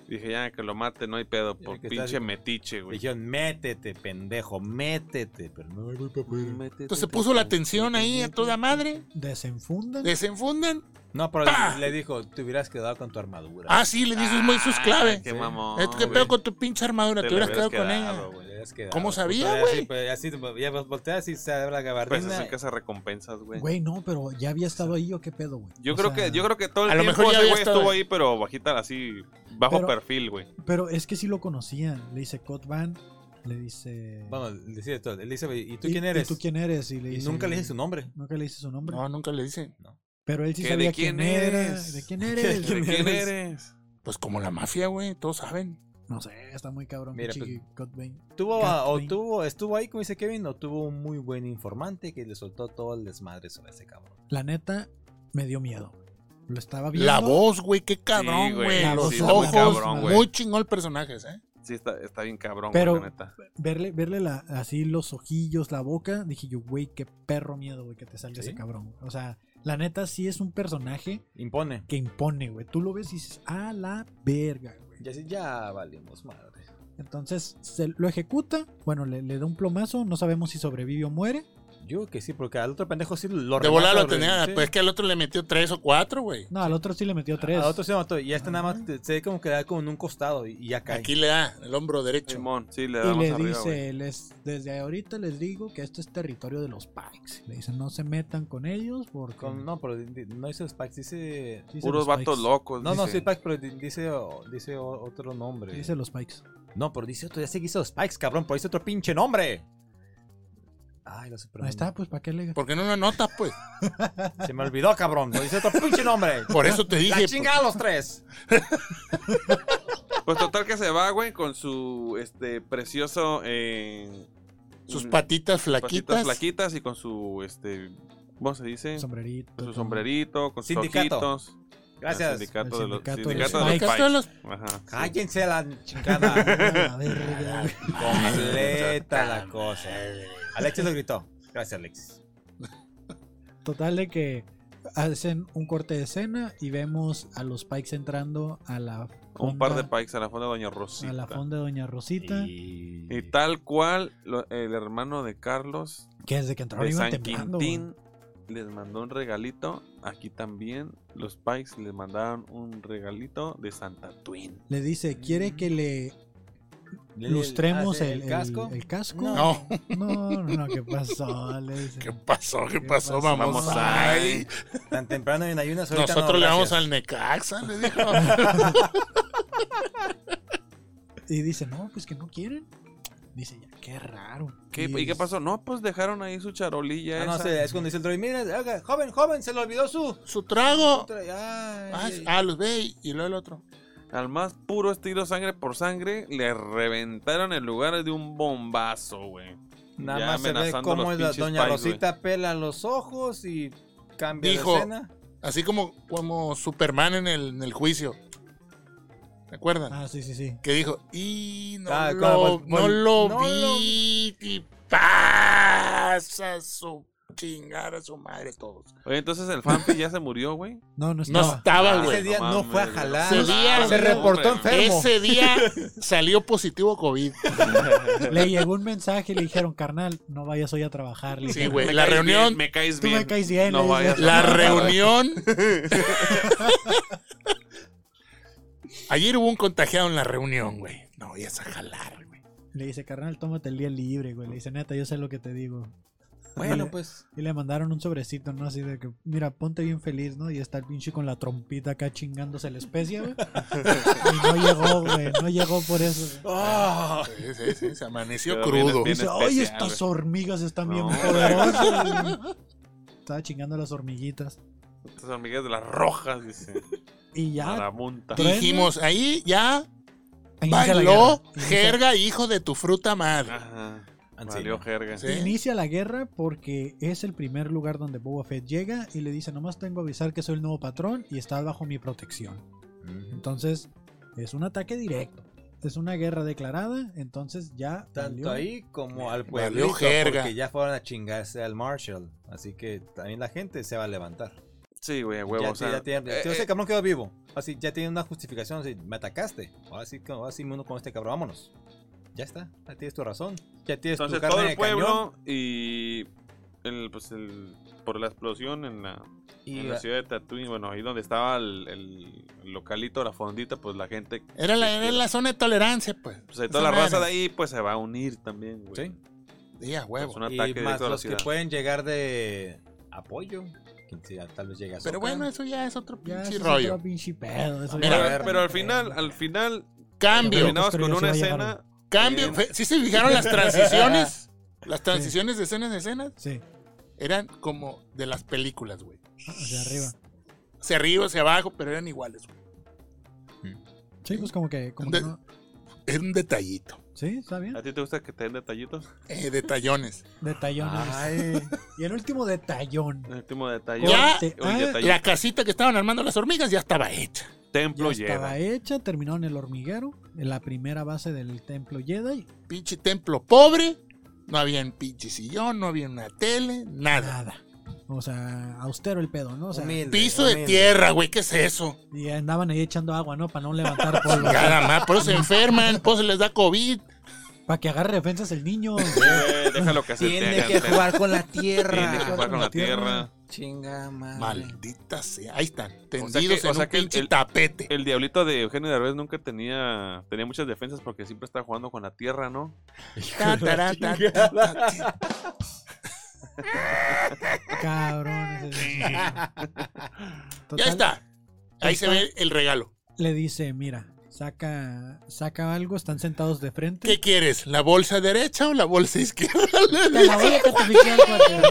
Speaker 1: Dije, ya, que lo mate, no hay pedo, por
Speaker 3: que
Speaker 1: pinche
Speaker 3: está-
Speaker 1: metiche, güey.
Speaker 3: Dijeron, métete, pendejo, métete. Pero no, ahí voy pa' afuera.
Speaker 4: Entonces puso la tensión ahí a toda madre.
Speaker 2: Desenfundan.
Speaker 4: Desenfundan.
Speaker 3: No, pero
Speaker 4: ¡Pah!
Speaker 3: le, le dijo, te hubieras quedado con tu armadura.
Speaker 4: Ah, sí, le dices muy sus clave.
Speaker 1: Qué mamón.
Speaker 4: Es que
Speaker 1: güey.
Speaker 4: pedo con tu pinche armadura,
Speaker 1: Te
Speaker 4: te,
Speaker 1: la
Speaker 4: hubieras
Speaker 1: hubieras
Speaker 4: quedado con
Speaker 1: quedado,
Speaker 4: ella.
Speaker 1: güey.
Speaker 3: Te hubieras quedado.
Speaker 4: ¿Cómo sabía,
Speaker 3: Todavía
Speaker 4: güey?
Speaker 3: así, pues, Así, ya volteas y se abre la
Speaker 1: Pues es
Speaker 3: gabardina.
Speaker 1: el que se recompensas, güey.
Speaker 2: Güey, no, pero ya había estado ahí o qué pedo, güey.
Speaker 1: Yo
Speaker 2: O
Speaker 1: creo
Speaker 2: sea,
Speaker 1: que, yo creo que todo el
Speaker 4: a lo
Speaker 1: tiempo
Speaker 4: mejor
Speaker 1: ese
Speaker 4: ya había
Speaker 1: güey
Speaker 4: estado
Speaker 1: estuvo
Speaker 4: ahí.
Speaker 1: ahí, pero bajita así, bajo
Speaker 2: Pero-
Speaker 1: perfil, güey.
Speaker 2: Pero es que sí lo conocía. Le dice Codman, le dice.
Speaker 3: Bueno, le dice todo. Él dice, ¿y tú
Speaker 2: "¿Y-
Speaker 3: quién
Speaker 2: y
Speaker 3: eres?
Speaker 2: tú quién eres? Y le
Speaker 3: Y
Speaker 2: dice,
Speaker 3: nunca le dice su nombre.
Speaker 2: Nunca le dice su nombre.
Speaker 4: No, nunca le dicen.
Speaker 2: Pero él sí
Speaker 1: ¿Que
Speaker 2: sabía
Speaker 1: de quién
Speaker 2: quién, era.
Speaker 1: eres?
Speaker 2: ¿De quién eres?
Speaker 1: ¿De quién eres?
Speaker 4: Pues como la mafia, güey, todos saben.
Speaker 2: No sé, está muy cabrón.
Speaker 3: Mira, pues,
Speaker 2: pinche Kurt Cobain.
Speaker 3: Tuvo, a- o
Speaker 2: Catherine.
Speaker 3: tuvo, estuvo ahí, como dice Kevin, o tuvo un muy buen informante que le soltó todo el desmadre sobre ese cabrón.
Speaker 2: La neta, me dio miedo. Lo estaba viendo.
Speaker 4: La voz, güey, qué
Speaker 1: Sí,
Speaker 4: cabrón,
Speaker 1: güey,
Speaker 4: güey.
Speaker 2: sí,
Speaker 4: Los
Speaker 2: está muy
Speaker 4: ojos, muy,
Speaker 2: cabrón,
Speaker 1: güey.
Speaker 4: chingón el personaje, ¿eh?
Speaker 1: Sí, está, está bien cabrón,
Speaker 2: Pero-
Speaker 1: güey, la neta.
Speaker 2: Verle, verle la, así los ojillos, la boca. Dije yo, güey, qué perro miedo, güey, que te salga
Speaker 3: ¿Sí?
Speaker 2: ese cabrón. O sea, la neta sí es un personaje
Speaker 3: Impone.
Speaker 2: que impone, güey. Tú lo ves y dices, a la verga, güey.
Speaker 3: Y así, ya valimos madre.
Speaker 2: Entonces se lo ejecuta. Bueno, le, le da un plomazo. No sabemos si sobrevive o muere.
Speaker 3: Yo que sí, porque al otro pendejo sí lo
Speaker 4: De volada
Speaker 3: remata,
Speaker 4: lo tenía.
Speaker 3: sí.
Speaker 4: Pues es que al otro le metió tres o cuatro, güey.
Speaker 2: No, al otro sí le metió tres.
Speaker 3: Al otro sí lo mató. Y a este nada más te- se ve como que da como en un costado y y ya cae.
Speaker 4: Aquí le da el hombro derecho.
Speaker 1: Simón, sí, le
Speaker 2: y
Speaker 1: damos
Speaker 2: le
Speaker 1: arriba, güey.
Speaker 2: dice, les, desde ahorita les digo que esto es territorio de los Pikes. Le dicen, no se metan con ellos porque...
Speaker 3: Con- no, pero di- di- no dice Spikes, dice.
Speaker 2: Dicen
Speaker 1: Puros
Speaker 2: los
Speaker 1: vatos
Speaker 2: Pikes.
Speaker 1: locos.
Speaker 3: No, no, sí,
Speaker 1: dice.
Speaker 3: Spikes, pero di- dice, o- dice o- otro nombre.
Speaker 2: Dice los Pikes.
Speaker 3: No, pero dice otro, ya se hizo Spikes, cabrón, pero dice otro pinche nombre. Ay, lo super.
Speaker 2: Ahí está, pues, ¿para qué le...
Speaker 4: ¿Por qué no lo anotas, pues?
Speaker 3: Se me olvidó, cabrón. Pero dice otro pinche nombre.
Speaker 4: Por eso te dije.
Speaker 3: La
Speaker 4: pues,
Speaker 3: chingada a los tres.
Speaker 1: Pues total que se va, güey, con su este precioso. eh,
Speaker 4: sus
Speaker 1: mm,
Speaker 4: patitas
Speaker 1: patitas
Speaker 4: flaquitas.
Speaker 1: flaquitas y con su este. ¿Cómo se dice?
Speaker 2: Sombrerito.
Speaker 1: Con pues, su
Speaker 2: todo.
Speaker 1: sombrerito, con sus
Speaker 3: Sindicato.
Speaker 1: ojitos. El
Speaker 3: Gracias.
Speaker 1: sindicato
Speaker 2: El
Speaker 1: de los
Speaker 2: sindicato
Speaker 4: Pues,
Speaker 2: de
Speaker 1: sindicato
Speaker 2: los
Speaker 1: de los
Speaker 4: Spikes.
Speaker 1: Pikes. Ajá.
Speaker 3: Cállense a la
Speaker 2: Ah,
Speaker 3: chingada.
Speaker 2: la verga.
Speaker 3: Completa la cosa. Alexis lo gritó. Gracias, Alexis.
Speaker 2: Total de que hacen un corte de escena y vemos a los Pikes entrando a la
Speaker 1: Un par de
Speaker 2: fonda-
Speaker 1: pikes a la fonda de Doña Rosita.
Speaker 2: a la fonda de Doña Rosita,
Speaker 3: Y...
Speaker 1: Y tal cual, lo- el hermano de Carlos
Speaker 2: que desde que entraron
Speaker 1: de
Speaker 2: iban
Speaker 1: San
Speaker 2: temblando.
Speaker 1: Quintín les mandó un regalito. Aquí también los Pikes les mandaron un regalito de Santa Twin.
Speaker 2: Le dice, ¿quiere que le lustremos el, el-
Speaker 3: casco.
Speaker 2: el casco?
Speaker 3: No.
Speaker 4: No,
Speaker 2: No, no, no, ¿qué pasó? Le dice.
Speaker 4: ¿qué pasó? ¿Qué
Speaker 2: ¿Qué pasó?
Speaker 4: pasó, vamos
Speaker 1: Vamos
Speaker 4: ahí?
Speaker 3: Tan temprano y en ayunas. ahorita
Speaker 4: Nosotros
Speaker 3: no,
Speaker 4: le vamos
Speaker 3: gracias.
Speaker 4: al Necaxa, le dijo.
Speaker 2: Y dice, no, pues que no quieren. Dice, ya, qué raro.
Speaker 1: ¿Qué,
Speaker 2: Y
Speaker 1: ¿Y qué
Speaker 2: es-
Speaker 1: pasó? No, pues dejaron ahí su charolilla.
Speaker 3: Ah, no,
Speaker 1: esa.
Speaker 3: se- es cuando dice el droid. Mira, oiga, joven, joven, se le olvidó su.
Speaker 4: Su trago.
Speaker 3: Ay,
Speaker 4: Ah,
Speaker 3: ay,
Speaker 4: ah, los ve y luego el otro.
Speaker 1: Al más puro estilo sangre por sangre, le reventaron el lugar de un bombazo, güey. Ya
Speaker 3: Nada más se ve
Speaker 1: amenazando
Speaker 3: cómo
Speaker 1: los
Speaker 3: es la
Speaker 1: pinches
Speaker 3: doña
Speaker 1: pais, güey.
Speaker 3: Rosita pela los ojos y cambia
Speaker 4: Dijo,
Speaker 3: de escena.
Speaker 4: Así como, como Superman en el, en el juicio. ¿Te acuerdan?
Speaker 2: Ah, sí, sí, sí.
Speaker 4: Que dijo, y no,
Speaker 3: Ah,
Speaker 4: lo,
Speaker 3: claro, pues,
Speaker 4: no
Speaker 3: pues,
Speaker 4: lo
Speaker 3: no
Speaker 4: vi. Y pasa su chingar a su madre todos.
Speaker 1: Oye, entonces el fanfic ya se murió, güey.
Speaker 2: No, Pues no
Speaker 4: No
Speaker 2: estaba.
Speaker 4: estaba,
Speaker 1: Ah,
Speaker 4: güey.
Speaker 3: Ese día no
Speaker 1: mames,
Speaker 3: fue a
Speaker 1: güey.
Speaker 3: jalar.
Speaker 4: Se día-
Speaker 3: Se reportó
Speaker 1: hombre.
Speaker 3: enfermo.
Speaker 4: Ese día salió positivo COVID.
Speaker 2: Le llegó un mensaje y le dijeron, carnal, no vayas hoy a trabajar. le
Speaker 4: Sí,
Speaker 2: dijeron.
Speaker 4: güey.
Speaker 1: Me
Speaker 4: La
Speaker 1: caes
Speaker 4: reunión,
Speaker 1: bien, me caes
Speaker 2: Tú
Speaker 1: bien.
Speaker 2: me caes bien.
Speaker 1: No
Speaker 2: le dice.
Speaker 1: vayas a-
Speaker 4: la reunión. Ayer hubo un contagiado en la reunión, güey. No vayas a jalar, güey.
Speaker 2: Le dice, carnal, tómate el día libre, güey. Le dice, neta, yo sé lo que te digo.
Speaker 3: Bueno, pues.
Speaker 2: Y le mandaron un sobrecito, ¿no? Así de que, mira, ponte bien feliz, ¿no? Y está el pinche con la trompita acá chingándose la especie, güey. Y no llegó, güey. No llegó por eso. güey.
Speaker 3: Ah,
Speaker 4: Sí, sí, sí, se amaneció
Speaker 1: Quedó
Speaker 4: crudo.
Speaker 1: bien
Speaker 2: Dice,
Speaker 1: especial,
Speaker 2: ay, estas hormigas están bien
Speaker 1: No.
Speaker 2: poderosas. güey. Estaba chingando las hormiguitas.
Speaker 1: Estas hormigas de las rojas, dice.
Speaker 2: Y ya.
Speaker 1: Marabunta.
Speaker 2: Trueno.
Speaker 4: Dijimos, ahí ya
Speaker 2: inicia la
Speaker 4: bailó
Speaker 2: guerra. Inicia-
Speaker 4: jerga, hijo de tu fruta madre.
Speaker 1: Ajá.
Speaker 3: Ancina.
Speaker 1: Valió jerga.
Speaker 4: Sí.
Speaker 2: Inicia la guerra porque es el primer lugar donde Boba Fett llega y le dice, nomás tengo que avisar que soy el nuevo patrón y está bajo mi protección. Entonces, es un ataque directo. Es una guerra declarada, entonces ya...
Speaker 3: Tanto
Speaker 2: valió.
Speaker 3: ahí como al
Speaker 4: Valió
Speaker 3: pueblo.
Speaker 4: jerga.
Speaker 3: Porque ya fueron a chingarse al Marshall. Así que también la gente se va a levantar.
Speaker 1: Sí, güey, a huevo.
Speaker 3: ya,
Speaker 1: o sea,
Speaker 3: ya tiene-
Speaker 1: eh,
Speaker 3: ese
Speaker 1: eh,
Speaker 3: cabrón quedó vivo. Así ya tiene una justificación. Así, me atacaste. Ahora sí, que- ahora sí me uno con este cabrón. Vámonos. Ya está. Ya tienes tu razón. Ya tienes
Speaker 1: entonces
Speaker 3: tu carne
Speaker 1: todo el
Speaker 3: de cañón.
Speaker 1: pueblo y el, pues el, por la explosión en la,
Speaker 3: Y
Speaker 1: en la ciudad de Tatooine, bueno, ahí donde estaba el, el localito, la fondita, pues la gente,
Speaker 4: Era la, era la zona de tolerancia, pues.
Speaker 1: pues ahí toda la
Speaker 4: Esa
Speaker 1: raza de
Speaker 4: madre.
Speaker 1: ahí, pues se va a unir también, güey.
Speaker 3: Sí.
Speaker 4: Sí, a huevo.
Speaker 1: Pues un
Speaker 3: y
Speaker 1: ataque
Speaker 3: más
Speaker 1: directo a la
Speaker 3: los que
Speaker 1: ciudad.
Speaker 3: pueden llegar de apoyo. que si- tal vez llegue a Ahsoka.
Speaker 4: Pero bueno, eso ya es otro
Speaker 2: Ya
Speaker 4: pinche
Speaker 2: ese es
Speaker 4: rollo.
Speaker 2: otro pinche pedo,
Speaker 1: Pero,
Speaker 2: eso
Speaker 4: Mira, pues,
Speaker 2: ya-
Speaker 4: a ver,
Speaker 1: pero al final, al final,
Speaker 4: Cambio,
Speaker 1: terminamos
Speaker 2: Pero-
Speaker 1: con
Speaker 2: Pero sí
Speaker 1: una
Speaker 2: va a
Speaker 1: escena.
Speaker 4: cambio.
Speaker 1: Bien.
Speaker 4: Fe- ¿Sí se fijaron las transiciones? Las transiciones de escenas de escenas
Speaker 2: Sí,
Speaker 4: eran como de las películas, güey.
Speaker 2: hacia arriba.
Speaker 4: Hacia arriba, hacia abajo, pero eran iguales, güey.
Speaker 2: Sí, pues como que... Como que
Speaker 4: De-
Speaker 2: no-
Speaker 4: Es un detallito.
Speaker 2: Sí, está bien.
Speaker 1: ¿A ti te gusta que te den detallitos?
Speaker 4: Eh, detallones.
Speaker 2: Detallones.
Speaker 3: Ay.
Speaker 2: Y el último detallón.
Speaker 1: El último detalle.
Speaker 4: Ya,
Speaker 2: Corte
Speaker 1: Un
Speaker 2: A,
Speaker 1: detalle.
Speaker 4: La casita que estaban armando las hormigas ya estaba hecha.
Speaker 2: ya
Speaker 1: Templo
Speaker 2: estaba
Speaker 1: Jedi.
Speaker 2: hecha, terminó en el hormiguero, en la primera base del templo Jedi.
Speaker 4: Pinche templo pobre. No había un pinche sillón, no había una tele, nada.
Speaker 2: Nada. O sea, austero el pedo, ¿no? O sea,
Speaker 3: Humilde,
Speaker 4: Piso de
Speaker 3: humilde.
Speaker 4: tierra, güey, ¿qué es eso?
Speaker 2: y andaban ahí echando agua, ¿no? Para no levantar polvo.
Speaker 4: Nada más, por eso se enferman, por eso les da COVID.
Speaker 2: Para que agarre defensas el niño.
Speaker 1: Eh, déjalo que se
Speaker 3: Tiene
Speaker 1: tenga,
Speaker 3: que
Speaker 1: te-
Speaker 3: jugar con la
Speaker 1: Tiene que
Speaker 3: tierra.
Speaker 1: jugar con la tierra.
Speaker 3: Chinga madre.
Speaker 4: Maldita sea. Ahí están, tendidos
Speaker 1: que-
Speaker 4: en
Speaker 1: Ah. o sea
Speaker 4: un
Speaker 1: que el-
Speaker 4: pinche
Speaker 1: el-
Speaker 4: tapete.
Speaker 1: El diablito de Eugenio Derbez nunca tenía tenía muchas defensas porque siempre estaba jugando con la tierra, ¿no?
Speaker 4: Ta, tará, ta, ta, ta, ta.
Speaker 2: Cabrón.
Speaker 4: Ya está. Ahí se ve el regalo.
Speaker 2: Le dice, mira, saca, saca algo, están sentados de frente.
Speaker 4: ¿Qué quieres? ¿La bolsa derecha o la bolsa izquierda?
Speaker 2: Te la voy a catafixiar, cuate.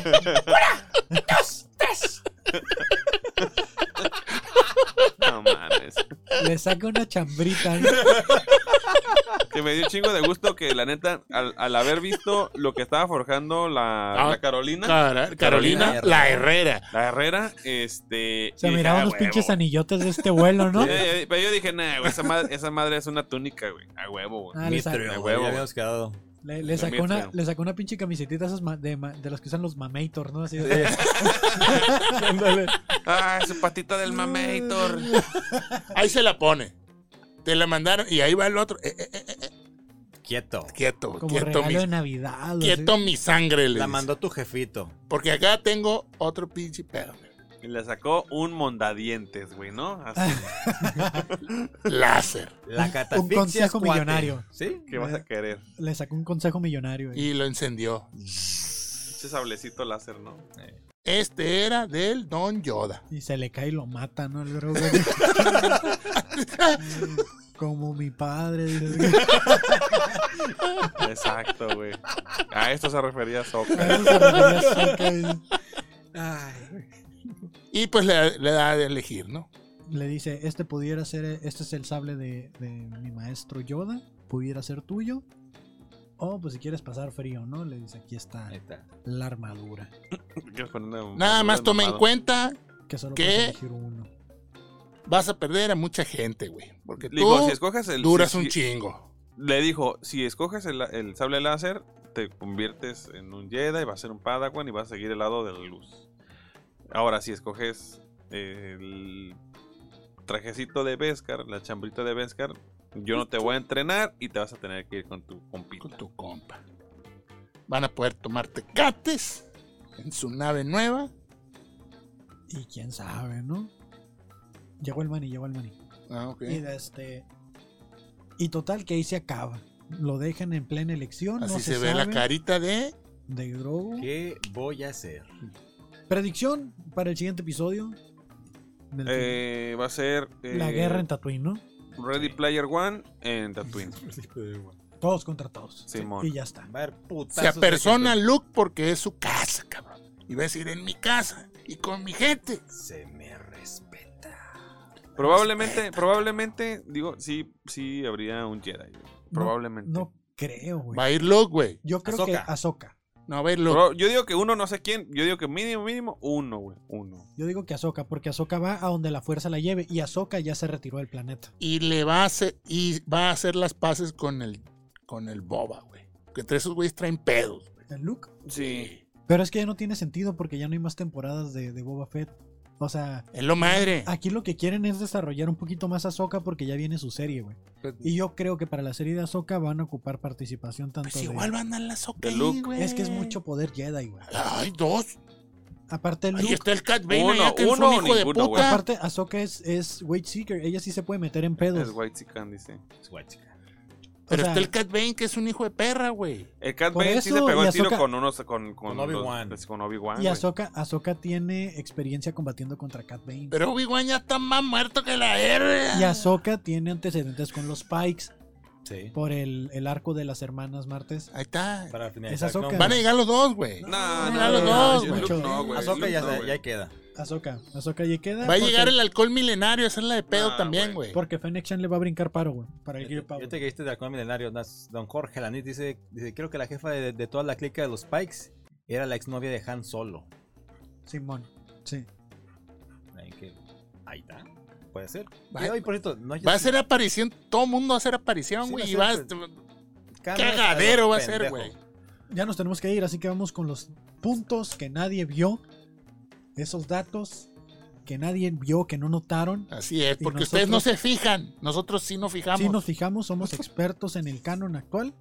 Speaker 1: No mames.
Speaker 2: Le saca una chambrita. ¿no?
Speaker 1: Que me dio un chingo de gusto que la neta, al, al haber visto lo que estaba forjando la,
Speaker 4: Ah,
Speaker 1: la Carolina,
Speaker 4: Cara- Carolina,
Speaker 3: Carolina
Speaker 4: la Herrera.
Speaker 1: la Herrera, este.
Speaker 2: Se
Speaker 1: y dije,
Speaker 2: miraban
Speaker 1: "Ah,
Speaker 2: los
Speaker 1: huevo".
Speaker 2: pinches anillotes de este vuelo, ¿no?
Speaker 1: Sí, eh, Pero yo dije, nah, güey, esa madre, esa madre es una túnica, güey. A huevo, güey.
Speaker 2: Ah, le, sa-
Speaker 1: De
Speaker 3: Ya
Speaker 1: huevo.
Speaker 3: habíamos quedado.
Speaker 2: le- le sacó
Speaker 1: También
Speaker 2: una,
Speaker 1: feo.
Speaker 2: le sacó una pinche camisetita esas ma- de, ma- de las que usan los mameitor, ¿no? Así de- Ándale.
Speaker 1: Ah, su patita del mameitor.
Speaker 4: Ahí se la pone. Te la mandaron y ahí va el otro. Eh, eh, eh, eh,
Speaker 3: Quieto.
Speaker 4: quieto,
Speaker 2: Como
Speaker 4: quieto,
Speaker 2: regalo de
Speaker 4: mi,
Speaker 2: Navidad. o
Speaker 4: quieto mi sangre. le
Speaker 3: La
Speaker 4: dice.
Speaker 3: mandó tu jefito.
Speaker 4: Porque acá tengo otro pinche pedo.
Speaker 1: Y le sacó un mondadientes, güey, ¿no? Así
Speaker 4: Láser.
Speaker 3: La catafixia.
Speaker 2: consejo
Speaker 3: es cuate.
Speaker 2: millonario.
Speaker 3: ¿Sí?
Speaker 1: que vas a querer.
Speaker 2: así. Le sacó un consejo millonario. eh. güey.
Speaker 4: Y lo encendió.
Speaker 1: Ese sablecito láser, ¿no?
Speaker 4: Este era del Don Yoda.
Speaker 2: Y se le cae y lo mata, ¿no? El drogo. Mm, Como mi padre. dice.
Speaker 1: Exacto, güey. A esto se refería
Speaker 2: A
Speaker 1: Soca.
Speaker 2: eso se refería Sokka, dice.
Speaker 4: Y pues le, le da de elegir, ¿no?
Speaker 2: Le dice, este pudiera ser, este es el sable de, de mi maestro Yoda, pudiera ser tuyo. O pues si quieres pasar frío, ¿no? Le dice, aquí está
Speaker 3: Ahí está.
Speaker 2: la armadura.
Speaker 4: Nada más toma en cuenta,
Speaker 2: Que solo
Speaker 4: ¿Qué?
Speaker 2: puedes elegir uno.
Speaker 4: vas a perder a mucha gente, güey. Porque tú
Speaker 1: Le dijo, si escoges el.
Speaker 4: duras
Speaker 1: si-
Speaker 4: un
Speaker 1: si-
Speaker 4: chingo.
Speaker 1: Le dijo, si escoges el, el sable láser, te conviertes en un Jedi, vas a ser un Padawan y vas a seguir el lado de la luz. Ahora, si escoges el trajecito de Beskar, la chambrita de Beskar, yo no te voy a entrenar y te vas a tener que ir con tu
Speaker 4: Con
Speaker 1: compita.
Speaker 4: tu compa. Van a poder tomarte cates en su nave nueva.
Speaker 2: Y quién sabe, ¿no? Llegó el maní, llegó el maní.
Speaker 4: Ah, ok.
Speaker 2: Y de este. Y total que ahí se acaba. Lo dejan en plena elección.
Speaker 4: Así
Speaker 2: no
Speaker 4: se, ve la
Speaker 2: sabe
Speaker 4: carita de
Speaker 2: De Grogu.
Speaker 3: ¿Qué voy a hacer?
Speaker 2: Predicción para el siguiente episodio. del fin-
Speaker 1: Eh, va a ser eh,
Speaker 2: la guerra en Tatooine, ¿no?
Speaker 1: Ready Player One en Tatooine.
Speaker 2: Todos contra todos.
Speaker 1: Simón.
Speaker 2: Y ya está.
Speaker 3: Va a haber putazos.
Speaker 4: se apersona
Speaker 3: de
Speaker 4: Luke porque es su casa, cabrón. Y va a decir, en mi casa y con mi gente.
Speaker 3: gente. Se me respeta.
Speaker 1: Probablemente, probablemente, digo, sí, sí habría un Jedi. güey. Probablemente.
Speaker 2: No creo, güey.
Speaker 4: Va a ir Luke, güey.
Speaker 2: Yo creo que
Speaker 3: Ahsoka.
Speaker 2: Azoka.
Speaker 4: No, va a ir Luke.
Speaker 1: Pero yo digo que uno, no sé quién. Yo digo que mínimo, mínimo, uno, güey. Uno.
Speaker 2: Yo digo que Azoka, porque Azoka va a donde la fuerza la lleve y Azoka ya se retiró del planeta.
Speaker 4: Y le va a hacer, y va a hacer las paces con el, con el Boba, güey. Que entre esos güeyes traen pedos. güey.
Speaker 2: El Luke.
Speaker 1: Sí.
Speaker 2: Pero es que ya no tiene sentido porque ya no hay más temporadas de, de Boba Fett. O sea,
Speaker 4: Es lo madre.
Speaker 2: aquí lo que quieren es desarrollar un poquito más a Soka porque ya viene su serie, güey.
Speaker 1: Pues,
Speaker 2: Y yo creo que para la serie de Ahsoka van a ocupar participación tanto
Speaker 4: Pues
Speaker 2: de-
Speaker 4: igual van a la soca
Speaker 1: de
Speaker 4: ahí,
Speaker 1: Luke.
Speaker 4: güey.
Speaker 2: Es que es mucho poder Jedi, güey.
Speaker 4: Ay, dos.
Speaker 2: Aparte
Speaker 4: Ahí
Speaker 2: Luke,
Speaker 4: está el Cat Bane
Speaker 1: Uno,
Speaker 4: allá que es
Speaker 1: uno
Speaker 4: un
Speaker 1: o
Speaker 4: hijo de
Speaker 1: ninguno, güey.
Speaker 4: puta.
Speaker 2: aparte Ahsoka es, es Weight Seeker, ella sí se puede meter en pedos.
Speaker 1: Es White Chicken, dice.
Speaker 3: Suachica.
Speaker 4: pero
Speaker 2: o sea-
Speaker 4: está el Cat Bane que es un hijo de perra, güey.
Speaker 1: El Cat
Speaker 2: Por
Speaker 1: Bane sí
Speaker 2: eso,
Speaker 1: se pegó
Speaker 2: y
Speaker 1: el tiro
Speaker 2: Ahsoka-
Speaker 1: con unos. Con, con,
Speaker 3: Con
Speaker 1: los-
Speaker 3: Obi-Wan.
Speaker 1: es Con Obi-Wan.
Speaker 2: y
Speaker 1: güey.
Speaker 2: Ahsoka, Ahsoka tiene experiencia combatiendo contra Cat Bane.
Speaker 4: Pero Obi-Wan ya está más muerto que la verga.
Speaker 2: Y Ahsoka tiene antecedentes con los Pikes
Speaker 3: Sí.
Speaker 2: por el, el arco de las hermanas Martes.
Speaker 4: Ahí está.
Speaker 3: Para
Speaker 2: Es Ahsoca.
Speaker 3: finalizar.
Speaker 4: Van a llegar los dos, güey.
Speaker 2: Ah,
Speaker 1: No, no,
Speaker 4: Eran los
Speaker 1: no,
Speaker 4: dos,
Speaker 1: yo-
Speaker 4: güey.
Speaker 1: Luke no,
Speaker 4: Pues,
Speaker 1: güey.
Speaker 3: Azoka
Speaker 1: Luke
Speaker 3: ya,
Speaker 1: no,
Speaker 3: se-
Speaker 1: güey.
Speaker 3: ya queda.
Speaker 2: Ahsoka, Ahsoka ya queda.
Speaker 4: Va a
Speaker 2: porque-
Speaker 4: llegar el alcohol milenario, esa es la de pedo
Speaker 1: Ah,
Speaker 4: también, güey.
Speaker 2: Porque Fennec Chan le va a brincar paro, güey. Para el Gear Power.
Speaker 3: Yo te Este que viste de Halcón Milenario, nas- don Jorge Lanís dice, dice, creo que la jefa de, de toda la clica de los Pikes era la exnovia de Han Solo.
Speaker 2: Simón. Sí.
Speaker 3: Ahí, que- ahí está. Puede ser.
Speaker 4: Va-
Speaker 3: Y hoy, por cierto, no hay-
Speaker 4: Va a ser aparición, todo mundo va a hacer aparición,
Speaker 3: Sí,
Speaker 4: güey.
Speaker 3: va
Speaker 4: y
Speaker 3: a
Speaker 4: va a...
Speaker 3: ser, cambios
Speaker 4: Cagadero
Speaker 3: lo
Speaker 4: va a ser,
Speaker 3: pendejo.
Speaker 4: güey.
Speaker 2: Ya nos tenemos que ir, así que vamos con los puntos que nadie vio. Esos datos que nadie vio, que no notaron.
Speaker 4: Así es,
Speaker 2: Y
Speaker 4: porque ustedes no
Speaker 2: nosotros-
Speaker 4: se fijan. Nosotros sí nos fijamos.
Speaker 2: Si nos fijamos, somos expertos en el canon actual.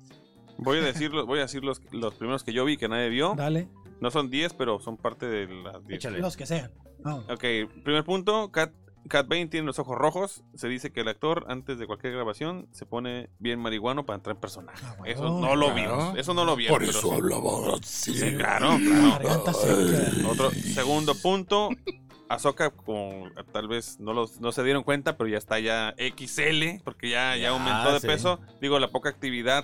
Speaker 1: Voy a decir, los, voy a decir los, los primeros que yo vi que nadie vio.
Speaker 2: Dale,
Speaker 1: No son 10, pero son parte de las 10.
Speaker 3: Échale.
Speaker 2: los que sean. Vamos.
Speaker 1: Ok, primer punto, Cat, Cat Bane tiene los ojos rojos. Se dice que el actor, antes de cualquier grabación, se pone bien marihuano para entrar en personaje.
Speaker 2: Ah, bueno.
Speaker 1: eso no lo
Speaker 4: Claro.
Speaker 1: vimos. Eso no lo vieron.
Speaker 4: Por
Speaker 1: pero
Speaker 4: eso
Speaker 1: sí.
Speaker 4: hablaba así.
Speaker 1: Sí, claro,
Speaker 2: La
Speaker 1: claro.
Speaker 2: garganta seca.
Speaker 1: Otro, segundo punto, Azoka, como tal vez no, los, no se dieron cuenta, pero ya está ya XL, porque ya, ya
Speaker 3: Ya,
Speaker 1: aumentó de
Speaker 3: sí.
Speaker 1: peso. Digo, la poca actividad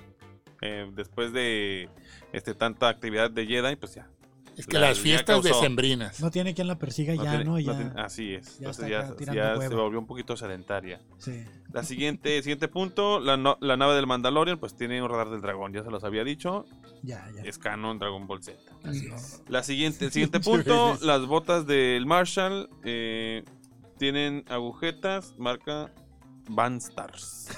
Speaker 1: eh, después de este, tanta actividad de Jedi, pues ya.
Speaker 4: Es que
Speaker 1: La-
Speaker 4: las
Speaker 1: ya
Speaker 4: fiestas
Speaker 1: causó.
Speaker 4: decembrinas.
Speaker 2: No tiene quien la persiga ya,
Speaker 1: tiene-
Speaker 2: ¿no? Ya.
Speaker 1: tiene- ah. así es.
Speaker 2: ya
Speaker 1: Entonces
Speaker 2: está acá
Speaker 1: ya,
Speaker 2: tirando
Speaker 1: ya se
Speaker 2: hueva.
Speaker 1: volvió un poquito sedentaria.
Speaker 2: sí.
Speaker 1: La siguiente, siguiente punto, la, no- la nave del Mandalorian, pues tiene un radar del dragón, ya se los había dicho.
Speaker 2: Ya, ya.
Speaker 1: Es canon Dragon Ball Z.
Speaker 4: Así
Speaker 2: No.
Speaker 4: es.
Speaker 1: La siguiente, el siguiente punto, las botas del Marshall eh, tienen agujetas marca Van Stars.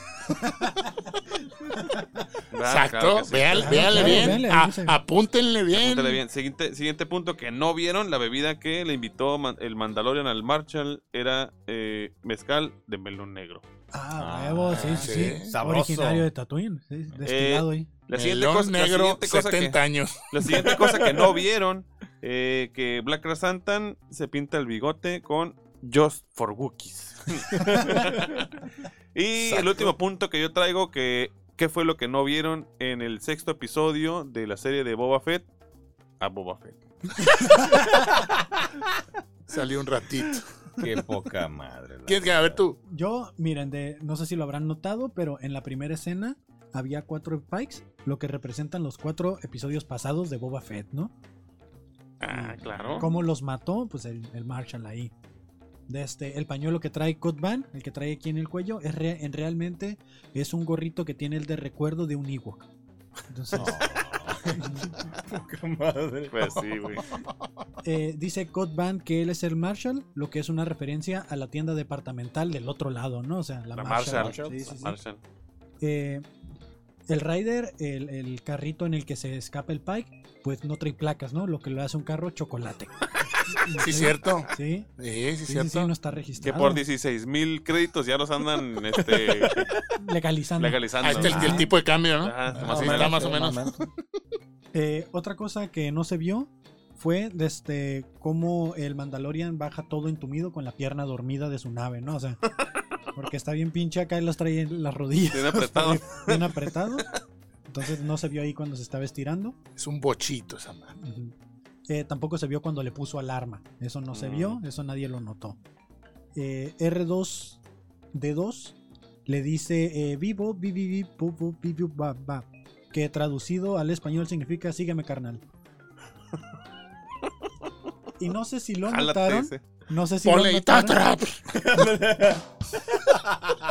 Speaker 4: Exacto. Véale,
Speaker 2: Claro,
Speaker 4: véale
Speaker 2: claro,
Speaker 4: bien.
Speaker 2: véale,
Speaker 4: a-
Speaker 2: dice.
Speaker 4: apúntenle bien.
Speaker 1: Apúntale bien. Siguiente, siguiente punto que no vieron, la bebida que le invitó Man- el Mandalorian al Marshall era eh, mezcal de melón negro.
Speaker 2: Ah,
Speaker 3: Ah,
Speaker 2: huevo, sí, sí,
Speaker 4: sí.
Speaker 2: sí.
Speaker 3: Sabroso.
Speaker 2: Originario de Tatooine, sí, destilado ahí.
Speaker 1: La siguiente
Speaker 4: Melón
Speaker 1: cosa- la
Speaker 4: negro,
Speaker 1: siguiente cosa que-
Speaker 4: 70 años.
Speaker 1: La siguiente cosa que no vieron, eh, que Black Krasantan se pinta el bigote con Just for Wookiees. y el
Speaker 4: Exacto.
Speaker 1: último punto que yo traigo, que ¿qué fue lo que no vieron en el sexto episodio de la serie de Boba Fett? A Boba Fett.
Speaker 4: Salió un ratito.
Speaker 3: Qué poca madre. la
Speaker 4: ¿Quién que a ver tú?
Speaker 2: Yo, miren, de, no sé si lo habrán notado, pero en la primera escena había cuatro pikes, lo que representan los cuatro episodios pasados de Boba Fett, ¿no?
Speaker 1: Ah, claro.
Speaker 2: Mm. ¿Cómo los mató? Pues el, el Marshall ahí. De este, el pañuelo que trae Cotban, el que trae aquí en el cuello, es re- en realmente es un gorrito que tiene el de recuerdo de un Ewok.
Speaker 1: Oh.
Speaker 2: Entonces,
Speaker 3: Poca madre.
Speaker 1: Pues sí, güey.
Speaker 2: eh, dice Cotban que él es el Marshall, lo que es una referencia a la tienda departamental del otro lado, ¿no? O sea, la,
Speaker 1: La
Speaker 2: Marshall.
Speaker 1: Marshall.
Speaker 2: Sí, sí, sí.
Speaker 1: Marshall.
Speaker 2: Eh, el Rider, el, el carrito en el que se escapa el Pike, pues no trae placas, ¿no? Lo que lo hace un carro chocolate.
Speaker 4: Sí, cierto.
Speaker 2: Sí,
Speaker 4: Sí, sí,
Speaker 2: sí, sí,
Speaker 4: cierto.
Speaker 2: sí, no está
Speaker 1: Que
Speaker 2: registrado.
Speaker 1: por 16 mil créditos ya los andan este,
Speaker 2: Legalizando.
Speaker 1: legalizando.
Speaker 4: Ahí está el, el tipo de cambio, ¿no?
Speaker 3: Ah,
Speaker 1: Ajá,
Speaker 2: Ah,
Speaker 4: Más
Speaker 1: más
Speaker 4: o
Speaker 1: o menos.
Speaker 4: menos. más o menos.
Speaker 2: Eh, otra cosa que no se vio fue desde cómo el Mandalorian baja todo entumido con la pierna dormida de su nave, ¿no? O sea, porque está bien pinche acá y las trae en las rodillas.
Speaker 1: Bien apretado.
Speaker 2: Bien- Bien apretado. Entonces no se vio ahí cuando se estaba estirando.
Speaker 4: Es un bochito esa madre.
Speaker 2: Ujú. Eh, tampoco se vio cuando le puso alarma. Eso no se
Speaker 1: Mm.
Speaker 2: vio, eso nadie lo notó. Eh, R2D2 le dice eh, vivo, vivi, vi, pu, pu, vi, vi, va, va, que traducido al español significa sígueme carnal. Y no sé si lo
Speaker 1: Jálate,
Speaker 2: notaron,
Speaker 1: dice.
Speaker 2: no sé si lo
Speaker 4: Ponle y
Speaker 2: notaron,
Speaker 4: tatrap.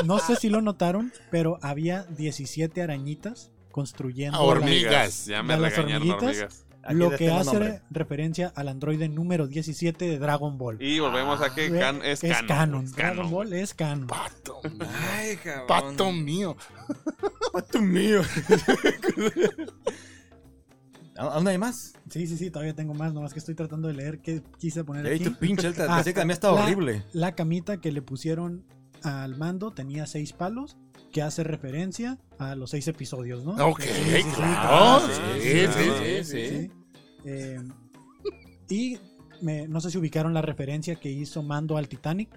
Speaker 2: no sé si lo notaron, pero había 17 arañitas construyendo
Speaker 4: Ah, hormiga.
Speaker 2: la-
Speaker 4: Hormigas.
Speaker 1: Ya me
Speaker 2: Ya las
Speaker 1: regañaron
Speaker 2: hormiguitas.
Speaker 1: hormigas.
Speaker 3: Aquí
Speaker 2: lo
Speaker 3: les
Speaker 2: que
Speaker 3: tengo
Speaker 2: hace
Speaker 3: nombre.
Speaker 2: referencia al androide número 17 de Dragon Ball.
Speaker 1: Y volvemos a que
Speaker 2: Güey,
Speaker 1: can- es, canon. es
Speaker 2: Dragon Ball es canon.
Speaker 4: Pato. mío.
Speaker 1: Ay, cabrón.
Speaker 4: Pato mío. Pato mío.
Speaker 3: ¿Aún no hay más?
Speaker 2: Sí, sí, sí, todavía tengo más, nomás que estoy tratando de leer qué quise poner
Speaker 3: Ey,
Speaker 2: aquí.
Speaker 3: tu pinche alta.
Speaker 2: Ah,
Speaker 3: Pensé que a mí estaba
Speaker 2: la-
Speaker 3: horrible.
Speaker 2: La camita que le pusieron al mando tenía seis palos, que hace referencia a los seis episodios, ¿no?
Speaker 4: Ok,
Speaker 2: Sí, sí, sí,
Speaker 4: claro.
Speaker 1: sí,
Speaker 4: Sí, sí,
Speaker 1: claro.
Speaker 4: sí,
Speaker 2: sí,
Speaker 4: sí.
Speaker 2: sí. Eh, y me- no sé si ubicaron la referencia que hizo Mando al Titanic.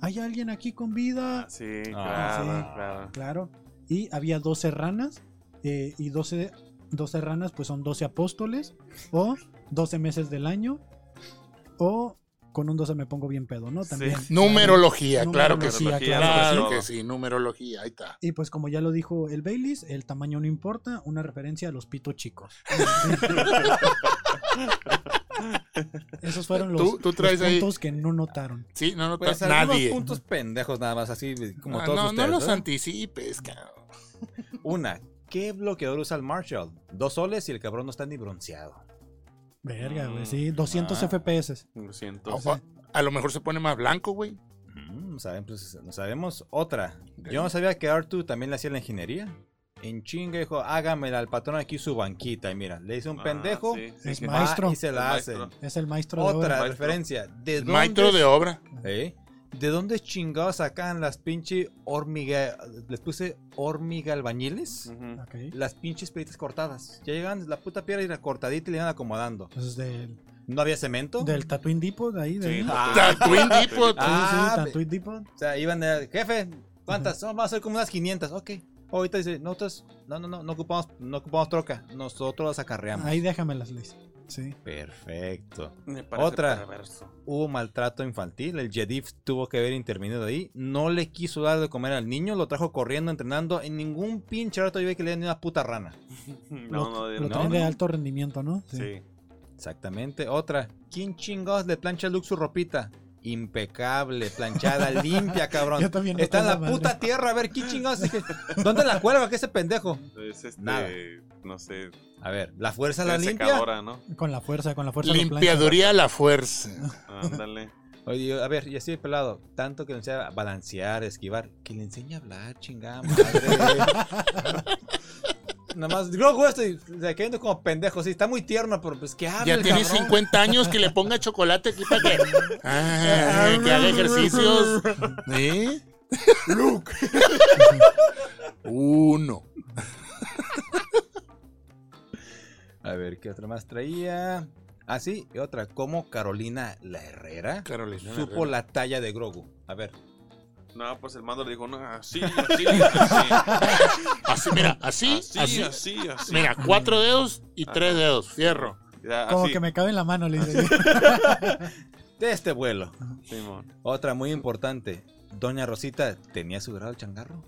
Speaker 2: ¿Hay alguien aquí con vida?
Speaker 1: Sí,
Speaker 3: Ah,
Speaker 1: claro,
Speaker 2: sí.
Speaker 1: claro.
Speaker 2: Claro. Y había 12 ranas. eh, y 12, 12 ranas, pues son 12 apóstoles. O 12 meses del año. O con un 12 me pongo bien pedo, ¿no?
Speaker 1: Sí.
Speaker 2: También.
Speaker 4: Numerología, claro que sí.
Speaker 2: Numerología,
Speaker 1: sí,
Speaker 2: claro
Speaker 4: Claro
Speaker 1: todo.
Speaker 4: que sí, numerología, ahí está.
Speaker 2: Y pues como ya lo dijo el Baileys, el tamaño no importa, una referencia a los pitos chicos. Esos fueron los,
Speaker 4: Tú- tú
Speaker 2: los
Speaker 4: traes ahí-
Speaker 2: puntos que no notaron.
Speaker 4: Sí, no notas
Speaker 3: Pues algunos
Speaker 4: nadie.
Speaker 3: puntos pendejos nada más, así como
Speaker 4: Ah,
Speaker 3: todos
Speaker 4: no, no
Speaker 3: ustedes. ¿eh?
Speaker 4: los
Speaker 3: ¿verdad?
Speaker 4: anticipes, cabrón.
Speaker 3: Una, ¿qué bloqueador usa el Marshall? Dos soles y el cabrón no está ni bronceado.
Speaker 2: Verga, güey,
Speaker 1: Mm,
Speaker 2: sí, 200
Speaker 3: ah.
Speaker 2: FPS.
Speaker 1: Lo siento.
Speaker 4: Ojo, A lo mejor se pone más blanco, güey.
Speaker 3: Mm, no sabemos, pues, no sabemos. Otra, yo no sabía que Artu también le hacía la ingeniería. En chinga dijo, hágamela al patrón aquí su banquita. Y mira, le hizo un
Speaker 1: Ah,
Speaker 3: pendejo.
Speaker 1: sí, sí,
Speaker 2: Es
Speaker 1: que-
Speaker 2: más-
Speaker 3: va
Speaker 2: Maestro.
Speaker 3: Y se
Speaker 1: El
Speaker 3: la hace.
Speaker 1: maestro.
Speaker 2: Es el maestro de
Speaker 3: Otra
Speaker 2: obra.
Speaker 1: Maestro.
Speaker 3: referencia. ¿De dónde
Speaker 4: Maestro de obra.
Speaker 3: ¿Eh? ¿De dónde chingados sacan las pinche hormiga? Les puse hormiga albañiles.
Speaker 1: Ujú.
Speaker 2: Ok.
Speaker 3: Las pinches piedritas cortadas. Ya llegan la puta piedra y la cortadita y le iban acomodando.
Speaker 2: Entonces del,
Speaker 3: ¿No había cemento?
Speaker 2: del Tatooine Depot, de ahí. De ahí.
Speaker 1: Sí,
Speaker 2: Sí,
Speaker 4: Ah, Tatooine Depot.
Speaker 2: sí,
Speaker 3: Ah,
Speaker 2: Tatooine Depot.
Speaker 3: O sea, iban a, jefe, ¿cuántas? No, vamos a hacer como unas 500, ok. Ahorita dice, nosotros, no, no, no, no ocupamos, no ocupamos troca, nosotros las acarreamos.
Speaker 2: Ahí déjamelas, Liz. Sí.
Speaker 3: Perfecto.
Speaker 1: Me parece
Speaker 3: Otra.
Speaker 1: perverso.
Speaker 3: Hubo maltrato infantil, el Jedif tuvo que haber intervenido ahí, no le quiso dar de comer al niño, lo trajo corriendo, entrenando, en ningún pinche rato yo vi que le den una puta rana.
Speaker 1: No, no, de- no,
Speaker 2: Lo traen de
Speaker 1: no.
Speaker 2: alto rendimiento, ¿no?
Speaker 1: Sí.
Speaker 3: Exactamente, otra. ¿Quién chingados le plancha a Luke su ropita? Impecable, planchada, limpia, cabrón.
Speaker 2: Yo también no
Speaker 3: Está en la
Speaker 2: tengo madre.
Speaker 3: puta tierra, a ver, ¿quién chingados? ¿Dónde la cuelga que ese pendejo?
Speaker 1: Es este,
Speaker 3: Nada.
Speaker 1: no sé,
Speaker 3: A ver, la fuerza la
Speaker 1: es
Speaker 3: limpia.
Speaker 1: secadora, ¿no?
Speaker 2: Con la fuerza, con la fuerza. lo plancha.
Speaker 4: Limpiaduría a la fuerza.
Speaker 1: Ándale.
Speaker 3: Oye, a ver, yo estoy pelado. Tanto que le enseña a balancear, esquivar. Que le enseña a hablar, chingada madre. Nada más, Grogu esto y se quedando como pendejo. Sí, está muy tierno, pero pues que hable,
Speaker 4: Ya tiene
Speaker 3: cabrón.
Speaker 4: 50 años que le ponga chocolate aquí para que, Ah, que haga ejercicios. ¿Eh? Luke. Uno.
Speaker 3: A ver, ¿qué otra más traía? Ah, sí, y otra. ¿Cómo Carolina la Herrera
Speaker 4: Carolina.
Speaker 3: supo la talla de Grogu? A ver,
Speaker 1: No, pues el mando le dijo, no, así, así, así,
Speaker 4: Así, mira, así, así.
Speaker 1: así, así, así.
Speaker 4: Mira, cuatro dedos y tres dedos. Fierro.
Speaker 3: Ah,
Speaker 1: Ya,
Speaker 2: Como
Speaker 1: así,
Speaker 2: que me cabe en la mano, Liz. ahí.
Speaker 3: de este vuelo.
Speaker 1: Simón.
Speaker 3: Otra muy importante. Doña Rosita, ¿tenía su grado el changarro?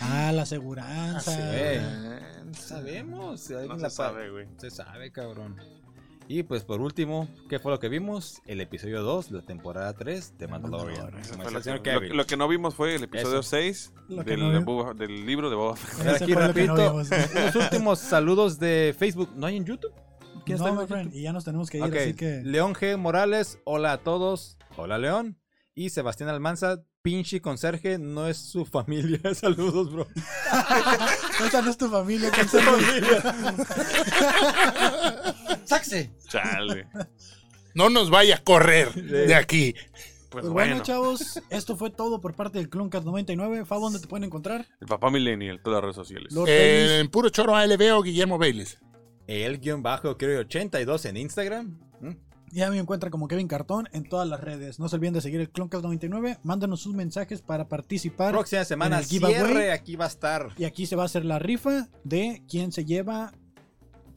Speaker 2: Ah, la aseguranza.
Speaker 4: Así.
Speaker 3: Sabemos. si
Speaker 1: No
Speaker 3: alguien
Speaker 1: se
Speaker 3: la pa-
Speaker 1: sabe, güey.
Speaker 3: Se Eh, sabe, cabrón. Y pues por último, ¿qué fue lo que vimos? El episodio 2 de la temporada 3 de Mandalorian.
Speaker 2: Mandalorian.
Speaker 1: Eso fue
Speaker 3: Como dice el
Speaker 1: lo
Speaker 3: señor
Speaker 1: que- Lo,
Speaker 3: Kevin.
Speaker 1: lo que no vimos fue el episodio
Speaker 3: Eso.
Speaker 1: 6
Speaker 2: Lo que
Speaker 1: del,
Speaker 2: no
Speaker 1: de
Speaker 2: vimos.
Speaker 1: Boba- del libro de Boba Fett.
Speaker 3: Pero
Speaker 2: Ese
Speaker 3: aquí
Speaker 2: fue lo que no
Speaker 3: rapidito.
Speaker 2: vimos.
Speaker 3: Unos últimos saludos de Facebook. ¿No hay en YouTube? ¿Quién
Speaker 2: No,
Speaker 3: está en
Speaker 2: my
Speaker 3: YouTube?
Speaker 2: friend, y ya nos tenemos que ir,
Speaker 3: Ok,
Speaker 2: así que
Speaker 3: León G. Morales, hola a todos. Hola, León. Y Sebastián Almanza, pinche conserje, no es su familia. Saludos, bro.
Speaker 2: esa no es tu familia, que es familia.
Speaker 3: ¡Saxe!
Speaker 1: Pues Chale.
Speaker 4: No nos vaya a correr de aquí.
Speaker 1: Pues
Speaker 2: Pues
Speaker 1: bueno,
Speaker 2: bueno, chavos, esto fue todo por parte del Cluncast 99. Fabo, ¿dónde te pueden encontrar?
Speaker 1: el papá millennial, todas las redes sociales.
Speaker 2: Lo-
Speaker 4: Eh, en puro choro ALB o Guillermo Bailey.
Speaker 3: El guión bajo, creo, 82 en Instagram. ¿Mm?
Speaker 2: Ya me encuentran como Kevin Cartón en todas las redes. No se olviden de seguir el Cluncast 99. Mándanos sus mensajes para participar.
Speaker 3: Próxima semana,
Speaker 2: el giveaway.
Speaker 3: cierre, aquí va a estar.
Speaker 2: Y aquí se va a hacer la rifa de quién se lleva.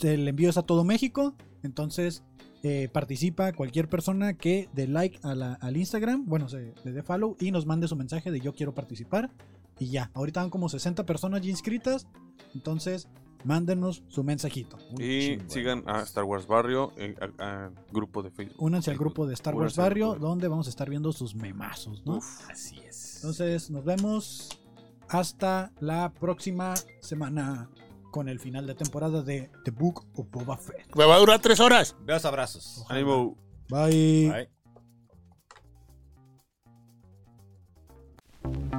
Speaker 2: El envío es a todo México. Entonces eh, participa cualquier persona que dé like a la- al Instagram. Bueno, se le dé follow y nos mande su mensaje de yo quiero participar. Y ya, ahorita van como 60 personas ya inscritas. Entonces, mándenos su mensajito.
Speaker 3: Muy
Speaker 1: y
Speaker 3: chingón.
Speaker 1: sigan a Star Wars Barrio, en- a- a grupo de Facebook.
Speaker 2: Únanse al grupo de Star Wars
Speaker 1: Únanse al
Speaker 2: Barrio,
Speaker 1: grupo.
Speaker 2: donde vamos a estar viendo sus memazos, ¿no?
Speaker 3: Así es.
Speaker 2: Entonces, nos vemos hasta la próxima semana con el final de temporada de The Book of Boba Fett.
Speaker 4: Va a durar tres horas.
Speaker 3: Veos abrazos.
Speaker 1: Ánimo.
Speaker 2: Bye.
Speaker 3: Bye.